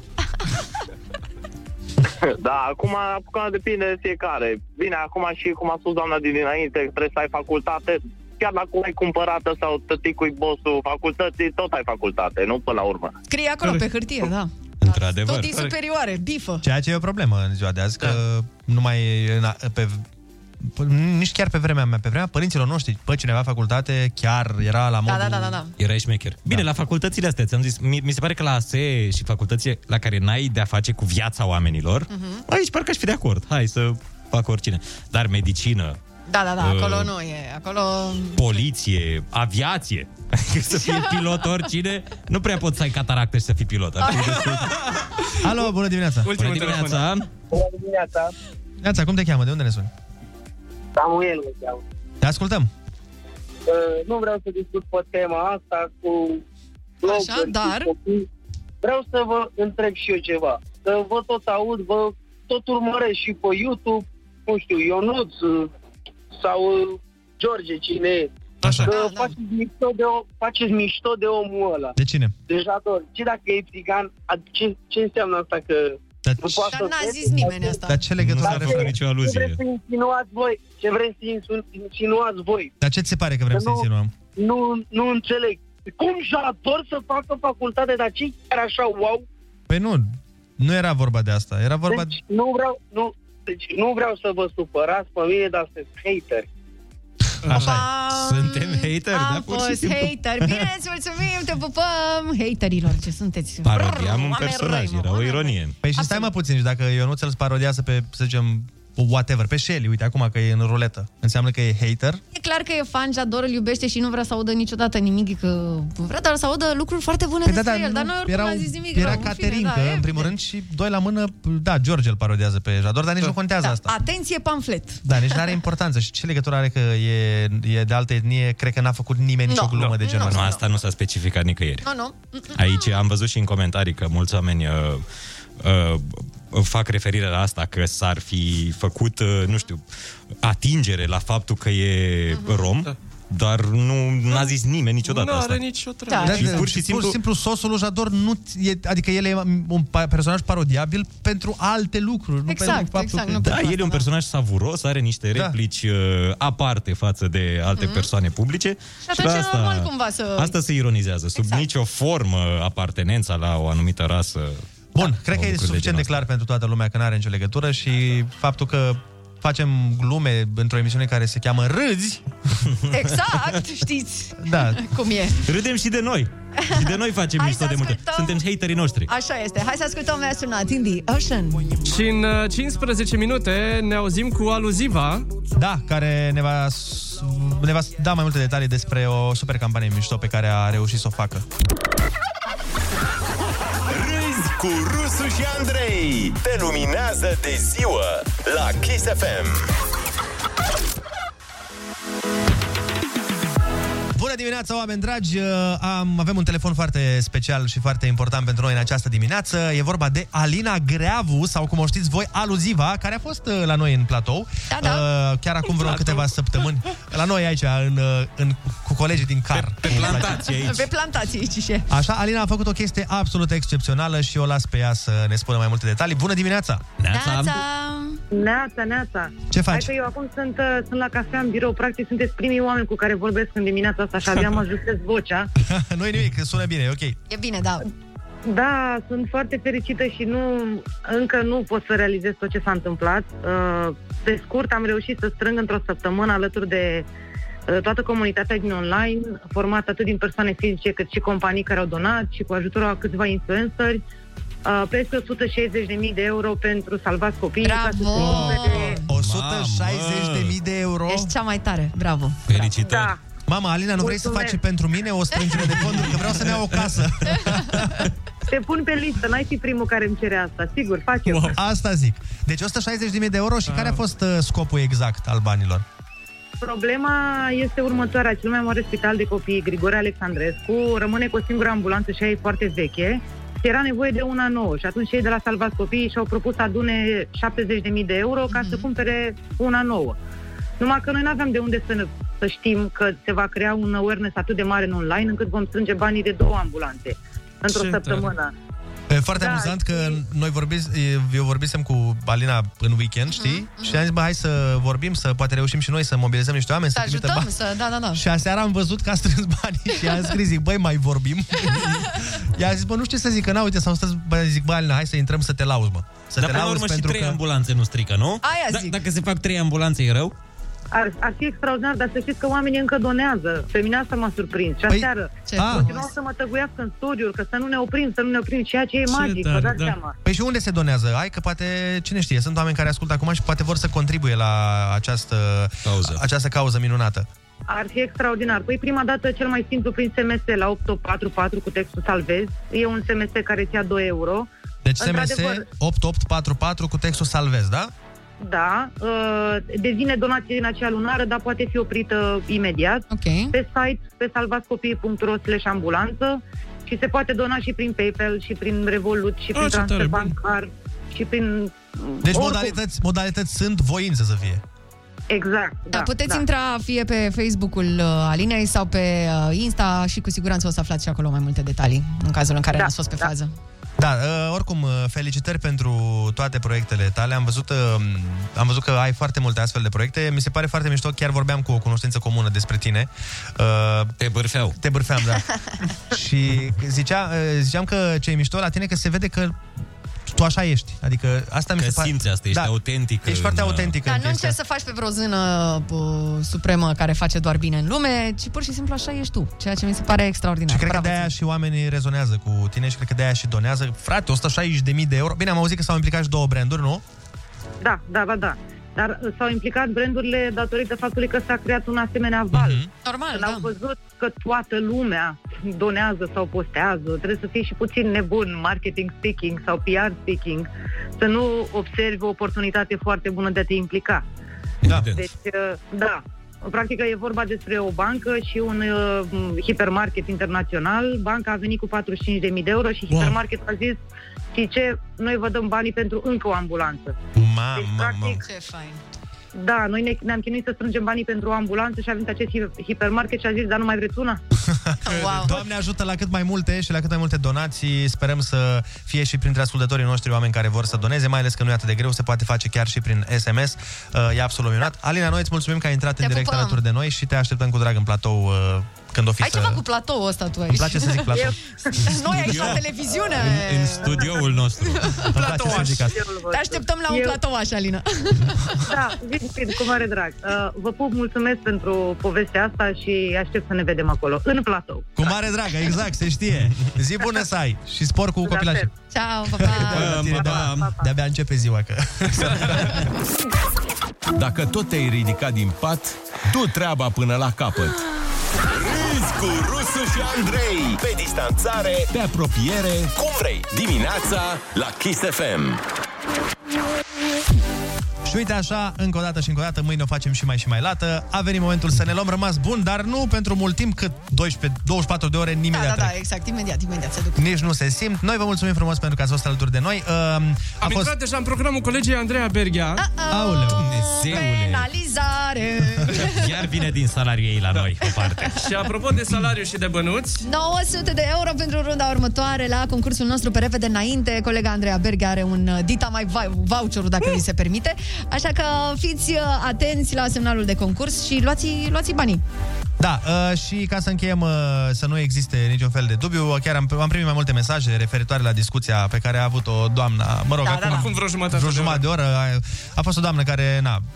Speaker 13: (laughs) da, acum, acum depinde de fiecare. Bine, acum și cum a spus doamna din dinainte, trebuie să ai facultate. Chiar dacă ai cumpărată sau tăticui bossul facultății, tot ai facultate, nu până la urmă.
Speaker 11: Scrie acolo pe hârtie, da.
Speaker 6: Într-adevăr.
Speaker 11: Tot Da. din superioare, bifă.
Speaker 6: Ceea ce e o problemă în ziua de azi, că nu mai e în, a- pe, p- nici chiar pe vremea mea, pe vremea părinților noștri, pe cineva facultate, chiar era la modul...
Speaker 11: da, da, da, da.
Speaker 7: Erai șmecher. Bine, la facultățile astea, ți-am zis, mi, mi se pare că la ASE și facultățile la care n-ai de-a face cu viața oamenilor,
Speaker 11: Mhm.
Speaker 7: aici parcă aș fi de acord. Hai să fac oricine. Dar medicină,
Speaker 11: Da, da, da,
Speaker 7: Uh.
Speaker 11: acolo nu e. Acolo...
Speaker 7: poliție, aviație, (laughs) adică să fie
Speaker 11: (laughs)
Speaker 7: pilot oricine, nu prea poți să ai cataractă și să fii pilot. Ar fi destul.
Speaker 6: Alo, bună dimineața!
Speaker 7: Bună dimineața!
Speaker 13: Bună dimineața!
Speaker 6: Neața, cum te cheamă? De unde ne suni?
Speaker 13: Samuel mă cheamă.
Speaker 6: Te ascultăm!
Speaker 13: Uh, nu vreau să discut pe tema asta cu blogger,
Speaker 11: Așa, dar?
Speaker 13: cu copii. Vreau să vă întreb și eu ceva. Că vă tot aud, vă tot urmăresc și pe YouTube, nu știu, Ionuț uh, sau uh, George, cine e.
Speaker 6: Așa.
Speaker 13: Că
Speaker 11: Da,
Speaker 13: faceți, mișto de, o- faceți mișto de omul ăla.
Speaker 6: De cine?
Speaker 13: Deja doar, ce dacă e țigan, a- ce, ce înseamnă asta că...
Speaker 6: Dar,
Speaker 11: Dar n-a zis nimeni
Speaker 7: Da.
Speaker 11: asta.
Speaker 6: Dar ce
Speaker 11: Da.
Speaker 6: legătură
Speaker 13: Dar
Speaker 6: are
Speaker 13: ce-
Speaker 6: fără Da. nicio
Speaker 13: Ce
Speaker 6: aluzie?
Speaker 13: vreți să insinuați voi? Ce vreți să insu- insinuați voi?
Speaker 6: Dar ce ți se pare că vrem
Speaker 13: Că
Speaker 6: să
Speaker 13: nu-
Speaker 6: insinuăm?
Speaker 13: Nu, nu înțeleg. Cum jador să facă facultate, dar ce chiar așa, wow?
Speaker 6: Păi nu, nu era vorba de asta, era vorba...
Speaker 13: Deci nu vreau, nu, deci nu vreau să vă supărați pe mine, dar sunt hateri.
Speaker 6: Așa
Speaker 7: Suntem da, hateri,
Speaker 11: mm,
Speaker 6: da,
Speaker 11: Am fost hater.
Speaker 6: (laughs)
Speaker 11: Bine, îți mulțumim, te pupăm. Haterilor, ce sunteți?
Speaker 7: Parodiam un
Speaker 11: Oameni răi,
Speaker 7: personaj,
Speaker 11: mă,
Speaker 7: era o ironie.
Speaker 6: Păi și stai mă puțin, și dacă Ionuț îl parodiază pe, să zicem, whatever, pe Shelly, uite, acum că e în ruletă, înseamnă că e hater?
Speaker 11: E clar că e fan, Jador îl iubește și nu vrea să audă niciodată nimic, că vrea doar să audă lucruri foarte bune
Speaker 6: Păi
Speaker 11: despre el, dar noi oricum n-am zis nimic
Speaker 6: da, era
Speaker 11: rău, în fine,
Speaker 6: Caterinca,
Speaker 11: da,
Speaker 6: în
Speaker 11: e-
Speaker 6: primul rând, și doi la mână, da, George îl parodiază pe Jador,
Speaker 7: Păi,
Speaker 6: dar nici nu
Speaker 7: da.
Speaker 6: contează asta.
Speaker 11: Da. Atenție, pamflet!
Speaker 6: Da, nici nu are importanță. Și ce legătură are că e, e de altă etnie? Cred că n-a făcut nimeni nicio glumă de genul
Speaker 7: Nu,
Speaker 6: ăsta.
Speaker 7: asta nu s-a specificat nicăieri.
Speaker 11: Nu, nu.
Speaker 7: Aici am văzut și în comentarii că mulți oameni uh, uh, fac referire la asta, că s-ar fi făcut, uh, nu știu, atingere la faptul că e rom, Dar nu n-a zis nimeni niciodată
Speaker 8: Da. Nu
Speaker 7: asta.
Speaker 8: are nicio treabă.
Speaker 7: Da,
Speaker 6: Da,
Speaker 7: și pur și simplu...
Speaker 6: simplu sosul Ujador nu e, adică el e un pa- personaj parodiabil pentru alte lucruri, nu pentru faptul că...
Speaker 7: da, el e un personaj savuros, are niște
Speaker 6: Da.
Speaker 7: replici uh, aparte față de alte
Speaker 11: Mhm.
Speaker 7: persoane publice.
Speaker 11: Și atunci
Speaker 7: pe
Speaker 11: e normal cumva să-
Speaker 7: Asta se ironizează. Sub
Speaker 11: Exact.
Speaker 7: nicio formă apartenența la o anumită rasă.
Speaker 6: Bun, cred că
Speaker 7: Sau
Speaker 6: e
Speaker 7: lucruri de
Speaker 6: suficient de clar pentru toată lumea că nu are nicio legătură și faptul că facem glume într-o emisiune care se cheamă Râzi.
Speaker 11: Exact, știți
Speaker 6: Da.
Speaker 11: cum e.
Speaker 7: Râdem și de noi. Și (laughs) de noi facem mișto de multe. Suntem haterii noștri.
Speaker 11: Așa este. Hai să ascultăm mai sunat in the ocean.
Speaker 8: Și în uh, 15 minute ne auzim cu aluziva.
Speaker 7: Ah,
Speaker 6: Da, care ne va, s- ne va da mai multe detalii despre o super campanie mișto pe care a reușit să o facă.
Speaker 19: Râzi cu Rusu și Andrei. Te luminează de ziua la Kiss FM.
Speaker 6: Bună dimineața, oameni dragi! Uh, Am, avem un telefon foarte special și foarte important pentru noi în această dimineață. E vorba de Alina Greavu, sau cum o știți voi, Aluziva, care a fost uh, la noi în platou.
Speaker 11: Da, da.
Speaker 6: Uh, Chiar acum vreo câteva săptămâni. La noi aici, în, uh, în, cu colegii din car. Pe, pe
Speaker 11: Pe plantație aici și
Speaker 6: Așa, Alina a făcut o chestie absolut excepțională și o las pe ea să ne spună mai multe detalii. Bună dimineața! (laughs)
Speaker 2: Neața, neața.
Speaker 6: Ce faci?
Speaker 2: Hai că eu acum sunt, uh, sunt la cafea în birou. Practic sunteți primii oameni cu care vorbesc în dimineața asta și abia mă ajustez vocea.
Speaker 6: Nu-i nimic, sună bine, e ok.
Speaker 11: E bine, da.
Speaker 2: Da, sunt foarte fericită și nu, încă nu pot să realizez tot ce s-a întâmplat. Uh, Pe scurt, am reușit să strâng într-o săptămână alături de uh, toată comunitatea din online, formată atât din persoane fizice cât și companii care au donat și cu ajutorul a câțiva influenceri, uh, peste 160.000 de euro pentru salvați copiii. ca să se umple de-
Speaker 6: 160.000 de euro.
Speaker 11: Ești cea mai tare. Bravo.
Speaker 7: Felicitări!
Speaker 2: Da.
Speaker 6: Mama, Alina, nu vrei să
Speaker 2: Mulțumesc.
Speaker 6: faci pentru mine o strângere de fonduri? Că vreau să-mi iau o casă.
Speaker 2: Te pun pe listă, n-ai fi primul care îmi cere asta, sigur, fac eu.
Speaker 6: Wow. Asta zic. Deci 160.000 de euro și care a
Speaker 7: Ah.
Speaker 6: fost uh, scopul exact al banilor?
Speaker 2: Problema este următoarea. Cel mai mare spital de copii, Grigore Alexandrescu, rămâne cu o singură ambulanță și ea e foarte veche. Și Era nevoie de una nouă și atunci cei de la Salvați Copiii și-au propus să adune 70.000 de euro ca
Speaker 6: Mhm.
Speaker 2: să cumpere una nouă. Numai că noi nu aveam de unde să, ne, să știm că se va crea un awareness atât de mare în online încât vom strânge banii de două ambulanțe într-o
Speaker 6: Ce tare.
Speaker 2: săptămână.
Speaker 6: E foarte amuzant că noi vorbis, eu vorbisem cu Alina în weekend, știi? Și am zis, bă, hai să vorbim, să poate reușim și noi să mobilizăm niște oameni, să,
Speaker 11: Să
Speaker 6: trimită
Speaker 11: ajutăm,
Speaker 6: bani.
Speaker 11: să... Da, da, da.
Speaker 6: Și aseară am văzut că a strâns (laughs) banii și a scris, zic, băi, mai vorbim? I-a zis, bă, nu știu ce să zic, că n uite, s-au stat, bă, zic, bă, Alina, hai să intrăm să te lauzi, mă. Să
Speaker 7: Dar
Speaker 6: te
Speaker 7: până la
Speaker 6: lauzi
Speaker 7: urmă și
Speaker 6: pentru
Speaker 7: trei
Speaker 6: că...
Speaker 7: ambulanțe nu strică, nu?
Speaker 2: Aia
Speaker 7: da,
Speaker 2: zic.
Speaker 7: Dacă se fac trei ambulanțe e rău?
Speaker 2: Ar, ar fi extraordinar, dar să știți că oamenii încă donează. Pe mine asta m-a surprins. Și aseară
Speaker 6: ce
Speaker 2: păi,
Speaker 6: frumos.
Speaker 2: continuau să mă tăguiască în studiul, că să nu ne oprim, să nu ne oprim, ceea ce da. e magic, vă dați seama.
Speaker 6: Păi și unde se donează? Hai că poate, cine știe, sunt oameni care ascultă acum și poate vor să contribuie la această cauză, această cauză minunată.
Speaker 2: Ar fi extraordinar. Păi prima dată, cel mai simplu, prin SMS la 844 cu textul salvez. E un SMS care ți-a 2 euro.
Speaker 6: Deci SMS
Speaker 2: Într-adevăr,
Speaker 6: 8844 cu textul salvez, da?
Speaker 2: Da, uh, devine donație în acea lunară, dar poate fi oprită imediat.
Speaker 11: Okay.
Speaker 2: Pe site, pe salvațicopiii.ro slash ambulanță și se poate dona și prin PayPal, și prin Revolut, și
Speaker 6: Ah,
Speaker 2: prin
Speaker 6: ce
Speaker 2: transfer
Speaker 6: tare, bun.
Speaker 2: bancar, și prin...
Speaker 6: Deci
Speaker 2: oricum.
Speaker 6: modalități, modalități sunt voință să fie.
Speaker 2: Exact, da.
Speaker 11: Da, puteți
Speaker 2: da.
Speaker 11: intra fie pe Facebook-ul uh, Alinei sau pe uh, Insta și cu siguranță o să aflați și acolo mai multe detalii în cazul în care
Speaker 2: Da,
Speaker 11: da, ați fost pe da. fază.
Speaker 6: Da, uh, oricum, uh, felicitări pentru toate proiectele tale. Am văzut, uh, am văzut că ai foarte multe astfel de proiecte. Mi se pare foarte mișto. Chiar vorbeam cu o cunoștință comună despre tine. Uh,
Speaker 7: te bârfeau.
Speaker 6: Te bârfeam,
Speaker 7: (laughs)
Speaker 6: da. și zicea, uh, ziceam că ce e mișto la tine că se vede că tu așa ești. Adică asta mi
Speaker 7: Că
Speaker 6: se pare...
Speaker 7: simți asta, ești autentică
Speaker 6: Ești foarte
Speaker 7: în, uh,
Speaker 6: autentică.
Speaker 11: Dar
Speaker 6: în
Speaker 11: nu
Speaker 6: chestia
Speaker 11: încerci să faci pe vreo zână bă, supremă care face doar bine în lume, ci pur și simplu așa ești tu, ceea ce mi se pare extraordinar.
Speaker 6: Și cred că de-aia și oamenii rezonează cu tine și cred că de-aia și donează. Frate, 160.000 de euro. Bine, am auzit că s-au implicat și două branduri, nu?
Speaker 2: Da, da, da, da. Dar uh, s-au implicat brandurile datorită faptului că s-a creat un asemenea val.
Speaker 11: Normal,
Speaker 2: Când da. au văzut că toată lumea donează sau postează, trebuie să fii și puțin nebun, marketing speaking sau PR speaking, să nu observi o oportunitate foarte bună de a te implica.
Speaker 7: Da.
Speaker 2: Deci, uh, da. Practic e vorba despre o bancă și un uh, hipermarket internațional. Banca a venit cu 45.000 de euro și
Speaker 6: Wow.
Speaker 2: hipermarketul a zis și ce, noi vă dăm banii pentru încă o ambulanță.
Speaker 6: Mamă, mamă.
Speaker 2: Practic,
Speaker 11: Ce fain.
Speaker 2: Da, noi ne, ne-am chinuit să strângem banii pentru o ambulanță și a venit acest hi- hipermarket și a zis, dar nu mai vreți una?
Speaker 6: Wow. Doamne ajută la cât mai multe și la cât mai multe donații. Sperăm să fie și printre ascultătorii noștri oameni care vor să doneze, mai ales că nu e atât de greu, se poate face chiar și prin SMS. Uh, E absolut minunat. Alina, noi îți mulțumim că ai intrat în
Speaker 11: Te
Speaker 6: direct
Speaker 11: pupăm.
Speaker 6: alături de noi și te așteptăm cu drag în platou uh, când o fi
Speaker 11: Ai
Speaker 6: să...
Speaker 11: ceva cu platoul
Speaker 6: (laughs)
Speaker 11: ăsta (laughs) tu aici.
Speaker 6: Îmi place să zic platou.
Speaker 11: (laughs) Noi aici la televiziune.
Speaker 7: În, în studioul
Speaker 6: (laughs)
Speaker 7: nostru.
Speaker 6: Platouaș.
Speaker 11: Te așteptăm la un
Speaker 2: Eu-
Speaker 11: platouaș, Alina.
Speaker 2: (laughs) Da, vin, vin, cu mare drag. Uh, vă pup, mulțumesc pentru povestea asta și aștept să ne vedem acolo, în platou.
Speaker 6: Cu mare drag, exact, se știe. Zi bună să ai și spor cu copilașii.
Speaker 11: Ciao,
Speaker 6: Da,
Speaker 11: pa, pa.
Speaker 6: Tine de-abia, de-abia începe ziua că...
Speaker 5: Dacă tot te-ai ridicat din pat, du treaba până la capăt.
Speaker 19: Râzi cu Rusu și Andrei Pe distanțare, pe apropiere Cum vrei Dimineața la Kiss FM
Speaker 6: Și uite așa, încă o dată și încă o dată, mâine o facem și mai și mai lată. A venit momentul să ne luăm rămas bun, dar nu pentru mult timp, cât 12, 24 de ore,
Speaker 11: Da,
Speaker 6: nimeni
Speaker 11: da,
Speaker 6: da,
Speaker 11: da, exact, imediat, imediat se duc.
Speaker 6: Nici nu se simt. Noi vă mulțumim frumos pentru că ați fost alături de noi. Uh, a
Speaker 8: Am
Speaker 6: fost...
Speaker 8: intrat deja în programul colegii Andreea Berghia.
Speaker 6: Aoleu.
Speaker 11: Penalizare.
Speaker 7: (laughs)
Speaker 6: (laughs)
Speaker 7: Iar vine din salariul ei la noi, o parte.
Speaker 8: Și apropo de salariu și de bănuți,
Speaker 11: 900 de euro pentru runda următoare la concursul nostru pe repede înainte. Colega Andreea Berghe are un uh, dita mai vai- voucherul dacă vi se permite. Așa că fiți uh, atenți la semnalul de concurs și luați, luați banii.
Speaker 6: Da, uh, și ca să încheiem, uh, să nu existe niciun fel de dubiu, chiar am, am primit mai multe mesaje referitoare la discuția pe care a avut-o doamna, mă rog,
Speaker 8: Da, da,
Speaker 6: acum,
Speaker 8: da. Acum vreo jumătate
Speaker 6: vreo
Speaker 8: de
Speaker 6: jumătate de oră, a, a fost o doamnă care, na, mm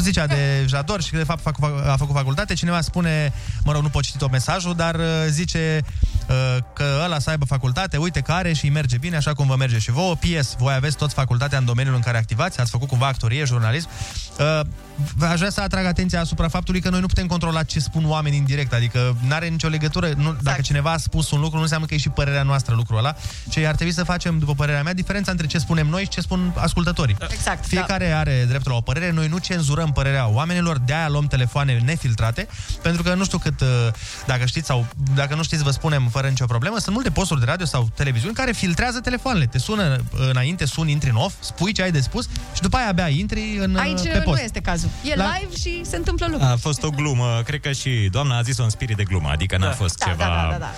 Speaker 6: zicea de Jador și că de fapt fac, a făcut facultate, cineva spune, mă rog, nu pot citi tot mesajul, dar uh, zice uh, că ăla să aibă facultate, uite că are și îi merge bine, așa cum vă merge și vouă. PS, voi aveți toți facultatea în domeniul în care activați, ați făcut cumva actorie, jurnalism. Uh, Aș vrea să atrag atenția asupra faptului că noi nu putem controla ce spun oamenii în direct, adică nu are nicio legătură. Nu, Dacă cineva a spus un lucru, nu înseamnă că e și părerea noastră lucrul ăla. Ce ar trebui să facem, după părerea mea, diferența între ce spunem noi și ce spun ascultătorii.
Speaker 11: Exact.
Speaker 6: Fiecare are dreptul la o părere, noi nu cenzurăm părerea oamenilor, de aia luăm telefoane nefiltrate, pentru că nu știu cât, uh, dacă știți sau dacă nu știți, vă spunem fără nicio problemă, sunt multe posturi de radio sau televiziuni care filtrează telefoanele. Te sună uh, înainte, suni, intri în off, spui ce ai de spus și după aia abia intri în, uh,
Speaker 11: Aici
Speaker 6: pe
Speaker 11: nu
Speaker 6: post.
Speaker 11: este cazul. E
Speaker 6: La-
Speaker 11: live și se întâmplă lucruri. Da,
Speaker 7: A fost o glumă, cred că și doamna a zis-o în spirit de glumă, adică n-a fost
Speaker 11: Da,
Speaker 7: ceva...
Speaker 11: da, da, da, da.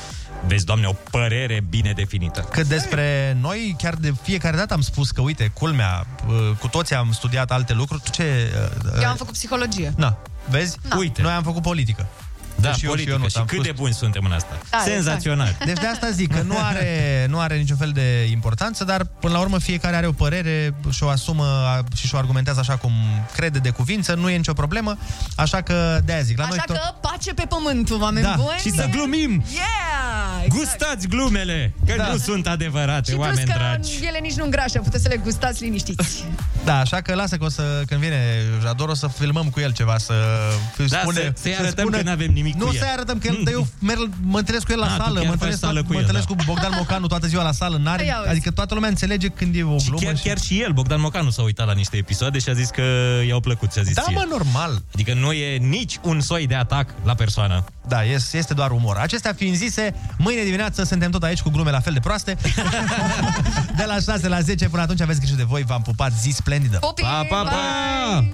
Speaker 7: Vezi, doamne, o părere bine definită.
Speaker 6: Că despre noi, chiar de fiecare dată am spus că, uite, culmea, uh, cu toții am studiat alte lucruri. Tu ce... uh,
Speaker 11: Eu am făcut psihologie.
Speaker 6: Na, vezi?
Speaker 11: Na.
Speaker 6: Uite. Noi am făcut politică.
Speaker 7: Da,
Speaker 6: Deci eu și
Speaker 7: politică.
Speaker 6: Ionuț
Speaker 7: și
Speaker 6: am
Speaker 7: cât
Speaker 6: fost-
Speaker 7: de buni suntem în asta.
Speaker 11: Da,
Speaker 7: Senzațional.
Speaker 11: exact.
Speaker 6: (laughs) Deci de asta zic că nu are, nu are niciun fel de importanță, dar până la urmă fiecare are o părere și o asumă a- și și o argumentează așa cum crede de cuvință, nu e nicio problemă, așa că de aia zic. La
Speaker 11: Așa
Speaker 6: noi
Speaker 11: că pace pe pământ, oameni
Speaker 6: Da,
Speaker 11: buni.
Speaker 6: și să
Speaker 7: glumim.
Speaker 11: Yeah!
Speaker 7: Gustați glumele, că
Speaker 6: Da.
Speaker 7: nu sunt adevărate,
Speaker 11: Exact. Și plus
Speaker 7: oameni
Speaker 11: că
Speaker 7: dragi.
Speaker 11: ele nici nu îngrașă, puteți să le gustați liniștiți.
Speaker 6: Da, așa că lasă că o să, când vine Jador, o să filmăm cu el ceva, să
Speaker 7: Da, să- să-i arătăm că n-avem nimic
Speaker 6: Nu
Speaker 7: cu el. Mm.
Speaker 6: să-i arătăm, că el, dar eu merg, mă întâlnesc cu el la
Speaker 7: Ah, tu
Speaker 6: sală,
Speaker 7: chiar
Speaker 6: mă
Speaker 7: faci
Speaker 6: întâlnesc,
Speaker 7: sală cu
Speaker 6: mă
Speaker 7: el,
Speaker 6: întâlnesc
Speaker 7: da.
Speaker 6: cu Bogdan Mocanu toată ziua la sală, n-are,
Speaker 11: Ia uite.
Speaker 6: adică toată lumea înțelege când e o glumă.
Speaker 7: Chiar,
Speaker 6: și-
Speaker 7: chiar și el, Bogdan Mocanu, s-a uitat la niște episoade și a zis că i-au plăcut, ți-a zis
Speaker 6: Da,
Speaker 7: ție.
Speaker 6: mă, normal.
Speaker 7: Adică nu e nici un soi de atac la persoană.
Speaker 6: Da, este, este doar umor. Acestea fiind zise, mâine dimineață suntem tot aici cu glume la fel de proaste. de la 6 la 10 până atunci aveți grijă de voi, v-am pupat, zi splendidă.
Speaker 11: Pupi! Pa, pa, pa!